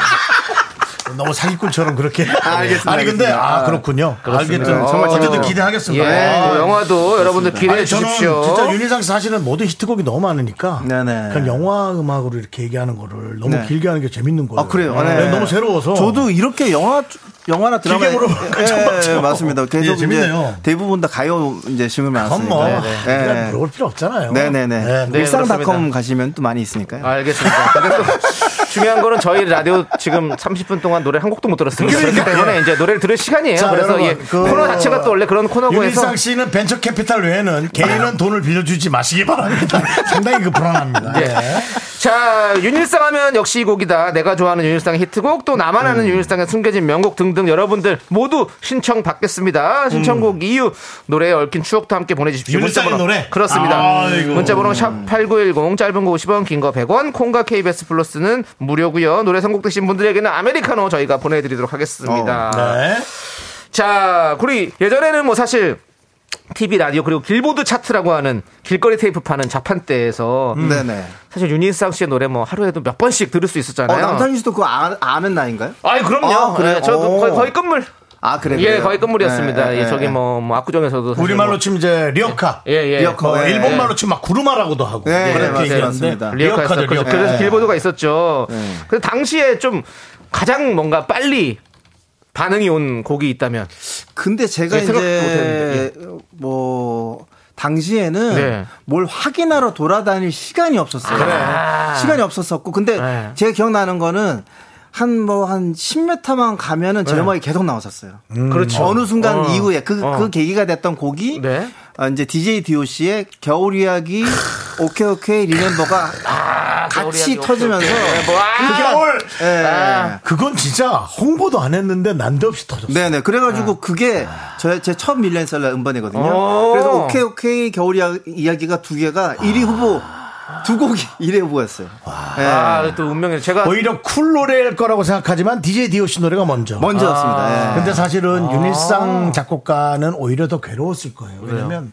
[SPEAKER 1] 너무 사기꾼처럼 그렇게.
[SPEAKER 7] 알겠습니다,
[SPEAKER 1] 아니, 근데,
[SPEAKER 7] 알겠습니다.
[SPEAKER 1] 아, 그렇군요.
[SPEAKER 2] 그렇습니다.
[SPEAKER 1] 알겠죠.
[SPEAKER 2] 정말
[SPEAKER 1] 어쨌든
[SPEAKER 2] 재밌네요.
[SPEAKER 1] 기대하겠습니다.
[SPEAKER 2] 예,
[SPEAKER 1] 아,
[SPEAKER 2] 그 영화도 여러분들 기대해
[SPEAKER 1] 아니, 저는
[SPEAKER 2] 주십시오. 예,
[SPEAKER 1] 진짜 윤희상 씨 사실은 모든 히트곡이 너무 많으니까
[SPEAKER 7] 네네.
[SPEAKER 1] 그냥 영화 음악으로 이렇게 얘기하는 거를 너무
[SPEAKER 7] 네.
[SPEAKER 1] 길게 하는 게 재밌는 거예요.
[SPEAKER 7] 아 그래요 아,
[SPEAKER 1] 네, 너무 새로워서
[SPEAKER 7] 저도 이렇게 영화 영화나 드라마
[SPEAKER 1] 길게 물어보니까 좀 맞죠.
[SPEAKER 7] 맞습니다
[SPEAKER 1] 예,
[SPEAKER 7] 계속
[SPEAKER 1] 재밌네요.
[SPEAKER 7] 이제 대부분 다 가요 이제 심을
[SPEAKER 1] 그건 뭐
[SPEAKER 7] 많았습니다
[SPEAKER 1] 그냥 물어볼 필요 없잖아요.
[SPEAKER 7] 네네네.
[SPEAKER 1] 네.
[SPEAKER 7] 일상닷컴
[SPEAKER 2] 그렇습니다.
[SPEAKER 7] 가시면 또 많이 있으니까요.
[SPEAKER 2] 아, 알겠습니다. 근데 또 중요한 거는 저희 라디오 지금 30분 동안 노래 한 곡도 못 들었습니다. 그렇기 때문에 이제 노래를 들을 시간이에요.
[SPEAKER 1] 자,
[SPEAKER 2] 그래서
[SPEAKER 1] 여러분,
[SPEAKER 2] 예,
[SPEAKER 1] 그
[SPEAKER 2] 코너 자체가 또 원래 그런 코너고 해서
[SPEAKER 1] 윤희상 씨는 벤처 캐피탈 외에는 개인은 돈을 빌려주지 마시기 바랍니다. 상당히 그
[SPEAKER 2] 네.
[SPEAKER 1] 불안합니다. 예.
[SPEAKER 2] 자, 윤일상 하면 역시 이 곡이다. 내가 좋아하는 윤일상의 히트곡, 또 나만 아는
[SPEAKER 1] 음.
[SPEAKER 2] 윤일상의 숨겨진 명곡 등등 여러분들 모두 신청 받겠습니다. 신청곡 이유, 노래에 얽힌 추억도 함께
[SPEAKER 1] 음.
[SPEAKER 2] 보내주십시오.
[SPEAKER 1] 윤일상의
[SPEAKER 2] 문자번호.
[SPEAKER 1] 노래?
[SPEAKER 2] 그렇습니다.
[SPEAKER 1] 아이고.
[SPEAKER 2] 문자번호 샵8910, 짧은 거 50원, 긴 거 100원, 콩과 KBS 플러스는 무료고요 노래 선곡되신 분들에게는 아메리카노 저희가
[SPEAKER 1] 어,
[SPEAKER 2] 보내드리도록 하겠습니다.
[SPEAKER 1] 네.
[SPEAKER 2] 자, 우리 예전에는 뭐 사실 TV 라디오 그리고 길보드 차트라고 하는 길거리 테이프 파는 자판대에서
[SPEAKER 7] 음. 네네.
[SPEAKER 2] 사실 유니상 씨의 노래 뭐 하루에도 몇 번씩 들을 수
[SPEAKER 7] 어,
[SPEAKER 2] 있었잖아요.
[SPEAKER 7] 남탄 씨도 그거 아, 는 나인가요?
[SPEAKER 2] 아이, 그럼요. 네, 저 그- 거의- 거의 끝물.
[SPEAKER 7] 아, 그래.
[SPEAKER 2] 예,
[SPEAKER 7] 그래요?
[SPEAKER 2] 거의 끝물이었습니다.
[SPEAKER 7] 네,
[SPEAKER 2] 예,
[SPEAKER 7] 네,
[SPEAKER 2] 저기
[SPEAKER 7] 네.
[SPEAKER 2] 뭐, 뭐 압구정에서도 사실
[SPEAKER 1] 우리말로
[SPEAKER 2] 뭐-
[SPEAKER 1] 치면 이제 리어카.
[SPEAKER 2] 예, 예.
[SPEAKER 1] 리어카. 뭐
[SPEAKER 2] 예,
[SPEAKER 1] 일본말로
[SPEAKER 2] 예.
[SPEAKER 1] 치면 막 구루마라고도 하고.
[SPEAKER 2] 예,
[SPEAKER 1] 그렇게
[SPEAKER 2] 맞아요.
[SPEAKER 1] 얘기하는데
[SPEAKER 2] 맞습니다. 리어카였었죠.
[SPEAKER 1] 리어카죠, 리어카.
[SPEAKER 7] 네.
[SPEAKER 2] 그래서
[SPEAKER 1] 예.
[SPEAKER 2] 길보드가 있었죠. 그래서 당시에 좀 가장 뭔가 빨리 반응이 온 곡이 있다면.
[SPEAKER 7] 근데 제가
[SPEAKER 2] 예, 생각
[SPEAKER 7] 이제
[SPEAKER 2] 못했는데,
[SPEAKER 7] 뭐 당시에는
[SPEAKER 2] 네.
[SPEAKER 7] 뭘 확인하러 돌아다닐 시간이 없었어요.
[SPEAKER 2] 아. 네.
[SPEAKER 7] 시간이 없었었고 근데 제가 기억나는 거는 한 뭐 한 10m만 가면은 제
[SPEAKER 2] 네.
[SPEAKER 7] 음악이 계속 나왔었어요.
[SPEAKER 2] 음. 그렇죠.
[SPEAKER 7] 어느 순간
[SPEAKER 2] 어.
[SPEAKER 7] 이후에 그 그
[SPEAKER 2] 어. 네.
[SPEAKER 7] 계기가 됐던 곡이 아, 이제 DJ DOC의 겨울 이야기 오케이 오케이 리멤버가 같이
[SPEAKER 1] 겨울 이야기,
[SPEAKER 7] 터지면서
[SPEAKER 1] 오케이,
[SPEAKER 2] 네,
[SPEAKER 1] 오케이. 뭐, 아!
[SPEAKER 7] 그게
[SPEAKER 1] 겨울!
[SPEAKER 7] 예.
[SPEAKER 1] 아. 그건 진짜 홍보도 안 했는데 난데없이 터졌어요.
[SPEAKER 7] 네네. 그래가지고 그게 저, 제 첫 밀리언셀러 음반이거든요.
[SPEAKER 1] 아. 오.
[SPEAKER 7] 그래서 오케이, 오케이, 겨울 이야- 이야기가 두 개가 1위
[SPEAKER 1] 아.
[SPEAKER 7] 후보, 두 곡이 1위 후보였어요. 예.
[SPEAKER 2] 아, 또 운명에 제가
[SPEAKER 7] 뭐,
[SPEAKER 1] 오히려 쿨 노래일 거라고 생각하지만 DJ DOC 노래가 먼저.
[SPEAKER 7] 먼저였습니다. 아. 예.
[SPEAKER 1] 근데 사실은 윤일상 작곡가는 오히려 더 괴로웠을 거예요. 왜냐면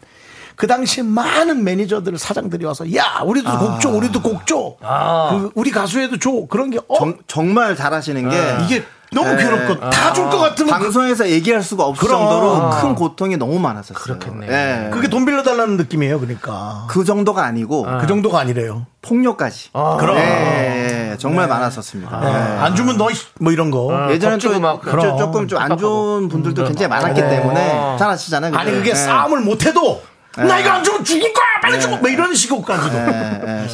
[SPEAKER 1] 그 당시 많은 매니저들 사장들이 와서 야 우리도
[SPEAKER 7] 아.
[SPEAKER 1] 곡 줘, 우리도 곡 줘. 그 우리 가수에도 줘. 그런 게 어?
[SPEAKER 7] 정, 말 잘하시는 게
[SPEAKER 1] 예. 이게 너무
[SPEAKER 7] 예. 아.
[SPEAKER 1] 괴롭고 다 줄 것 같으면 그-
[SPEAKER 7] 방송에서 얘기할 수가 없을
[SPEAKER 1] 그럼.
[SPEAKER 7] 정도로 큰 고통이 너무 많았었어요. 그렇겠네요.
[SPEAKER 1] 아. 그게 돈 빌려달라는 느낌이에요. 그러니까.
[SPEAKER 7] 그 정도가 아니고
[SPEAKER 1] 그 정도가 아니래요.
[SPEAKER 7] 폭력까지.
[SPEAKER 1] 그럼.
[SPEAKER 7] 예, 예, 정말
[SPEAKER 1] 네.
[SPEAKER 7] 많았었습니다.
[SPEAKER 1] 네.
[SPEAKER 7] 예. 아,
[SPEAKER 1] 안 주면 너 뭐 이런 거.
[SPEAKER 2] 아,
[SPEAKER 1] 아,
[SPEAKER 7] 예전에 또 조- 조금 좀 안 좋은 분들도 굉장히 많았기
[SPEAKER 1] 어. 네.
[SPEAKER 7] 때문에 잘 아시잖아요.
[SPEAKER 1] 아니
[SPEAKER 7] 근데.
[SPEAKER 1] 그게
[SPEAKER 7] 예.
[SPEAKER 1] 싸움을 못해도
[SPEAKER 7] 예.
[SPEAKER 1] 나 이거 안 주면 죽일 거야 빨리
[SPEAKER 7] 예.
[SPEAKER 1] 죽어 뭐 이런 식으로까지도
[SPEAKER 7] 예, 예.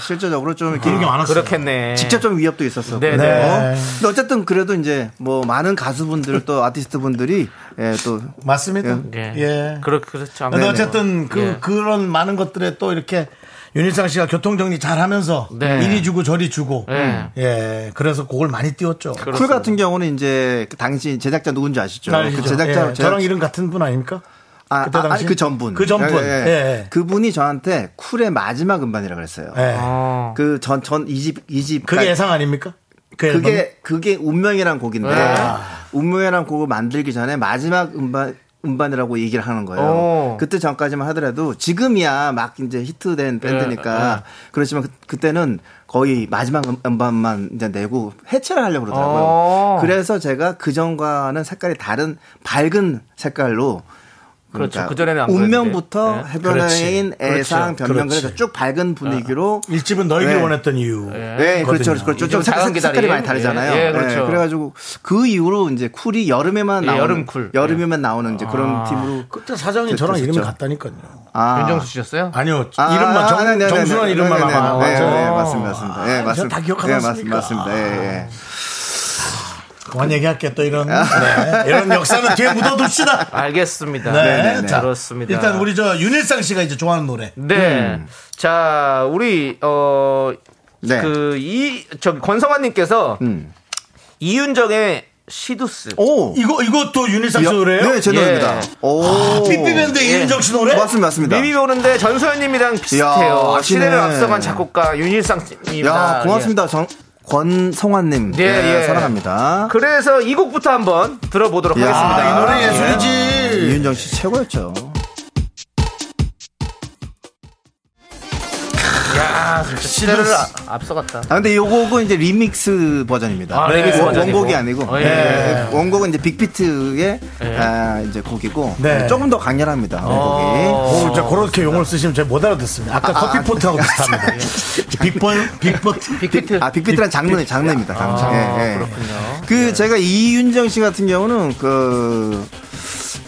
[SPEAKER 7] 실제적으로 좀 이렇게
[SPEAKER 1] 그런 게 많았어요.
[SPEAKER 2] 그렇겠네.
[SPEAKER 7] 직접 좀 위협도 있었어.
[SPEAKER 2] 네, 네.
[SPEAKER 7] 근데 어쨌든 그래도 이제 뭐 많은 가수분들 또 아티스트 분들이 예, 또
[SPEAKER 1] 맞습니다.
[SPEAKER 7] 예.
[SPEAKER 1] 예.
[SPEAKER 2] 그렇, 그렇죠.
[SPEAKER 1] 근데
[SPEAKER 7] 아, 네네.
[SPEAKER 1] 어쨌든 그
[SPEAKER 7] 예.
[SPEAKER 1] 그런 많은 것들에 또 이렇게 윤일상 씨가 교통 정리 잘 하면서
[SPEAKER 7] 네.
[SPEAKER 1] 이리 주고 저리 주고
[SPEAKER 7] 예. 그렇죠.
[SPEAKER 1] 예 그래서 곡을 많이 띄웠죠.
[SPEAKER 7] 쿨 같은 경우는 이제 그 당시 제작자 누군지 아시죠?
[SPEAKER 1] 알죠.
[SPEAKER 7] 그 제작자
[SPEAKER 1] 예. 저랑 이름 같은 분 아닙니까?
[SPEAKER 7] 아,
[SPEAKER 1] 그때
[SPEAKER 7] 아, 아니,
[SPEAKER 1] 당시?
[SPEAKER 7] 그 전분.
[SPEAKER 1] 그 전분.
[SPEAKER 7] 예, 예.
[SPEAKER 1] 예.
[SPEAKER 7] 그분이 저한테 쿨의 마지막 음반이라 그랬어요.
[SPEAKER 1] 예.
[SPEAKER 7] 그 전, 전, 이집이집
[SPEAKER 1] 그게 예상 아닙니까? 그 앨범이?
[SPEAKER 7] 그게, 그게 운명이란 곡인데,
[SPEAKER 1] 네.
[SPEAKER 7] 운명이란 곡을 만들기 전에 마지막 음반, 음반이라고 얘기를 하는 거예요.
[SPEAKER 2] 오.
[SPEAKER 7] 그때 전까지만 하더라도 지금이야 막 이제
[SPEAKER 1] 예.
[SPEAKER 7] 히트된 밴드니까 그렇지만 그, 때는 거의 마지막 음- 음반만 이제 내고 해체를 하려고 그러더라고요.
[SPEAKER 2] 오.
[SPEAKER 7] 그래서 제가 그 전과는 색깔이 다른 밝은 색깔로
[SPEAKER 2] 그렇죠.
[SPEAKER 7] 그러니까
[SPEAKER 2] 그전에는 안
[SPEAKER 7] 운명부터
[SPEAKER 2] 그랬는데. 네.
[SPEAKER 7] 해변인
[SPEAKER 2] 그렇지.
[SPEAKER 7] 애상
[SPEAKER 2] 그렇죠.
[SPEAKER 7] 변명그래서
[SPEAKER 2] 그렇지.
[SPEAKER 7] 쭉 밝은 분위기로
[SPEAKER 1] 일집은 너희를 원했던 이유.
[SPEAKER 7] 네, 그렇죠,
[SPEAKER 1] 거든요.
[SPEAKER 7] 그렇죠. 좀
[SPEAKER 1] 이제
[SPEAKER 7] 색-
[SPEAKER 1] 작은
[SPEAKER 7] 색- 색깔이
[SPEAKER 1] 기다림.
[SPEAKER 7] 많이 다르잖아요. 네,
[SPEAKER 1] 예, 예, 그렇죠.
[SPEAKER 7] 래가지고그 이후로 이제 쿨이 여름에만
[SPEAKER 1] 예,
[SPEAKER 7] 나오는
[SPEAKER 1] 여름 쿨.
[SPEAKER 7] 여름에만 나오는 이제 그런
[SPEAKER 1] 아.
[SPEAKER 7] 팀으로
[SPEAKER 1] 그때 사장이 저랑 이름이
[SPEAKER 7] 됐었죠.
[SPEAKER 1] 같다니까요.
[SPEAKER 7] 아.
[SPEAKER 2] 윤정수 씨였어요?
[SPEAKER 1] 아니요.
[SPEAKER 7] 그렇죠, 아,
[SPEAKER 1] 이름만 정,
[SPEAKER 7] 아, 네네네.
[SPEAKER 1] 정순한 이름만
[SPEAKER 7] 네네네.
[SPEAKER 1] 아마.
[SPEAKER 7] 네,
[SPEAKER 1] 맞아요.
[SPEAKER 7] 네, 맞습니다, 맞습니다. 예,
[SPEAKER 1] 아, 저다
[SPEAKER 7] 맞습니다.
[SPEAKER 1] 기억하지
[SPEAKER 7] 예,
[SPEAKER 1] 않습니까?
[SPEAKER 7] 맞습니다, 맞습니다. 예, 예.
[SPEAKER 1] 그만 얘기할게 또 이런 네, 이런 역사는 뒤에 묻어둡시다. 아, 네.
[SPEAKER 2] 알겠습니다.
[SPEAKER 7] 네,
[SPEAKER 2] 네,
[SPEAKER 1] 자,
[SPEAKER 2] 그렇습니다.
[SPEAKER 1] 일단 우리 저 윤일상 씨가 이제 좋아하는 노래.
[SPEAKER 2] 네.
[SPEAKER 7] 음.
[SPEAKER 2] 자, 우리, 어,
[SPEAKER 7] 네.
[SPEAKER 2] 그, 이, 저기, 권성환님께서
[SPEAKER 7] 음.
[SPEAKER 2] 이윤정의 시두스.
[SPEAKER 7] 오!
[SPEAKER 1] 이거, 이것도 윤일상 씨 노래예요 아,
[SPEAKER 7] 네, 제 노래입니다. 오.
[SPEAKER 1] 삐삐밴드
[SPEAKER 7] 예.
[SPEAKER 1] 이윤정 씨 노래?
[SPEAKER 7] 맞습니다, 맞습니다.
[SPEAKER 2] 미미 보는데 전소연님이랑 비슷해요.
[SPEAKER 7] 야, 아시네.
[SPEAKER 2] 시대를 앞서간 작곡가 윤일상입니다.
[SPEAKER 7] 야, 고맙습니다. 정, 권성환님.
[SPEAKER 1] 네.
[SPEAKER 2] 예,
[SPEAKER 7] 예,
[SPEAKER 2] 예.
[SPEAKER 7] 사랑합니다.
[SPEAKER 2] 그래서 이 곡부터 한번 들어보도록
[SPEAKER 7] 야,
[SPEAKER 2] 하겠습니다.
[SPEAKER 7] 이 노래 예술이지.
[SPEAKER 2] 예.
[SPEAKER 7] 이윤정 씨 최고였죠.
[SPEAKER 2] 야, 진짜 시대를
[SPEAKER 7] 예, 시두스.
[SPEAKER 2] 앞- 앞서갔다.
[SPEAKER 7] 아, 근데 요 곡은 이제 리믹스 버전입니다.
[SPEAKER 2] 아, 리믹스
[SPEAKER 7] 네, 원-
[SPEAKER 2] 버전이고.
[SPEAKER 7] 원곡이
[SPEAKER 1] 어,
[SPEAKER 7] 아니고.
[SPEAKER 2] 예.
[SPEAKER 1] 네.
[SPEAKER 7] 예. 원곡은 이제 빅비트의
[SPEAKER 1] 예.
[SPEAKER 7] 아, 이제 곡이고.
[SPEAKER 1] 네.
[SPEAKER 7] 조금 더 강렬합니다. 원곡이.
[SPEAKER 1] 오, 자, 그렇게 용어를 쓰시면 제가 못 알아듣습니다. 아까 예.
[SPEAKER 7] 아, 아,
[SPEAKER 1] 커피포트하고 비슷합니다. 빅번, 빅버트.
[SPEAKER 2] 빅비트.
[SPEAKER 7] 아, 빅비트란 장르, 장르입니다. 장르. 예, 예. 그 제가 이윤정 씨 같은 경우는 그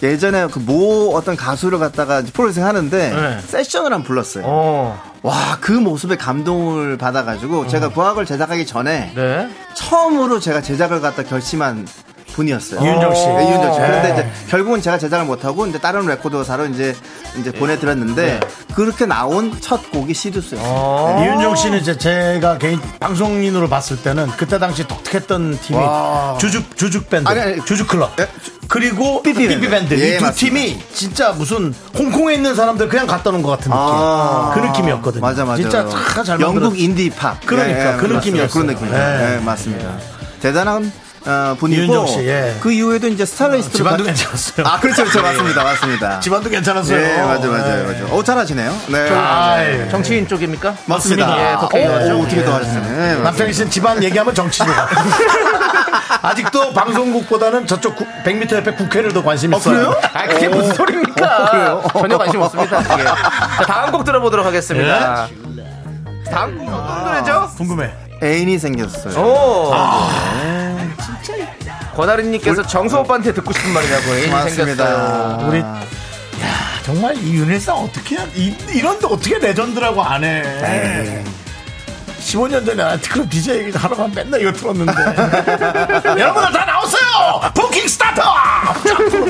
[SPEAKER 7] 예전에 그 모 어떤 가수를 갖다가 이제 프로듀싱 하는데
[SPEAKER 2] 네.
[SPEAKER 7] 세션을 한 번 불렀어요. 와 그 모습에 감동을 받아가지고 제가 구학을 제작하기 전에
[SPEAKER 2] 네.
[SPEAKER 7] 처음으로 제가 제작을 갖다 결심한 분이었어요.
[SPEAKER 1] 이윤정 씨.
[SPEAKER 7] 네, 이윤정 씨. 그런데
[SPEAKER 1] 네.
[SPEAKER 7] 이제 결국은 제가 제작을 못하고 이제 다른 레코드사로 이제 이제
[SPEAKER 1] 예.
[SPEAKER 7] 보내드렸는데
[SPEAKER 1] 네.
[SPEAKER 7] 그렇게 나온 첫 곡이
[SPEAKER 1] 아.
[SPEAKER 7] 시두스였어요. 네.
[SPEAKER 1] 이윤정 씨는 이제 제가 개인 방송인으로 봤을 때는 그때 당시 독특했던 팀이
[SPEAKER 7] 와.
[SPEAKER 1] 주죽 주죽 밴드,
[SPEAKER 7] 아니, 아니.
[SPEAKER 1] 주죽 클럽, 그리고
[SPEAKER 7] 삐삐 밴드.
[SPEAKER 1] 삐삐 밴드
[SPEAKER 7] 예,
[SPEAKER 1] 이 두
[SPEAKER 7] 맞습니다.
[SPEAKER 1] 팀이 진짜 무슨 홍콩에 있는 사람들 그냥 갔다 오는 것 같은 느낌,
[SPEAKER 7] 아.
[SPEAKER 1] 그 느낌이었거든요.
[SPEAKER 7] 맞아 맞아.
[SPEAKER 1] 진짜 다잘
[SPEAKER 7] 영국
[SPEAKER 1] 만들었어요.
[SPEAKER 7] 인디 팝.
[SPEAKER 1] 그러니까 그
[SPEAKER 7] 맞습니다.
[SPEAKER 1] 느낌이었어요.
[SPEAKER 7] 그런 느낌이에요.
[SPEAKER 1] 예.
[SPEAKER 7] 예, 맞습니다. 대단한 어, 분이고
[SPEAKER 1] 네. 이윤정 씨, 예.
[SPEAKER 7] 그 이후에도 이제 스타리스트
[SPEAKER 1] 집안도 괜찮았어요.
[SPEAKER 7] 아 그렇죠 그렇죠
[SPEAKER 1] 예.
[SPEAKER 7] 맞습니다 맞습니다.
[SPEAKER 1] 집안도 괜찮았어요.
[SPEAKER 7] 예 맞아 맞아
[SPEAKER 1] 예.
[SPEAKER 7] 맞아. 어 잘하시네요. 네.
[SPEAKER 1] 아, 예.
[SPEAKER 2] 정치인 쪽입니까?
[SPEAKER 7] 맞습니다.
[SPEAKER 1] 예,
[SPEAKER 7] 오,
[SPEAKER 1] 국회의원이죠.
[SPEAKER 7] 어떻게
[SPEAKER 1] 예.
[SPEAKER 7] 더 하시네.
[SPEAKER 1] 남창희 씨는 집안 얘기하면 정치죠. 아직도 방송국보다는 저쪽 100m 옆에 국회를 더 관심 있어요.
[SPEAKER 2] 그래요? 아, 그게 무슨
[SPEAKER 7] 어,
[SPEAKER 2] 소리입니까? 전혀 관심 없습니다. 그게. 자, 다음 곡 들어보도록 하겠습니다.
[SPEAKER 7] 예?
[SPEAKER 2] 다음 곡 어떤 노래죠?
[SPEAKER 1] 궁금해.
[SPEAKER 7] 애인이 생겼어요.
[SPEAKER 2] 오.
[SPEAKER 7] 진짜.
[SPEAKER 2] 권아린님께서
[SPEAKER 7] 네.
[SPEAKER 2] 정수 오빠한테 듣고 싶은 말이냐고 애인이
[SPEAKER 1] 맞습니다.
[SPEAKER 2] 생겼어요.
[SPEAKER 1] 우리 야 정말 이 윤일상 어떻게 한- 이, 이런데 어떻게 레전드라고 안 해? 15년 전에 아티클 DJ 하러 가면 맨날 이거 틀었는데 여러분들 다 나오세요! 부킹 스타터!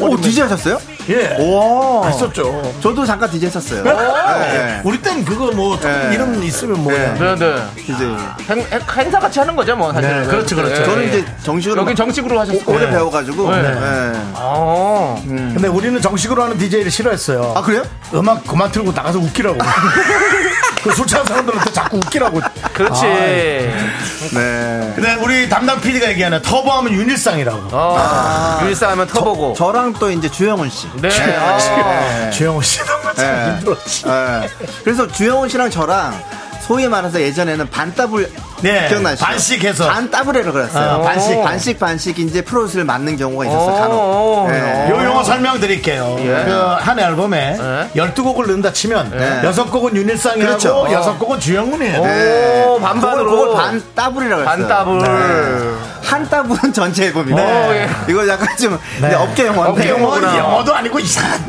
[SPEAKER 7] 오 DJ 어, 하셨어요?
[SPEAKER 1] 예.
[SPEAKER 7] 오.
[SPEAKER 1] 했었죠.
[SPEAKER 7] 저도 잠깐 DJ 했었어요.
[SPEAKER 1] 네. 우리 땐 그거 뭐
[SPEAKER 7] 네.
[SPEAKER 1] 이름 있으면 뭐야.
[SPEAKER 2] 네, 네.
[SPEAKER 7] DJ.
[SPEAKER 2] 행, 행, 사 같이 하는 거죠, 뭐 사실은.
[SPEAKER 1] 네, 그렇죠, 그렇죠.
[SPEAKER 7] 저는
[SPEAKER 2] 예.
[SPEAKER 7] 이제 정식으로
[SPEAKER 2] 여기 정식으로 하셨어요.
[SPEAKER 7] 오래
[SPEAKER 2] 네.
[SPEAKER 7] 배워가지고.
[SPEAKER 2] 네.
[SPEAKER 7] 네.
[SPEAKER 2] 어.
[SPEAKER 1] 근데 우리는 정식으로 하는 DJ를 싫어했어요.
[SPEAKER 7] 아, 그래요?
[SPEAKER 1] 음악 그만 틀고 나가서 웃기라고. 그 술 취한 사람들한테 자꾸 웃기라고.
[SPEAKER 2] 그렇지.
[SPEAKER 1] 아,
[SPEAKER 7] 네.
[SPEAKER 1] 근데 우리 담당 PD가 얘기하는 터보하면 윤일상이라고.
[SPEAKER 2] 어. 율사 하면 터보고.
[SPEAKER 7] 아, 저, 랑또 이제 주영훈 씨.
[SPEAKER 2] 네. 아.
[SPEAKER 1] 주영호 씨 너무 참
[SPEAKER 7] 네.
[SPEAKER 1] 힘들었지.
[SPEAKER 7] 네. 그래서 주영훈 씨랑 저랑 소위 말해서 예전에는 반따블
[SPEAKER 1] 네.
[SPEAKER 7] 기억나시죠?
[SPEAKER 1] 반씩 해서.
[SPEAKER 7] 반따블이라고 그랬어요.
[SPEAKER 1] 아, 반씩.
[SPEAKER 7] 반씩 반씩 이제 프로듀스를 맡는 경우가 있었어요.
[SPEAKER 2] 오.
[SPEAKER 7] 간혹. 네.
[SPEAKER 1] 요 용어 설명드릴게요.
[SPEAKER 7] 예.
[SPEAKER 1] 그 한 앨범에 열 12곡을 넣는다 치면
[SPEAKER 7] 네.
[SPEAKER 1] 여섯 곡은 윤일상이라고
[SPEAKER 7] 예. 그렇죠.
[SPEAKER 1] 여 6곡은 주영훈이에요. 네.
[SPEAKER 2] 오, 반반으로.
[SPEAKER 7] 네. 그걸, 그걸 반따블이라고 했어요. 네.
[SPEAKER 2] 반따블.
[SPEAKER 7] 한 따블은 전체 앨범입니다.
[SPEAKER 2] 오, 예.
[SPEAKER 7] 이거 약간 좀
[SPEAKER 1] 네.
[SPEAKER 7] 근데 업계 용어인데.
[SPEAKER 2] 업계 용어.
[SPEAKER 1] 영어,
[SPEAKER 2] 그거구나.
[SPEAKER 1] 영어도 아니고 이상한.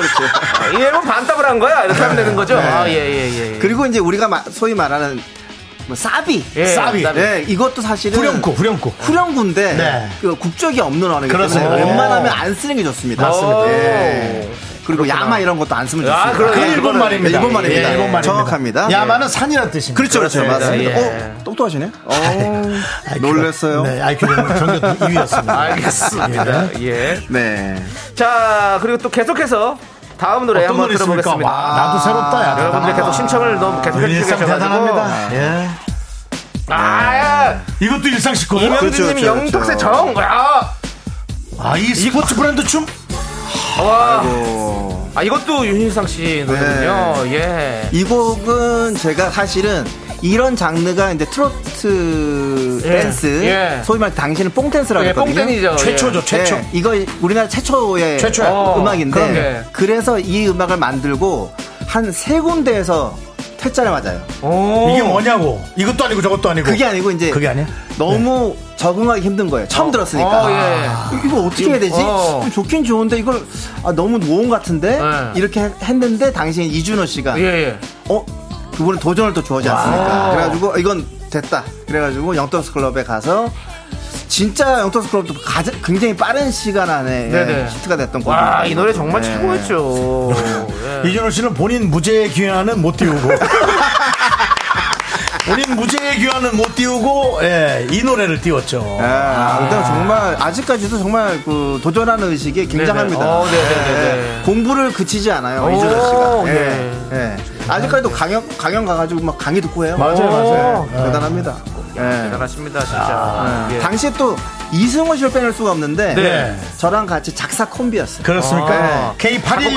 [SPEAKER 7] 그렇죠.
[SPEAKER 2] 이 앨범 반답을 한 거야? 이렇게 하면 되는 거죠? 아, 예, 예, 예. 예.
[SPEAKER 7] 네. 그리고 이제 우리가 마- 소위 말하는 뭐 사비.
[SPEAKER 2] 예,
[SPEAKER 1] 싸비.
[SPEAKER 2] 그다음에
[SPEAKER 7] 네, 이것도 사실은
[SPEAKER 1] 후렴구, 후렴구.
[SPEAKER 7] 인인데
[SPEAKER 1] 네.
[SPEAKER 7] 그 국적이 없는 언어이기 때문에
[SPEAKER 1] 그렇습니다.
[SPEAKER 7] 웬만하면 안 쓰는 게 좋습니다.
[SPEAKER 2] 맞습니다.
[SPEAKER 7] 예. 그리고 야마 이런 것도 안 쓰면
[SPEAKER 2] 아,
[SPEAKER 7] 좋습니다.
[SPEAKER 1] 그
[SPEAKER 2] 그러네.
[SPEAKER 1] 일본
[SPEAKER 2] 그거는-
[SPEAKER 1] 말입니다.
[SPEAKER 7] 일본 말입니다.
[SPEAKER 1] 예, 일본 말입니다.
[SPEAKER 7] 정확합니다.
[SPEAKER 1] 야마는 산이라는 뜻입니다. 네,
[SPEAKER 7] 그렇죠, 그렇죠.
[SPEAKER 2] 그렇습니다.
[SPEAKER 7] 맞습니다.
[SPEAKER 2] 예.
[SPEAKER 7] 어, 똑똑하시네. 어, 놀랐어요.
[SPEAKER 1] 네, IQ는 전교 2위였습니다.
[SPEAKER 2] 알겠습니다. 예.
[SPEAKER 7] 네.
[SPEAKER 2] 자, 그리고 또 계속해서 다음 노래
[SPEAKER 1] 어떤
[SPEAKER 2] 한번
[SPEAKER 1] 노래 있습니까?
[SPEAKER 2] 들어보겠습니다.
[SPEAKER 1] 와, 나도 새롭다. 야,
[SPEAKER 2] 여러분들이
[SPEAKER 7] 아.
[SPEAKER 2] 계속 신청을 너무 계속 해주시고 네.
[SPEAKER 1] 일상
[SPEAKER 2] 계셔가지고.
[SPEAKER 1] 대단합니다. 예.
[SPEAKER 2] 아, 야.
[SPEAKER 1] 이것도 일상 식거든요.
[SPEAKER 2] 이명진님 이
[SPEAKER 7] 그렇죠, 그렇죠.
[SPEAKER 2] 영탁세 정. 야.
[SPEAKER 1] 아, 이 스포츠 브랜드 춤?
[SPEAKER 2] 어, 와.
[SPEAKER 7] 어,
[SPEAKER 2] 아, 이것도 윤희상 씨 노래군요. 예.
[SPEAKER 7] 네. 이 곡은 제가 사실은 이런 장르가 이제 트로트
[SPEAKER 2] 예.
[SPEAKER 7] 댄스,
[SPEAKER 2] 예.
[SPEAKER 7] 소위 말해 당신은 뽕댄스라고
[SPEAKER 2] 예,
[SPEAKER 7] 했거든요.
[SPEAKER 2] 뽕땡이죠.
[SPEAKER 1] 최초죠,
[SPEAKER 2] 예.
[SPEAKER 1] 최초.
[SPEAKER 7] 네, 이거 우리나라 최초의
[SPEAKER 1] 최초야.
[SPEAKER 7] 어,
[SPEAKER 2] 그럼요.
[SPEAKER 7] 음악인데
[SPEAKER 2] 예.
[SPEAKER 7] 그래서 이 음악을 만들고 한 세 군데에서 퇴짜를 맞아요.
[SPEAKER 2] 네. 오.
[SPEAKER 1] 이게 뭐냐고. 이것도 아니고 저것도 아니고.
[SPEAKER 7] 그게 아니고 이제
[SPEAKER 1] 그게 아니야?
[SPEAKER 7] 너무 적응하기 힘든 거예요. 처음 들었으니까
[SPEAKER 2] 어, 예.
[SPEAKER 7] 이거 어떻게 해야 되지?
[SPEAKER 2] 어.
[SPEAKER 7] 좋긴 좋은데 이걸 아, 너무 노원 같은데
[SPEAKER 2] 예.
[SPEAKER 7] 이렇게 했는데 당신 이준호 씨가
[SPEAKER 2] 예, 예.
[SPEAKER 7] 어 그분은 도전을 또 좋아하지 않습니까? 그래가지고 이건 됐다. 그래가지고 영덕스 클럽에 가서 진짜 영덕스 클럽도 가장 굉장히 빠른 시간 안에 예,
[SPEAKER 2] 네네.
[SPEAKER 7] 히트가 됐던 곡입니다.
[SPEAKER 2] 와, 이 노래 정말
[SPEAKER 7] 네.
[SPEAKER 2] 최고였죠. 예.
[SPEAKER 1] 네. 이준호 씨는 본인 무죄의 귀환은 못 띄우고. 본인 무죄의 귀환은 못 띄우고, 예, 이 노래를 띄웠죠.
[SPEAKER 7] 예,
[SPEAKER 2] 네.
[SPEAKER 7] 근데 정말 아직까지도 정말 그 도전하는 의식이
[SPEAKER 2] 네네.
[SPEAKER 7] 굉장합니다.
[SPEAKER 2] 어, 네네네네.
[SPEAKER 7] 예, 공부를 그치지 않아요
[SPEAKER 2] 오,
[SPEAKER 7] 이준호 씨가. 예,
[SPEAKER 2] 네.
[SPEAKER 7] 예. 아직까지도 강연 강연 가가지고 막 강의 듣고 해요.
[SPEAKER 1] 맞아요, 맞아요.
[SPEAKER 7] 예, 대단합니다. 예.
[SPEAKER 2] 네. 대단하십니다, 진짜. 예.
[SPEAKER 7] 아, 네. 당시에 또 이승호 씨를 빼놓을 수가 없는데
[SPEAKER 1] 네.
[SPEAKER 7] 저랑 같이 작사 콤비였어요.
[SPEAKER 1] 그렇습니까?
[SPEAKER 2] 아.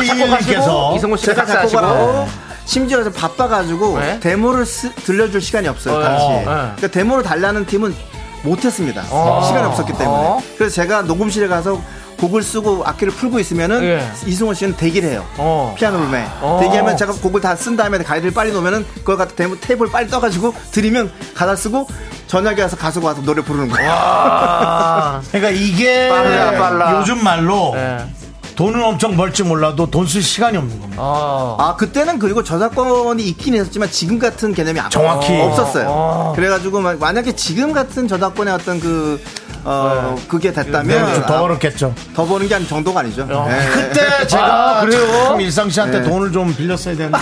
[SPEAKER 2] 작곡하시고,
[SPEAKER 1] K811님께서
[SPEAKER 2] 이승호 씨가
[SPEAKER 7] 제가
[SPEAKER 2] 작사하시고.
[SPEAKER 7] 작곡하고 심지어 바빠가지고
[SPEAKER 2] 네.
[SPEAKER 7] 데모를 쓰- 들려줄 시간이 없어요
[SPEAKER 2] 어,
[SPEAKER 7] 당시에.
[SPEAKER 2] 네.
[SPEAKER 7] 그러니까 데모를 달라는 팀은 못했습니다.
[SPEAKER 2] 어.
[SPEAKER 7] 시간이 없었기 때문에.
[SPEAKER 2] 어.
[SPEAKER 7] 그래서 제가 녹음실에 가서 곡을 쓰고 악기를 풀고 있으면은
[SPEAKER 2] 예.
[SPEAKER 7] 이승호 씨는 대기를 해요.
[SPEAKER 2] 어.
[SPEAKER 7] 피아노 룸에
[SPEAKER 2] 어.
[SPEAKER 7] 대기하면 제가 곡을 다 쓴 다음에 가이드를 빨리 놓으면은 그걸 갖다 데모 테이블 빨리 떠가지고 드리면 가사 쓰고 저녁에 와서 가수가 와서 노래 부르는 거예요.
[SPEAKER 2] 아.
[SPEAKER 1] 그러니까 이게
[SPEAKER 2] 빨라, 빨라.
[SPEAKER 1] 요즘 말로
[SPEAKER 2] 예.
[SPEAKER 1] 돈은 엄청 벌지 몰라도 돈 쓸 시간이 없는 겁니다.
[SPEAKER 2] 어.
[SPEAKER 7] 아 그때는 그리고 저작권이 있긴 했었지만 지금 같은 개념이 안-
[SPEAKER 1] 정확히.
[SPEAKER 7] 없었어요.
[SPEAKER 2] 어.
[SPEAKER 7] 그래가지고 막 만약에 지금 같은 저작권의 어떤 그 어, 그게 됐다면
[SPEAKER 1] 네, 더 어렵겠죠.
[SPEAKER 7] 아, 더 버는 게 아니 정도가 아니죠. 네.
[SPEAKER 1] 그때 제가
[SPEAKER 2] 아, 그래요?
[SPEAKER 1] 참 일상 씨한테
[SPEAKER 7] 네.
[SPEAKER 1] 돈을 좀 빌렸어야 되는데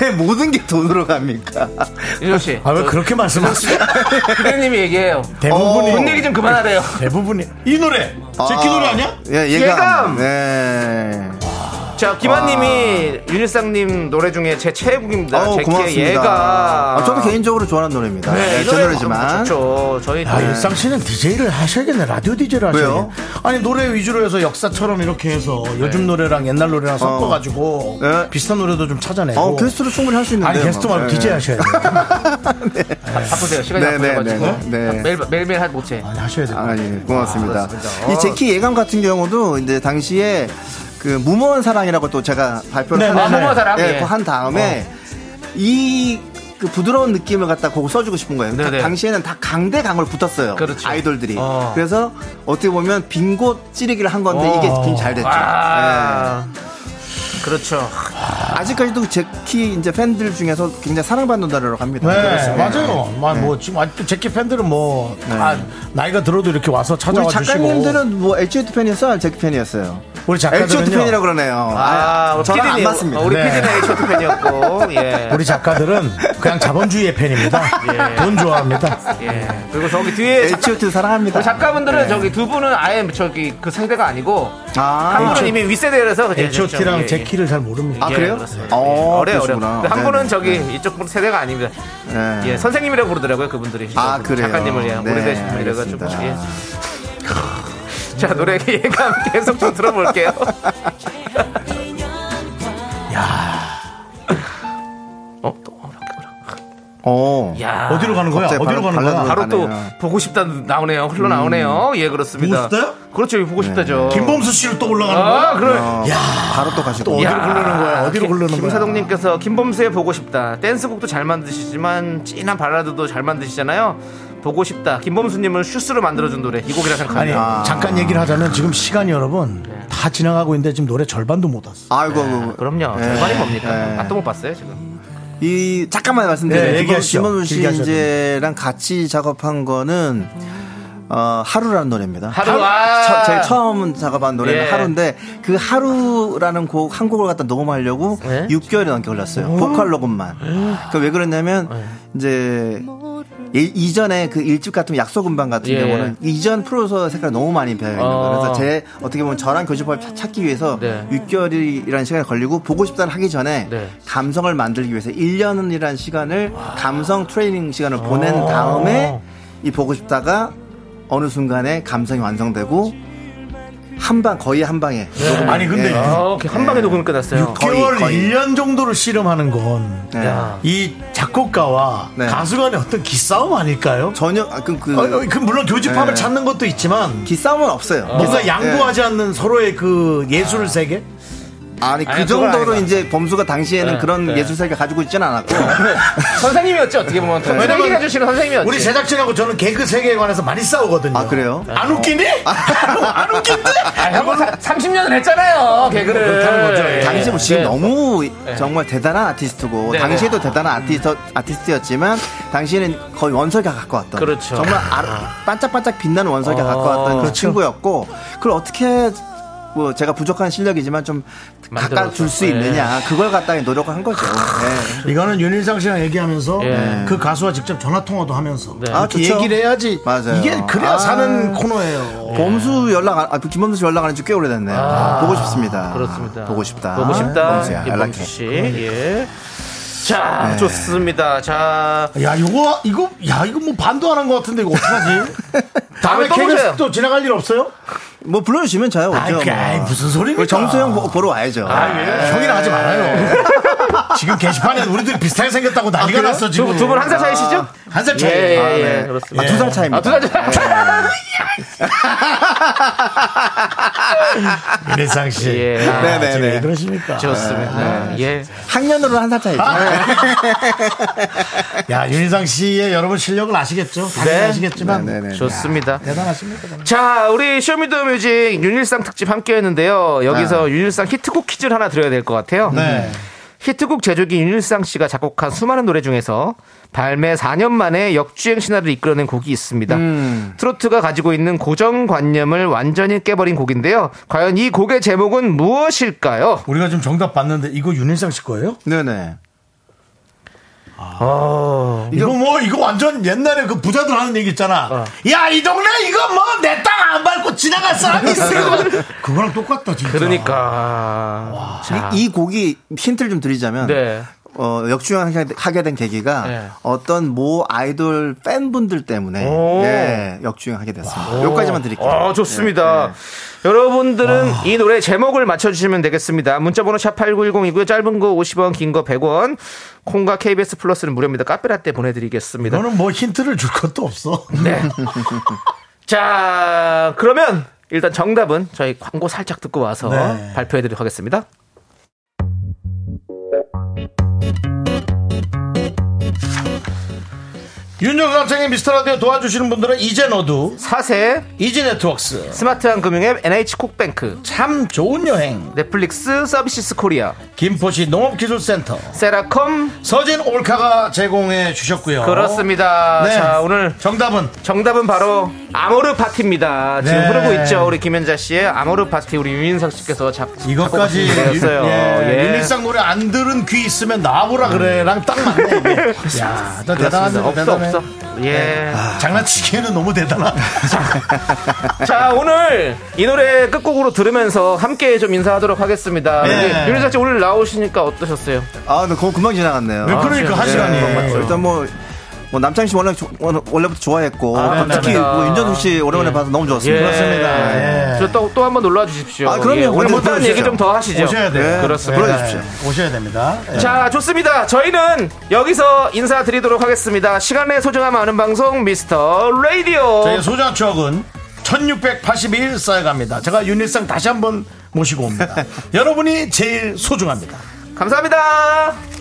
[SPEAKER 7] 왜 모든 게 돈으로 갑니까?
[SPEAKER 2] 이준 씨.
[SPEAKER 1] 아 왜 그렇게 말씀하세요?
[SPEAKER 7] 네.
[SPEAKER 2] 그대님이 얘기해요.
[SPEAKER 7] 어.
[SPEAKER 1] 대부분이
[SPEAKER 2] 돈 얘기 좀 그만하래요.
[SPEAKER 1] 대부분이 이 노래 제끼 노래 아니야?
[SPEAKER 7] 예, 예감.
[SPEAKER 2] 예감!
[SPEAKER 7] 예.
[SPEAKER 2] 자, 김한님이 윤일상님 노래 중에 제 최애곡입니다.
[SPEAKER 7] 어,
[SPEAKER 2] 제고의
[SPEAKER 7] 아. 고맙습니다.
[SPEAKER 2] 얘가.
[SPEAKER 7] 아, 저도 개인적으로 좋아하는 노래입니다.
[SPEAKER 2] 네, 이
[SPEAKER 7] 제
[SPEAKER 2] 노래가
[SPEAKER 7] 노래지만. 아,
[SPEAKER 2] 좋죠. 저희
[SPEAKER 1] 야, 일상 씨는 DJ를 하셔야겠네. 라디오 DJ를 하셔야겠네.
[SPEAKER 7] 왜요?
[SPEAKER 1] 네. 아니, 노래 위주로 해서 역사처럼 이렇게 해서 요즘 노래랑 옛날 노래랑 섞어가지고 비슷한 노래도 좀 찾아내고.
[SPEAKER 7] 어, 게스트로 충분히 할 수 있는데.
[SPEAKER 1] 아니, 게스트 말고 DJ 하셔야 돼요.
[SPEAKER 2] 바쁘세요. 시간이
[SPEAKER 7] 네, 네,
[SPEAKER 2] 바쁘셔가지고. 아,
[SPEAKER 7] 네, 네.
[SPEAKER 2] 매일, 매일매일 하- 못해. 어,
[SPEAKER 1] 하셔야 돼요. 네,
[SPEAKER 7] 아, 예, 고맙습니다. 어.
[SPEAKER 2] 그렇습니다.
[SPEAKER 7] 이 제키 예감 같은 경우도 이제 당시에 그 무모한 사랑이라고 또 제가 발표를
[SPEAKER 2] 네, 네,
[SPEAKER 7] 한-
[SPEAKER 2] 네. 아, 무모한 사랑?
[SPEAKER 7] 예,
[SPEAKER 2] 예.
[SPEAKER 7] 그거 한 다음에
[SPEAKER 2] 어.
[SPEAKER 7] 이 그 부드러운 느낌을 갖다 곡 써주고 싶은 거예요. 다-
[SPEAKER 2] 네.
[SPEAKER 7] 당시에는 다 강대 강을 붙었어요. 아이돌들이.
[SPEAKER 2] 어.
[SPEAKER 7] 그래서 어떻게 보면 빈곳 찌르기를 한 건데 이게
[SPEAKER 2] 어.
[SPEAKER 7] 굉장히 잘 됐죠.
[SPEAKER 2] 아.
[SPEAKER 7] 예.
[SPEAKER 2] 그렇죠.
[SPEAKER 7] 아직까지도 제키 이제 팬들 중에서 굉장히 사랑받는 노래라고 합니다. 네.
[SPEAKER 1] 네,
[SPEAKER 7] 그렇습니다.
[SPEAKER 1] 맞아요. 마- 뭐 지금 아직도 제키 팬들은 뭐 아, 나이가 들어도 이렇게 와서 찾아와
[SPEAKER 7] 우리
[SPEAKER 1] 주시고.
[SPEAKER 7] 작가님들은 뭐 H.O.T 팬이었어요? 아니 제키 팬이었어요?
[SPEAKER 1] 우리 작가들은요?
[SPEAKER 7] H.O.T 팬이라고 그러네요.
[SPEAKER 2] 아, 우리
[SPEAKER 7] 저랑 안
[SPEAKER 2] PD님,
[SPEAKER 7] 맞습니다. 네.
[SPEAKER 2] 어, 우리 PD는 H.O.T 팬이었고, 예.
[SPEAKER 1] 우리 작가들은 그냥 자본주의의 팬입니다.
[SPEAKER 2] 예.
[SPEAKER 1] 돈 좋아합니다.
[SPEAKER 2] 예. 그리고 저기 뒤에 작가-
[SPEAKER 7] H.O.T 사랑합니다.
[SPEAKER 2] 우리 작가분들은
[SPEAKER 7] 네.
[SPEAKER 2] 저기 두 분은 아예 저기 그 세대가 아니고 한 분은 이미 윗세대라서 그냥
[SPEAKER 1] H.O.T.랑
[SPEAKER 2] 예, 예.
[SPEAKER 1] 제키를 잘 모릅니다.
[SPEAKER 2] 예, 그렇습니다. 예. 어려요, 어려요. 근데 한 분은 저기 이쪽 분 세대가 아닙니다. 예, 선생님이라고 부르더라고요, 그분들이.
[SPEAKER 7] 아,
[SPEAKER 2] 그분,
[SPEAKER 7] 그래요?
[SPEAKER 2] 작가님을 예,
[SPEAKER 7] 네,
[SPEAKER 2] 오래되신 분이라가지고. 예. 자, 노래 예감 계속 좀 들어볼게요.
[SPEAKER 7] 어.
[SPEAKER 2] 야.
[SPEAKER 1] 어디로 가는 거야?
[SPEAKER 2] 갑자기
[SPEAKER 1] 어디로
[SPEAKER 2] 바로-
[SPEAKER 1] 가는 거야?
[SPEAKER 2] 바로 또 보고 싶다 나오네요. 흘러나오네요. 예, 그렇습니다.
[SPEAKER 1] 보고 싶다요?
[SPEAKER 2] 그렇죠, 보고 싶다죠.
[SPEAKER 1] 김범수 씨로 또 올라가는
[SPEAKER 2] 아,
[SPEAKER 1] 거야?
[SPEAKER 2] 그래.
[SPEAKER 1] 야,
[SPEAKER 7] 바로 또 가시고.
[SPEAKER 1] 또 어디로 흐르는 거야? 어디로
[SPEAKER 2] 김-
[SPEAKER 1] 흐르는 거야?
[SPEAKER 2] 김사동님께서 김범수의 보고 싶다. 댄스곡도 잘 만드시지만 진한 발라드도 잘 만드시잖아요. 보고 싶다. 김범수님을 슈스로 만들어준 노래 이 곡이라
[SPEAKER 1] 아니
[SPEAKER 2] 생각합니다.
[SPEAKER 1] 잠깐 얘기를 하자면 지금 시간이 여러분 다 지나가고 있는데 지금 노래 절반도 못 왔어.
[SPEAKER 7] 아이고.
[SPEAKER 2] 네,
[SPEAKER 7] 예,
[SPEAKER 2] 그럼요. 절반이 뭡니까? 맛도 못 봤어요 지금.
[SPEAKER 7] 이 잠깐만
[SPEAKER 1] 네,
[SPEAKER 7] 말씀드려요. 김-
[SPEAKER 1] 얘기하시죠.
[SPEAKER 7] 김원훈 씨
[SPEAKER 1] 길게 하셔도
[SPEAKER 7] 이제랑 같이 작업한 거는 어, 하루라는 노래입니다.
[SPEAKER 2] 하루, 아.
[SPEAKER 7] 처- 제가 처음 작업한 노래는
[SPEAKER 2] 예.
[SPEAKER 7] 하루인데 그 하루라는 곡 한 곡을 갖다 녹음하려고 6개월이 넘게 걸렸어요. 보컬 녹음만. 그 왜 그랬냐면 이제 이- 이전에 그 일집 같은 약속 음반 같은
[SPEAKER 2] 예.
[SPEAKER 7] 경우는 이전 프로듀서 색깔 너무 많이 배어 있는
[SPEAKER 2] 어.
[SPEAKER 7] 거예요. 그래서 제 어떻게 보면 저랑 교집합을 찾- 찾기 위해서
[SPEAKER 2] 네.
[SPEAKER 7] 6개월이라는 시간이 걸리고 보고 싶다는 하기 전에
[SPEAKER 2] 네.
[SPEAKER 7] 감성을 만들기 위해서 1년이라는 시간을 감성 트레이닝 시간을 보낸
[SPEAKER 2] 어.
[SPEAKER 7] 다음에 이 보고 싶다가 어느 순간에 감성이 완성되고 한 방 거의 한 방에 녹음을-
[SPEAKER 1] 아니, 근데
[SPEAKER 7] 예.
[SPEAKER 2] 아, 오케이. 한 방에 녹음 끝났어요.
[SPEAKER 1] 6개월 1년 정도를 씨름하는 건 이
[SPEAKER 7] 네.
[SPEAKER 1] 작곡가와
[SPEAKER 7] 네.
[SPEAKER 1] 가수 간의 어떤 기싸움 아닐까요?
[SPEAKER 7] 전혀 아, 그, 그,
[SPEAKER 1] 어, 어, 그 물론 교집합을
[SPEAKER 7] 네.
[SPEAKER 1] 찾는 것도 있지만
[SPEAKER 7] 기싸움은 없어요.
[SPEAKER 1] 뭔가
[SPEAKER 7] 기싸움- 네.
[SPEAKER 1] 양보하지 않는 서로의 그 예술 세계?
[SPEAKER 7] 아니 그
[SPEAKER 2] 아니, 그건
[SPEAKER 7] 정도로
[SPEAKER 2] 아니다.
[SPEAKER 7] 이제 범수가 당시에는
[SPEAKER 2] 네,
[SPEAKER 7] 그런
[SPEAKER 2] 네.
[SPEAKER 7] 예술세계 가지고 있지는 않았고
[SPEAKER 2] 선생님이었죠 어떻게 보면. 선생님 해주시는 선생님이었지.
[SPEAKER 1] 우리 제작진하고 저는 개그 세계에 관해서 많이 싸우거든요.
[SPEAKER 7] 아 그래요?
[SPEAKER 1] 안 웃기니? 안 웃긴데?
[SPEAKER 2] 아, 형은 30년을 했잖아요 개그를.
[SPEAKER 1] 그렇다는 거죠. 예.
[SPEAKER 7] 당시 뭐 지금
[SPEAKER 2] 네.
[SPEAKER 7] 너무 정말 대단한 아티스트고
[SPEAKER 2] 네,
[SPEAKER 7] 당시에도 대단한 아티스트 아티스트였지만 당시에는 거의 원설가 가까웠던
[SPEAKER 2] 그렇죠.
[SPEAKER 7] 정말 아, 반짝반짝 빛나는 원설가
[SPEAKER 2] 어.
[SPEAKER 7] 가까웠던 그
[SPEAKER 2] 그렇죠.
[SPEAKER 7] 친구였고 그걸 어떻게 뭐 제가 부족한 실력이지만 좀
[SPEAKER 2] 만들어서.
[SPEAKER 7] 깎아 줄 수
[SPEAKER 2] 예.
[SPEAKER 7] 있느냐 그걸 갖다 노력을 한 거죠. 예.
[SPEAKER 1] 이거는 윤일상 씨랑 얘기하면서
[SPEAKER 2] 예.
[SPEAKER 1] 그 가수와 직접 전화 통화도 하면서
[SPEAKER 2] 네.
[SPEAKER 7] 아,
[SPEAKER 1] 이렇게
[SPEAKER 7] 좋죠.
[SPEAKER 1] 얘기를 해야지.
[SPEAKER 7] 맞아요.
[SPEAKER 1] 이게 그래야
[SPEAKER 7] 아.
[SPEAKER 1] 사는 코너예요.
[SPEAKER 7] 범수 연락 안- 아, 김범수 씨 연락 안한 지 꽤 오래됐네요. 보고 싶습니다.
[SPEAKER 2] 그렇습니다.
[SPEAKER 7] 보고 싶다.
[SPEAKER 2] 보고 싶다.
[SPEAKER 7] 아, 범수야,
[SPEAKER 2] 예,
[SPEAKER 7] 연락해. 그러니까. 네.
[SPEAKER 2] 범수 씨. 예. 자, 좋습니다. 자,
[SPEAKER 1] 야, 이거, 이거, 야, 이거 뭐 반도 안 한 것 같은데, 이거 어떡하지? 다음에
[SPEAKER 2] 또 보세요.
[SPEAKER 1] KBS 또 지나갈 일 없어요?
[SPEAKER 7] 뭐 불러주시면 저요. 뭐.
[SPEAKER 1] 아이, 그, 아이, 무슨 소리입니까? 아, 네.
[SPEAKER 7] 우리 정수영 보- 보러 와야죠.
[SPEAKER 1] 예.
[SPEAKER 2] 아, 예.
[SPEAKER 1] 형이랑 하지 말아요. 지금 게시판에 우리들 비슷하게 생겼다고 난리가 났어, 지금.
[SPEAKER 2] 아, 두 분 한 살 차이시죠?
[SPEAKER 1] 한 살 차이.
[SPEAKER 2] 예, 예,
[SPEAKER 7] 아,
[SPEAKER 2] 예,
[SPEAKER 7] 네.
[SPEAKER 2] 그렇습니다.
[SPEAKER 7] 아, 두살 차이입니다.
[SPEAKER 2] 아, 두살 차이.
[SPEAKER 1] 윤일상 씨.
[SPEAKER 2] 예.
[SPEAKER 1] 아,
[SPEAKER 7] 네네네.
[SPEAKER 1] 지금 왜 그러십니까?
[SPEAKER 2] 좋습니다. 예.
[SPEAKER 7] 학년으로 한 살 차이죠.
[SPEAKER 1] 야, 윤일상 씨의 여러분 실력을 아시겠죠? 당연히
[SPEAKER 2] 네.
[SPEAKER 1] 아시겠지만.
[SPEAKER 7] 네네네.
[SPEAKER 2] 좋습니다.
[SPEAKER 1] 대단하십니다.
[SPEAKER 2] 자, 우리 쇼미더뮤직 윤일상 특집 함께 했는데요. 여기서 윤일상 히트곡 퀴즈를 하나 드려야 될 것 같아요.
[SPEAKER 1] 네.
[SPEAKER 2] 히트곡 제조기 윤일상 씨가 작곡한 수많은 노래 중에서 발매 4년 만에 역주행 신화를 이끌어낸 곡이 있습니다. 음. 트로트가 가지고 있는 고정관념을 완전히 깨버린 곡인데요. 과연 이 곡의 제목은 무엇일까요?
[SPEAKER 1] 우리가 좀 정답 봤는데, 이거 윤일상 씨 거예요?
[SPEAKER 7] 네네.
[SPEAKER 1] 이거 어. 뭐 이거 완전 옛날에 그 부자들 하는 얘기 있잖아. 야 이 동네 이거 뭐 내 땅 안 밟고 지나갈 사람이 있어. 그거랑 똑같다 진짜.
[SPEAKER 2] 그러니까.
[SPEAKER 1] 아.
[SPEAKER 2] 자.
[SPEAKER 7] 이, 이 곡이 힌트를 좀 드리자면
[SPEAKER 2] 네.
[SPEAKER 7] 어, 역주행하게 하게 된 계기가
[SPEAKER 2] 네.
[SPEAKER 7] 어떤 모 아이돌 팬분들 때문에
[SPEAKER 2] 오.
[SPEAKER 7] 예, 역주행하게 됐습니다.
[SPEAKER 2] 오.
[SPEAKER 7] 여기까지만 드릴게요.
[SPEAKER 1] 어,
[SPEAKER 7] 네, 아.
[SPEAKER 2] 아, 좋습니다. 여러분들은 이 노래 제목을 맞춰주시면 되겠습니다. 문자번호 샵8910이고요. 짧은 거 50원, 긴 거 100원. 콩과 KBS 플러스는 무료입니다. 카페라떼 보내드리겠습니다.
[SPEAKER 1] 너는 뭐 힌트를 줄 것도 없어.
[SPEAKER 2] 네.
[SPEAKER 7] 뭐.
[SPEAKER 2] 자, 그러면 일단 정답은 저희 광고 살짝 듣고 와서
[SPEAKER 1] 네.
[SPEAKER 2] 발표해드리도록 하겠습니다.
[SPEAKER 1] 윤정 감성의 미스터라디오 도와주시는 분들은 이제 너도
[SPEAKER 2] 사세
[SPEAKER 1] 이지 네트웍스
[SPEAKER 2] 스마트한 금융앱 NH콕뱅크
[SPEAKER 1] 참 좋은 여행
[SPEAKER 2] 넷플릭스 서비스 코리아
[SPEAKER 1] 김포시 농업기술센터
[SPEAKER 2] 세라컴
[SPEAKER 1] 서진 올카가 제공해
[SPEAKER 7] 어?
[SPEAKER 1] 주셨고요.
[SPEAKER 2] 그렇습니다.
[SPEAKER 1] 네.
[SPEAKER 2] 자, 오늘
[SPEAKER 1] 정답은
[SPEAKER 2] 정답은 바로 아모르 파티입니다. 지금
[SPEAKER 1] 네.
[SPEAKER 2] 흐르고 있죠. 우리 김현자 씨의 아모르 파티 우리 유민상 씨께서 잡
[SPEAKER 1] 이것까지
[SPEAKER 2] 였어요
[SPEAKER 1] 예, 일일상 노래 안 들은 귀 있으면 나보라 그래랑 딱 맞네. 이게. 야, 너 대단한데
[SPEAKER 2] 없어
[SPEAKER 1] 대단해.
[SPEAKER 2] 없어.
[SPEAKER 7] 네.
[SPEAKER 2] 예.
[SPEAKER 1] 아, 장난치기에는 너무 대단하다.
[SPEAKER 2] 아,
[SPEAKER 7] 아.
[SPEAKER 2] 자 오늘 이 노래 끝곡으로 들으면서 함께 좀 인사하도록 하겠습니다.
[SPEAKER 7] 네.
[SPEAKER 2] 우리 유민상 씨 오늘 나오시니까 어떠셨어요?
[SPEAKER 7] 아, 근데 그거 금방 지나갔네요.
[SPEAKER 2] 네, 그러니까, 한 시간이.
[SPEAKER 7] 맞죠. 일단 뭐, 뭐 남창희 씨 원래 조- 원- 원래부터 좋아했고
[SPEAKER 2] 아, 네,
[SPEAKER 7] 특히
[SPEAKER 2] 네, 네.
[SPEAKER 7] 뭐 윤정수 씨 오랜만에 봐서 너무 좋았습니다.
[SPEAKER 2] 저또또 한번 놀러 와 주십시오.
[SPEAKER 7] 아, 그럼요.
[SPEAKER 2] 예, 오늘
[SPEAKER 7] 언제든
[SPEAKER 2] 못하는
[SPEAKER 7] 불러주세요.
[SPEAKER 2] 얘기 좀 더 하시죠.
[SPEAKER 1] 오셔야 돼요.
[SPEAKER 2] 네, 그렇습니다.
[SPEAKER 1] 네, 오셔야 됩니다. 예.
[SPEAKER 2] 자, 좋습니다. 저희는 여기서 인사드리도록 하겠습니다. 시간의 소중함 아는 방송 미스터 라디오.
[SPEAKER 1] 저희 소중한 추억은 1682일 쌓여갑니다. 제가 윤일상 다시 한번 모시고 옵니다. 여러분이 제일 소중합니다.
[SPEAKER 2] 감사합니다.